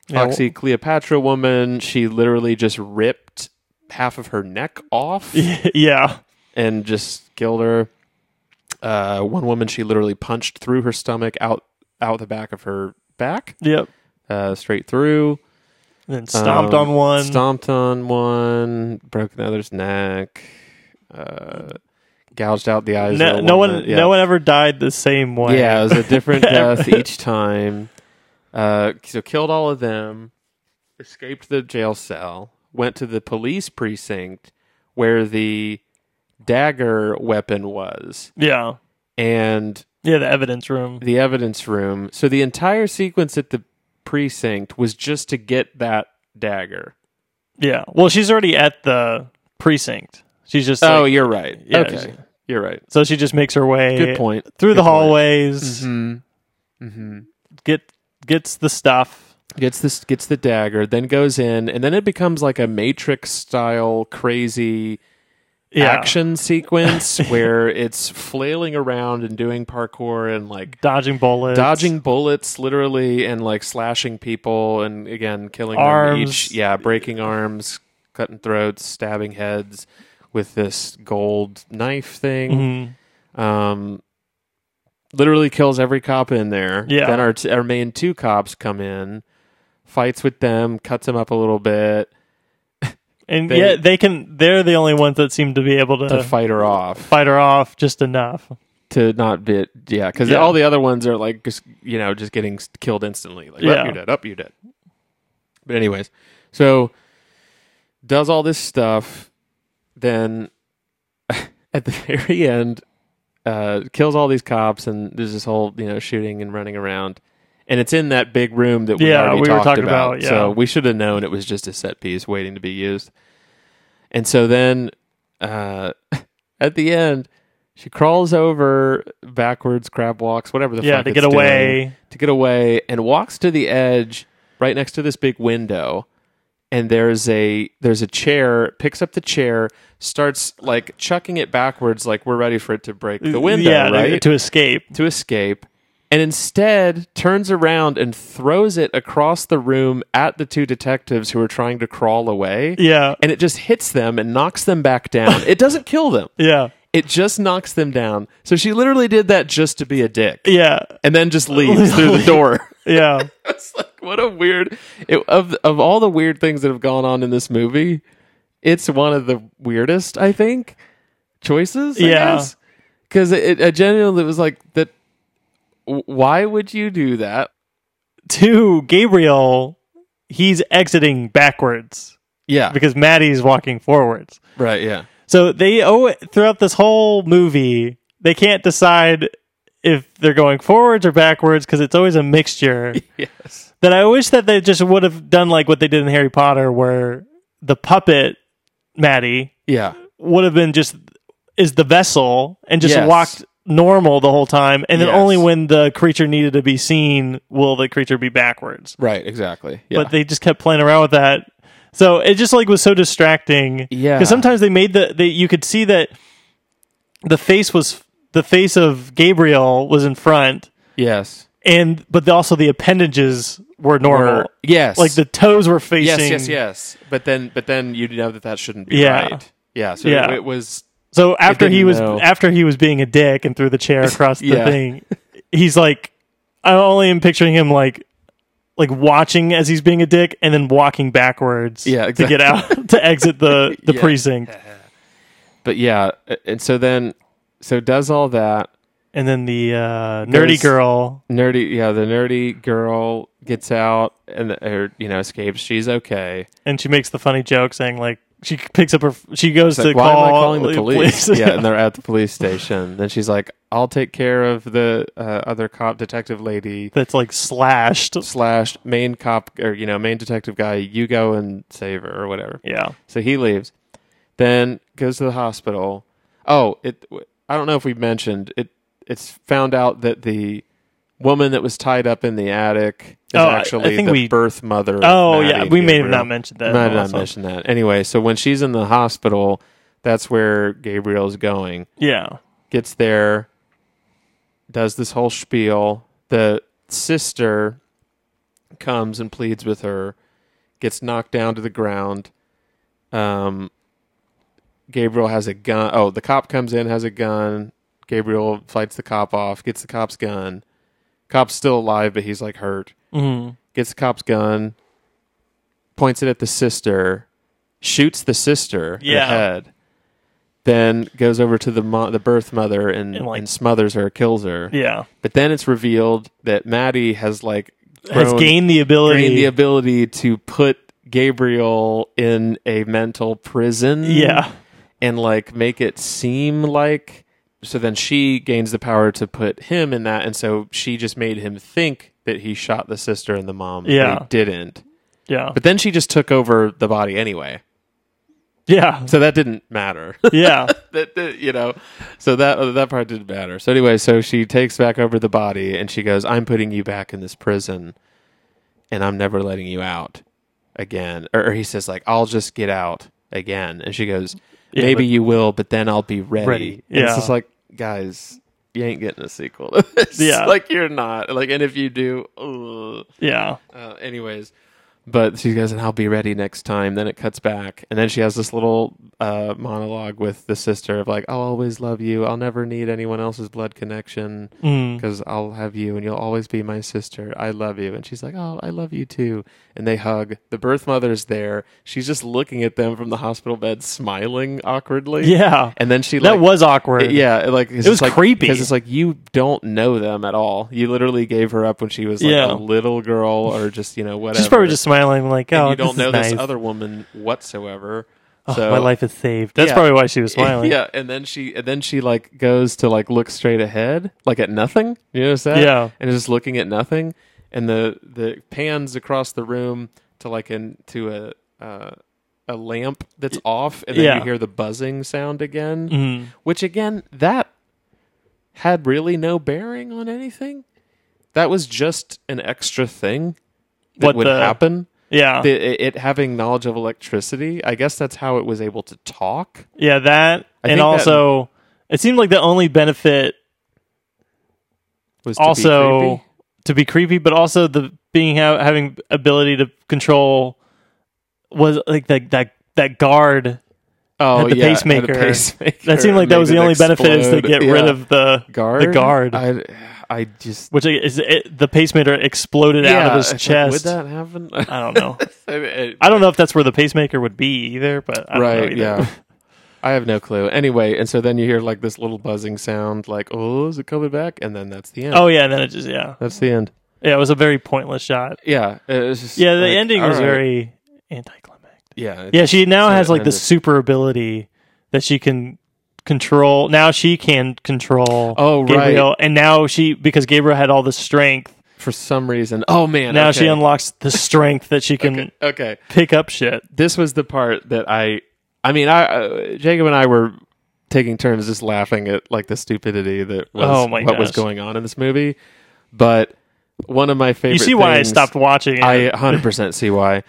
Speaker 3: Yeah,
Speaker 2: Foxy Cleopatra woman, she literally just ripped half of her neck off
Speaker 3: <laughs> yeah.
Speaker 2: and just killed her. Uh, one woman, she literally punched through her stomach out out the back of her back,
Speaker 3: Yep.
Speaker 2: uh, straight through.
Speaker 3: And then stomped
Speaker 2: Um,
Speaker 3: on one.
Speaker 2: Stomped on one. Broke the other's neck. Uh, gouged out the eyes.
Speaker 3: No,
Speaker 2: of a
Speaker 3: no one.
Speaker 2: woman. Yeah.
Speaker 3: No one ever died the same way.
Speaker 2: Yeah, it was a
Speaker 3: <laughs>
Speaker 2: different death each time. Uh, so killed all of them. Escaped the jail cell. Went to the police precinct where the dagger weapon was,
Speaker 3: Yeah.
Speaker 2: and
Speaker 3: Yeah. The evidence room.
Speaker 2: the evidence room. So the entire sequence at the precinct was just to get that dagger.
Speaker 3: Yeah. Well, she's already at the precinct. She's just.
Speaker 2: oh,
Speaker 3: like-
Speaker 2: you're right.
Speaker 3: yeah,
Speaker 2: okay,
Speaker 3: it's-
Speaker 2: you're right.
Speaker 3: So she just makes her way.
Speaker 2: Good point.
Speaker 3: Through
Speaker 2: Good
Speaker 3: the
Speaker 2: point.
Speaker 3: hallways.
Speaker 2: Mm-hmm.
Speaker 3: Get gets the stuff.
Speaker 2: Gets this, gets the dagger, then goes in, and then it becomes like a Matrix style crazy
Speaker 3: Yeah.
Speaker 2: action sequence <laughs> where it's flailing around and doing parkour and like
Speaker 3: Dodging bullets.
Speaker 2: dodging bullets, literally, and like slashing people, and again killing them
Speaker 3: Arms.
Speaker 2: each. Yeah, breaking arms, cutting throats, stabbing heads with this gold knife thing
Speaker 3: Mhm.
Speaker 2: um, literally kills every cop in there.
Speaker 3: Yeah.
Speaker 2: Then our t- our main two cops come in, fights with them, cuts them up a little bit
Speaker 3: And
Speaker 2: They-
Speaker 3: yet they can. They're the only ones that seem to be able to,
Speaker 2: to fight her off
Speaker 3: fight her off just enough.
Speaker 2: to not be yeah. Because
Speaker 3: Yeah.
Speaker 2: all the other ones are like just you know just getting s- killed instantly. Like
Speaker 3: Yeah.
Speaker 2: up you dead, up you dead. But anyways, so does all this stuff, then <laughs> at the very end, uh, kills all these cops, and there's this whole you know shooting and running around, and it's in that big room that we
Speaker 3: Yeah,
Speaker 2: already
Speaker 3: we were
Speaker 2: talked
Speaker 3: talking
Speaker 2: about.
Speaker 3: about, yeah.
Speaker 2: So we should have known it was just a set piece waiting to be used. And so then, uh, <laughs> at the end, she crawls over backwards, crab walks, whatever the
Speaker 3: Yeah.
Speaker 2: fuck
Speaker 3: To
Speaker 2: it's
Speaker 3: get
Speaker 2: doing,
Speaker 3: away.
Speaker 2: to get away, and walks to the edge right next to this big window and there's a there's a chair picks up the chair starts like chucking it backwards like we're ready for it to break the window
Speaker 3: Yeah. to-
Speaker 2: right to,
Speaker 3: to escape.
Speaker 2: escape and instead turns around and throws it across the room at the two detectives who are trying to crawl away
Speaker 3: Yeah.
Speaker 2: and it just hits them and knocks them back down it doesn't kill them
Speaker 3: Yeah.
Speaker 2: it just knocks them down so she literally did that just to be a dick
Speaker 3: Yeah.
Speaker 2: and then
Speaker 3: <laughs>
Speaker 2: just leaves through the door <laughs>
Speaker 3: Yeah.
Speaker 2: it's like what a weird it, of of all the weird things that have gone on in this movie. It's one of the weirdest, I think, choices.
Speaker 3: Yeah.
Speaker 2: Yeah, because it, it genuinely was like that. w- Why would you do that?
Speaker 3: to Gabriel, he's exiting backwards
Speaker 2: Yeah,
Speaker 3: because Maddie's walking forwards.
Speaker 2: right. Yeah,
Speaker 3: So they owe it throughout this whole movie, they can't decide if they're going forwards or backwards because it's always
Speaker 2: <laughs>
Speaker 3: a mixture.
Speaker 2: yes,
Speaker 3: that I wish that they just would have done like what they did in Harry Potter, where the puppet Maddie
Speaker 2: yeah,
Speaker 3: would have been just is the vessel and just
Speaker 2: Yes.
Speaker 3: walked normal the whole time, and then
Speaker 2: Yes.
Speaker 3: only when the creature needed to be seen will the creature be backwards.
Speaker 2: Right, exactly. Yeah.
Speaker 3: But they just kept playing around with that. So it just like was so distracting.
Speaker 2: Yeah.
Speaker 3: Because sometimes they made the they you could see that the face was the face of Gabriel was in front,
Speaker 2: yes.
Speaker 3: and but the- also the appendages were normal.
Speaker 2: Or- yes.
Speaker 3: Like the toes were facing.
Speaker 2: Yes, yes, yes. But then but then you know that that shouldn't be
Speaker 3: Yeah.
Speaker 2: right. Yeah. So
Speaker 3: Yeah.
Speaker 2: it was
Speaker 3: So after he
Speaker 2: didn't
Speaker 3: was
Speaker 2: know.
Speaker 3: after he was being a dick and threw
Speaker 2: <laughs>
Speaker 3: the chair across the
Speaker 2: Yeah.
Speaker 3: thing, he's like, I only am picturing him like like watching as he's being a dick and then walking backwards
Speaker 2: Yeah,
Speaker 3: to get out to exit the
Speaker 2: <laughs>
Speaker 3: the
Speaker 2: Yeah.
Speaker 3: precinct
Speaker 2: but yeah, a- and so then so does all that
Speaker 3: and then the uh, nerdy
Speaker 2: There's-
Speaker 3: girl
Speaker 2: nerdy yeah, the nerdy girl gets out and the, or you know escapes. She's okay.
Speaker 3: and she makes the funny joke saying like she picks up her she goes
Speaker 2: It's like,
Speaker 3: to
Speaker 2: why
Speaker 3: call
Speaker 2: am I calling the police? yeah,
Speaker 3: <laughs>
Speaker 2: and they're at the police station. Then she's like, "I'll take care of the uh, other cop detective lady
Speaker 3: that's like slashed.
Speaker 2: slash main cop or you know main detective guy. You go and save her or whatever."
Speaker 3: Yeah.
Speaker 2: So he leaves, then goes to the hospital. Oh, it. I don't know if we mentioned it. It's found out that the woman that was tied up in the attic is
Speaker 3: Oh, I- I
Speaker 2: actually
Speaker 3: think
Speaker 2: the
Speaker 3: we-
Speaker 2: birth mother. of
Speaker 3: Oh
Speaker 2: Maddie
Speaker 3: yeah,
Speaker 2: and
Speaker 3: we may have
Speaker 2: Gabriel.
Speaker 3: not mentioned that.
Speaker 2: Might not
Speaker 3: also.
Speaker 2: mention that. Anyway, so when she's in the hospital, that's where Gabriel's going.
Speaker 3: Yeah.
Speaker 2: Gets there, does this whole spiel. The sister comes and pleads with her, gets knocked down to the ground. Um, Gabriel has a gun. Oh, the cop comes in, has a gun. Gabriel fights the cop off, gets the cop's gun. Cop's still alive, but he's like hurt
Speaker 3: hmm
Speaker 2: gets the cop's gun, points it at the sister, shoots the sister
Speaker 3: Yeah.
Speaker 2: in the head, then goes over to the mo- the birth mother and,
Speaker 3: And,
Speaker 2: and,
Speaker 3: like-
Speaker 2: smothers her, kills her.
Speaker 3: Yeah.
Speaker 2: But then it's revealed that Maddie has like
Speaker 3: Has
Speaker 2: grown-
Speaker 3: gained the ability.
Speaker 2: gained the ability to put Gabriel in a mental prison.
Speaker 3: Yeah.
Speaker 2: And like make it seem like so then she gains the power to put him in that and so she just made him think that he shot the sister and the mom. but
Speaker 3: Yeah.
Speaker 2: he didn't.
Speaker 3: Yeah.
Speaker 2: But then she just took over the body anyway.
Speaker 3: yeah.
Speaker 2: So that didn't matter.
Speaker 3: Yeah.
Speaker 2: that, that- you know. So that uh, that part didn't matter. So anyway, so she takes back over the body and she goes, "I'm putting you back in this prison, and I'm never letting you out again." Or, or he says, "Like I'll just get out again," and she goes,
Speaker 3: Yeah,
Speaker 2: "Maybe
Speaker 3: but-
Speaker 2: you will, but then I'll be ready."
Speaker 3: Ready,
Speaker 2: And
Speaker 3: yeah.
Speaker 2: It's just like, guys, you ain't getting a sequel. To this. <laughs>
Speaker 3: Yeah.
Speaker 2: like you're not. Like, and if you do, ugh.
Speaker 3: Yeah.
Speaker 2: Uh, anyways, but she goes, and I'll be ready next time. Then it cuts back, and then she has this little uh, monologue with the sister of like, "I'll always love you. I'll never need anyone else's blood connection
Speaker 3: Mm.
Speaker 2: because I'll have you, and you'll always be my sister. I love you." And she's like, "Oh, I love you too." And they hug. The birth mother's there. She's just looking at them from the hospital bed, smiling awkwardly.
Speaker 3: Yeah.
Speaker 2: and then she
Speaker 3: that
Speaker 2: like,
Speaker 3: was awkward.
Speaker 2: it- yeah, it, like
Speaker 3: was creepy.
Speaker 2: because it's like you don't know them at all. You literally gave her up when she was like
Speaker 3: Yeah.
Speaker 2: a little girl or just you know whatever.
Speaker 3: She's probably just smiling like,
Speaker 2: and
Speaker 3: oh,
Speaker 2: you don't
Speaker 3: this
Speaker 2: know
Speaker 3: is
Speaker 2: this
Speaker 3: nice.
Speaker 2: other woman whatsoever.
Speaker 3: Oh,
Speaker 2: so
Speaker 3: my life is saved. That's
Speaker 2: Yeah.
Speaker 3: probably why she was
Speaker 2: <laughs>
Speaker 3: smiling.
Speaker 2: Yeah, and then she and then she like goes to like look straight ahead, like at nothing. You notice that?
Speaker 3: Yeah.
Speaker 2: and just looking at nothing, and the the pans across the room to like in to a. Uh, a lamp that's off, and then
Speaker 3: Yeah.
Speaker 2: you hear the buzzing sound again
Speaker 3: Mm.
Speaker 2: which again that had really no bearing on anything that was just an extra thing that
Speaker 3: What
Speaker 2: would
Speaker 3: the-
Speaker 2: happen
Speaker 3: Yeah.
Speaker 2: The- it, it having knowledge of electricity i guess that's how it was able to talk
Speaker 3: yeah. That.
Speaker 2: I think
Speaker 3: and
Speaker 2: that-
Speaker 3: also, it seemed like the only benefit
Speaker 2: was to be
Speaker 3: also
Speaker 2: creepy.
Speaker 3: to be creepy, but also the being ha- having ability to control was like that that that guard.
Speaker 2: oh
Speaker 3: had the
Speaker 2: yeah, had a
Speaker 3: pacemaker.
Speaker 2: pacemaker
Speaker 3: That seemed like that
Speaker 2: Make
Speaker 3: was the
Speaker 2: it
Speaker 3: only benefit is to
Speaker 2: explode.
Speaker 3: get rid
Speaker 2: Yeah.
Speaker 3: of the
Speaker 2: guard
Speaker 3: The guard.
Speaker 2: i, I just
Speaker 3: which is it, the pacemaker exploded out of
Speaker 2: it's
Speaker 3: his
Speaker 2: like, <laughs>
Speaker 3: chest.
Speaker 2: would that happen <laughs>
Speaker 3: I don't know.
Speaker 2: I mean, it-
Speaker 3: I don't know if that's where the pacemaker would be either, but I
Speaker 2: right
Speaker 3: Don't know either.
Speaker 2: yeah i have no clue anyway and so then you hear like this little buzzing sound like oh is it coming back and then that's the end
Speaker 3: <laughs> Oh yeah, and then it just yeah,
Speaker 2: that's the end
Speaker 3: yeah. It was a very pointless shot.
Speaker 2: yeah it was just
Speaker 3: Yeah, the
Speaker 2: like,
Speaker 3: ending
Speaker 2: all
Speaker 3: was
Speaker 2: right.
Speaker 3: very anticlimactic.
Speaker 2: yeah it-
Speaker 3: Yeah, she now
Speaker 2: So
Speaker 3: has
Speaker 2: it
Speaker 3: like the
Speaker 2: ended.
Speaker 3: super ability that she can control. Now she can control.
Speaker 2: Oh, right.
Speaker 3: Gabriel, and now she because Gabriel had all the strength.
Speaker 2: for some reason oh man
Speaker 3: Now
Speaker 2: okay. <laughs>
Speaker 3: she unlocks the strength that she can
Speaker 2: okay okay
Speaker 3: pick up shit.
Speaker 2: this was the part that i I mean, I uh, Jacob and I were taking turns just laughing at like the stupidity that was
Speaker 3: Oh my
Speaker 2: what was
Speaker 3: gosh.
Speaker 2: going on in this movie. But one of my favorite
Speaker 3: You see why I
Speaker 2: things-
Speaker 3: stopped watching. It.
Speaker 2: I uh, 100% see why.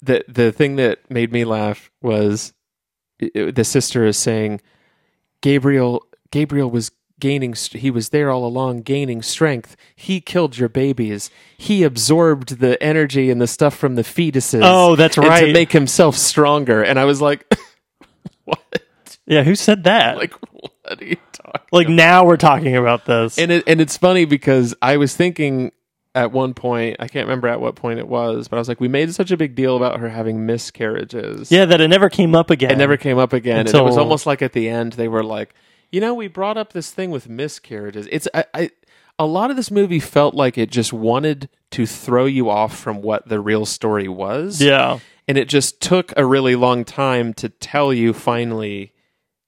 Speaker 2: The the thing that made me laugh was i- i- the sister is saying Gabriel Gabriel was gaining st- he was there all along gaining strength. He killed your babies. He absorbed the energy and the stuff from the fetuses.
Speaker 3: Oh, that's
Speaker 2: and
Speaker 3: right.
Speaker 2: To make himself stronger. And I was like <laughs> what?
Speaker 3: yeah, who said that? Like,
Speaker 2: Like what are you talking?
Speaker 3: now we're talking about this.
Speaker 2: And it, and it's funny because I was thinking at one point, I can't remember at what point it was, but I was like, we made such a big deal about her having miscarriages.
Speaker 3: yeah, that it never came up again.
Speaker 2: It never came up again. and
Speaker 3: Until-
Speaker 2: it was almost like at the end they were like, you know, we brought up this thing with miscarriages. It's I, I a lot of this movie felt like it just wanted to throw you off from what the real story was.
Speaker 3: Yeah.
Speaker 2: And it just took a really long time to tell you finally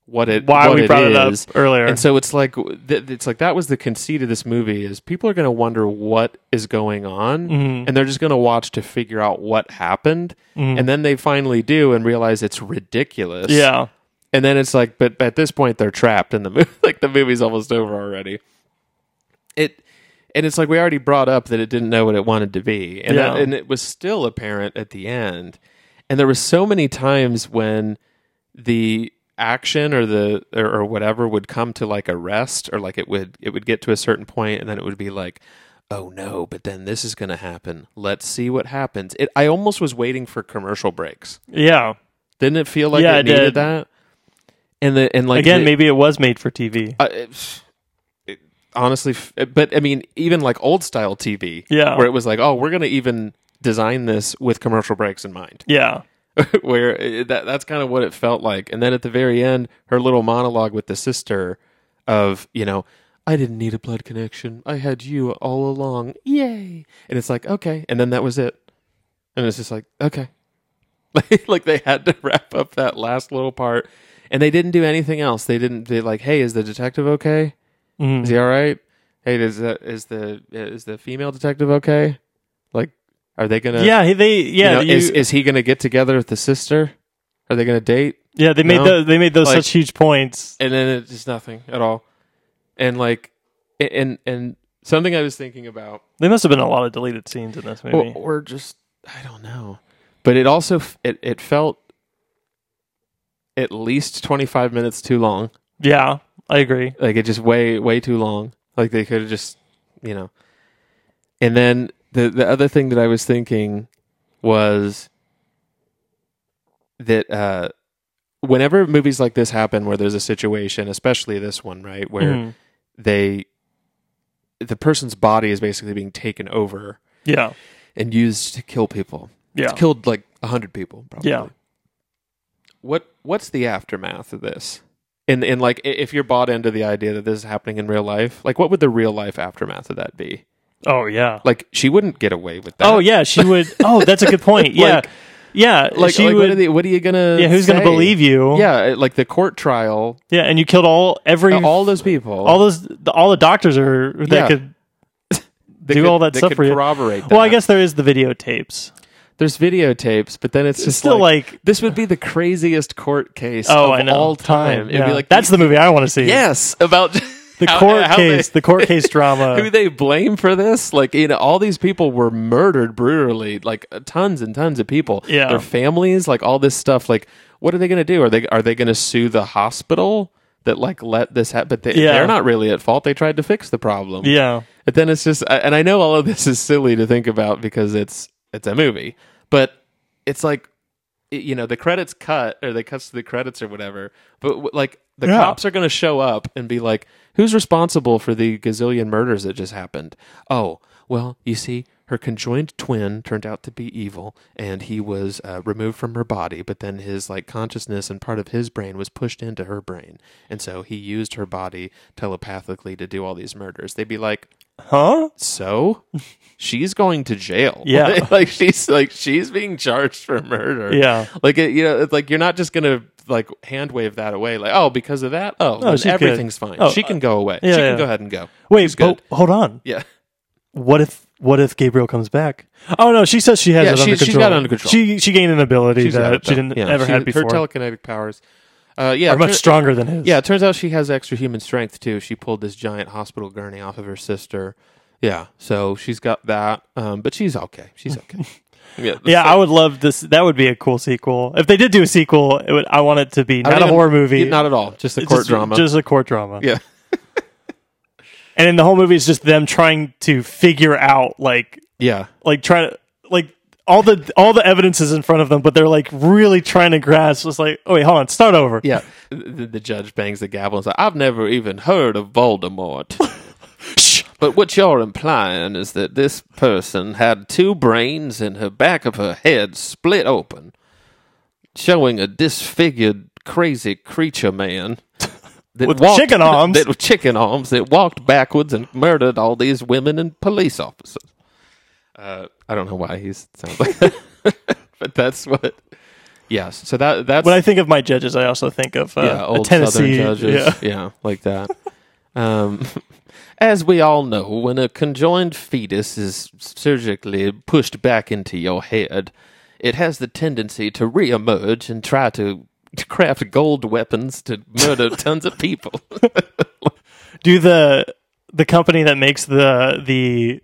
Speaker 2: what it
Speaker 3: Why
Speaker 2: what
Speaker 3: we brought it up
Speaker 2: is.
Speaker 3: earlier.
Speaker 2: And so it's like th- it's like that was the conceit of this movie is people are going to wonder what is going on
Speaker 3: Mm-hmm.
Speaker 2: and they're just going to watch to figure out what happened and then they finally do and realize it's ridiculous.
Speaker 3: Yeah.
Speaker 2: And then it's like but at this point they're trapped and the movie <laughs> like the movie's almost over already. It and it's like we already brought up that it didn't know what it wanted to be and that-
Speaker 3: Yeah.
Speaker 2: and it was still apparent at the end. And there were so many times when the action or the or, or whatever would come to like a rest or like it would it would get to a certain point and then it would be like oh no but then this is going to happen let's see what happens it i almost was waiting for commercial breaks
Speaker 3: Yeah.
Speaker 2: didn't it feel like it,
Speaker 3: Yeah, it
Speaker 2: needed
Speaker 3: did.
Speaker 2: that and the and like
Speaker 3: Again,
Speaker 2: the-
Speaker 3: maybe it was made for TV.
Speaker 2: I- it- it- honestly f- but i mean even like old style tv
Speaker 3: Yeah.
Speaker 2: where it was like oh we're going to even design this with commercial breaks in mind
Speaker 3: yeah.
Speaker 2: <laughs> where it, that that's kind of what it felt like. And then at the very end, her little monologue with the sister of you know, I didn't need a blood connection. I had you all along. Yay! And it's like okay, and then that was it. And it's just like okay, <laughs> like like they had to <laughs> wrap up that last little part, and they didn't do anything else. They didn't be like, hey, is the detective okay? Is he all right? Hey, is the is the is the female detective okay? Like, are they gonna?
Speaker 3: Yeah. he- They. Yeah.
Speaker 2: Uh, you know,
Speaker 3: you-
Speaker 2: is is he going to get together with the sister? Are they going to date?
Speaker 3: yeah. They made
Speaker 2: no,
Speaker 3: those. They made those
Speaker 2: like-
Speaker 3: such huge points.
Speaker 2: And then it's just nothing at all. And like, a- and and something I was thinking about,
Speaker 3: There must have been a lot of deleted scenes in this movie.
Speaker 2: or, or just I don't know, but it also f- it it felt at least twenty five minutes too long.
Speaker 3: yeah, I agree.
Speaker 2: Like it just way way too long. Like they could have just you know. And then the the other thing that I was thinking was that uh whenever movies like this happen where there's a situation, especially this one, right, where
Speaker 3: Mhm.
Speaker 2: they the person's body is basically being taken over
Speaker 3: Yeah.
Speaker 2: and used to kill people.
Speaker 3: Yeah.
Speaker 2: It's killed like a hundred people, probably.
Speaker 3: Oh. Yeah.
Speaker 2: What what's the aftermath of this? And and like i- if you're bought into the idea that this is happening in real life, like what would the real life aftermath of that be?
Speaker 3: Oh yeah.
Speaker 2: Like she wouldn't get away with that.
Speaker 3: Oh yeah,
Speaker 2: <laughs>
Speaker 3: she would. Oh, that's a good point. Yeah,
Speaker 2: Like-
Speaker 3: yeah.
Speaker 2: Like,
Speaker 3: she
Speaker 2: like,
Speaker 3: would.
Speaker 2: what, are they, what are you gonna?
Speaker 3: yeah, who's gonna
Speaker 2: say?
Speaker 3: believe you?
Speaker 2: Yeah, like the court trial,
Speaker 3: yeah. And you killed all every all,
Speaker 2: all those people,
Speaker 3: those the, all the doctors are that
Speaker 2: Yeah.
Speaker 3: could.
Speaker 2: that
Speaker 3: do
Speaker 2: could-
Speaker 3: all that
Speaker 2: that
Speaker 3: stuff
Speaker 2: could
Speaker 3: for you.
Speaker 2: corroborate.
Speaker 3: Well, I
Speaker 2: that.
Speaker 3: guess there is the videotapes.
Speaker 2: there's videotapes, but then it's just
Speaker 3: still like-
Speaker 2: this would be the craziest court case
Speaker 3: Oh,
Speaker 2: of
Speaker 3: I know.
Speaker 2: all time. It'd
Speaker 3: yeah.
Speaker 2: be like
Speaker 3: that's the movie I want to see.
Speaker 2: Yes, about
Speaker 3: <laughs> the
Speaker 2: how-
Speaker 3: court
Speaker 2: how they-
Speaker 3: case, the court
Speaker 2: <laughs>
Speaker 3: case drama.
Speaker 2: who they blame for this? Like, you know, all these people were murdered brutally, like uh, tons and tons of people.
Speaker 3: Yeah.
Speaker 2: their families, like all this stuff. Like, what are they going to do? Are they are they going to sue the hospital that like let this happen? But they,
Speaker 3: Yeah.
Speaker 2: they're not really at fault. They tried to fix the problem.
Speaker 3: yeah,
Speaker 2: But then it's just, I- and I know all of this is silly to think about because it's it's a movie, but it's like it- you know the credits cut or they cuts to the credits or whatever. But w- like the
Speaker 3: Yeah.
Speaker 2: cops are going to show up and be like, "Who's responsible for the gazillion murders that just happened?" Oh, well, you see. Her conjoined twin turned out to be evil, and he was uh, removed from her body. But then his like consciousness and part of his brain was pushed into her brain, and so he used her body telepathically to do all these murders. They'd be like,
Speaker 3: huh?
Speaker 2: so she's going to jail
Speaker 3: Yeah.
Speaker 2: <laughs> like she's like she's being charged for murder
Speaker 3: Yeah.
Speaker 2: like it, you know it's like you're not just gonna like hand wave that away like oh because of that oh then
Speaker 3: she could.
Speaker 2: everything's fine
Speaker 3: Oh,
Speaker 2: she can go away
Speaker 3: yeah,
Speaker 2: she can
Speaker 3: yeah.
Speaker 2: go ahead and go
Speaker 3: Wait,
Speaker 2: She's good.
Speaker 3: but hold on.
Speaker 2: yeah
Speaker 3: What if what if Gabriel comes back? Oh no, she says she has
Speaker 2: Yeah,
Speaker 3: it under
Speaker 2: she- she's
Speaker 3: control.
Speaker 2: got it under control.
Speaker 3: She she gained an ability
Speaker 2: She's got
Speaker 3: that
Speaker 2: it,
Speaker 3: she
Speaker 2: though.
Speaker 3: didn't
Speaker 2: Yeah,
Speaker 3: ever
Speaker 2: she-
Speaker 3: had before.
Speaker 2: Her telekinetic powers. Uh, yeah,
Speaker 3: are much
Speaker 2: tur-
Speaker 3: stronger than his.
Speaker 2: Yeah, it turns out she has extra human strength too. She pulled this giant hospital gurney off of her sister. Yeah, so she's got that, um, but she's okay. She's
Speaker 3: <laughs>
Speaker 2: okay. yeah,
Speaker 3: Yeah, I would love this. That would be a cool sequel. If they did do a sequel, it would, I want it to be
Speaker 2: I
Speaker 3: not a
Speaker 2: don't
Speaker 3: horror
Speaker 2: even-
Speaker 3: movie,
Speaker 2: Not at all. Just a
Speaker 3: It's
Speaker 2: court
Speaker 3: just,
Speaker 2: drama.
Speaker 3: just a court drama.
Speaker 2: yeah,
Speaker 3: And then the whole movie is just them trying to figure out, like,
Speaker 2: yeah.
Speaker 3: like trying to, like all the all the evidence is in front of them, but they're like really trying to grasp. It's like, oh wait, hold on, start over.
Speaker 2: Yeah, <laughs> the, the judge bangs the gavel and says, "I've never even heard of Voldemort."
Speaker 3: <laughs> Shh.
Speaker 2: But what you're implying is that this person had two brains and her back of her head split open, showing a disfigured, crazy creature
Speaker 3: <laughs>
Speaker 2: man that
Speaker 3: With chicken arms.
Speaker 2: <laughs> That with chicken arms that walked backwards and murdered all these women and police officers. Uh, I don't know why he sounds like <laughs> that, but that's what. Yes, so that that's
Speaker 3: When I think of my judges, I also think of uh,
Speaker 2: yeah,
Speaker 3: a
Speaker 2: old
Speaker 3: Tennessee.
Speaker 2: Southern
Speaker 3: Yeah.
Speaker 2: judges, <laughs> yeah, like that. um, <laughs> as we all know, when a conjoined fetus is surgically pushed back into your head, it has the tendency to reemerge and try to craft gold weapons to <laughs> murder tons of people.
Speaker 3: do the the company that makes the the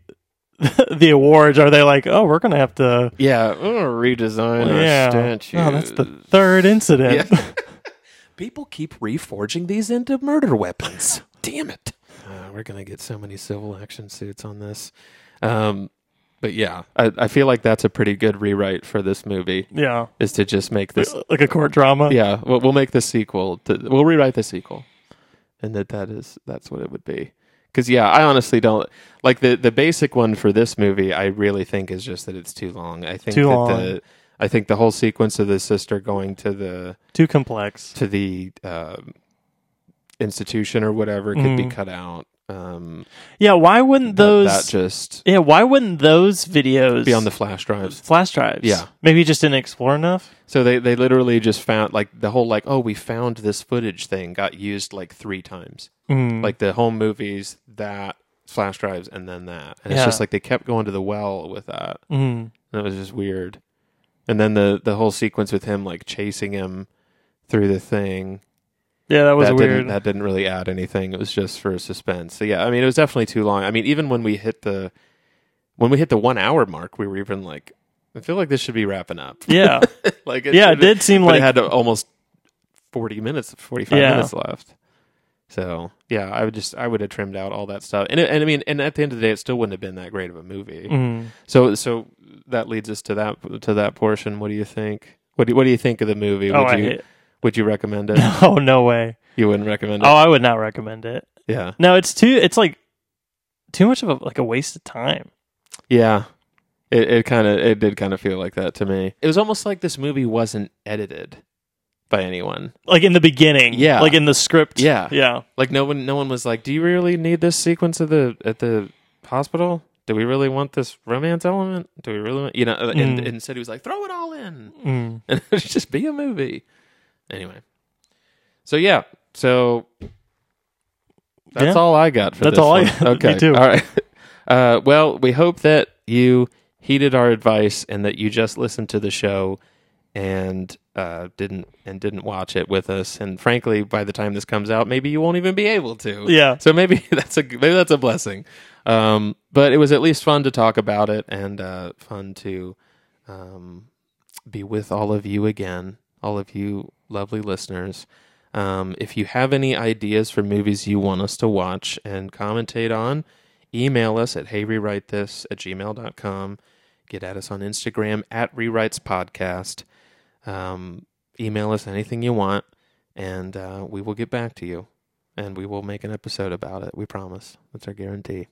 Speaker 3: <laughs> the awards are they like oh we're gonna have to
Speaker 2: yeah, oh, redesign our
Speaker 3: yeah
Speaker 2: statues.
Speaker 3: oh that's the third incident
Speaker 2: Yeah. People keep reforging these into murder <gasps> weapons. Damn it. Uh, we're going to get so many civil action suits on this. Um, but yeah, I, I feel like that's a pretty good rewrite for this movie
Speaker 3: <laughs> yeah,
Speaker 2: is to just make this.
Speaker 3: like a court drama
Speaker 2: Yeah, we'll, we'll make the sequel. To, we'll rewrite the sequel. And that that is that's what it would be. Cuz yeah, I honestly don't like the the basic one for this movie I really think is just that it's too long. I think
Speaker 3: Too
Speaker 2: that
Speaker 3: long.
Speaker 2: the I think the whole sequence of the sister going to the
Speaker 3: too complex
Speaker 2: to the uh, institution or whatever could be cut out. Um,
Speaker 3: yeah why wouldn't
Speaker 2: but
Speaker 3: Mm. those
Speaker 2: that just
Speaker 3: yeah why wouldn't those videos
Speaker 2: be on the flash drives.
Speaker 3: flash drives
Speaker 2: Yeah.
Speaker 3: maybe you just didn't explore enough
Speaker 2: So they they literally just found like the whole like oh we found this footage thing got used like three times.
Speaker 3: Mm.
Speaker 2: Like the home movies that flash drives and then that and
Speaker 3: Yeah.
Speaker 2: it's just like they kept going to the well with that. Mm. And it was just weird. And then the the whole sequence with him like chasing him through the thing
Speaker 3: yeah that was
Speaker 2: that
Speaker 3: weird
Speaker 2: Didn't, that didn't really add anything. It was just for suspense. So yeah, I mean, it was definitely too long. I mean, even when we hit the when we hit the one hour mark, we were even like, I feel like this should be wrapping up.
Speaker 3: <laughs>
Speaker 2: <laughs>
Speaker 3: yeah
Speaker 2: like,
Speaker 3: Yeah,
Speaker 2: should-
Speaker 3: it did seem
Speaker 2: but
Speaker 3: like-
Speaker 2: it had almost forty minutes, forty five
Speaker 3: Yeah.
Speaker 2: minutes left. So yeah, I would just I would have trimmed out all that stuff, and it, and I mean, and at the end of the day, it still wouldn't have been that great of a movie.
Speaker 3: Mm-hmm.
Speaker 2: So so that leads us to that to that portion. What do you think? What do, what do you think of the movie?
Speaker 3: Oh,
Speaker 2: would
Speaker 3: I
Speaker 2: you
Speaker 3: hate-
Speaker 2: would you recommend it?
Speaker 3: oh no way
Speaker 2: You wouldn't recommend it?
Speaker 3: oh i would not recommend it
Speaker 2: Yeah.
Speaker 3: no it's too it's like too much of a like a waste of time
Speaker 2: Yeah. It it kind of it did kind of feel like that to me. It was almost like this movie wasn't edited by anyone.
Speaker 3: like in the beginning.
Speaker 2: Yeah.
Speaker 3: Like in the script.
Speaker 2: Yeah.
Speaker 3: Yeah.
Speaker 2: Like no one no one was like, "Do you really need this sequence of the at the hospital? Do we really want this romance element? Do we really want, you know, and,
Speaker 3: Mm.
Speaker 2: and instead he was like, "Throw it all in."
Speaker 3: Mm.
Speaker 2: <laughs> And it should just be a movie. Anyway. So yeah. So That's
Speaker 3: Yeah.
Speaker 2: all I got for
Speaker 3: That's
Speaker 2: this
Speaker 3: all I-
Speaker 2: one.
Speaker 3: <laughs> me
Speaker 2: Okay.
Speaker 3: too.
Speaker 2: All right. <laughs> Uh, well, we hope that you heeded our advice and that you just listened to the show and uh, didn't and didn't watch it with us. And frankly, by the time this comes out, maybe you won't even be able to.
Speaker 3: Yeah.
Speaker 2: So maybe <laughs> that's a maybe that's a blessing. Um, but it was at least fun to talk about it and uh, fun to um, be with all of you again, all of you lovely listeners. Um, if you have any ideas for movies you want us to watch and commentate on, email us at heyrewritethis at gmail.com. Get at us on Instagram at Rewrites Podcast. Um, email us anything you want, and uh, we will get back to you. And we will make an episode about it. We promise. That's our guarantee.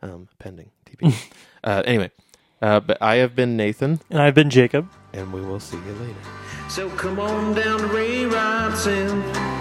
Speaker 2: Um, pending TP. uh, anyway, uh, but I have been Nathan,
Speaker 3: And I've been Jacob.
Speaker 2: and we will see you later.
Speaker 1: So come on down to rewrites and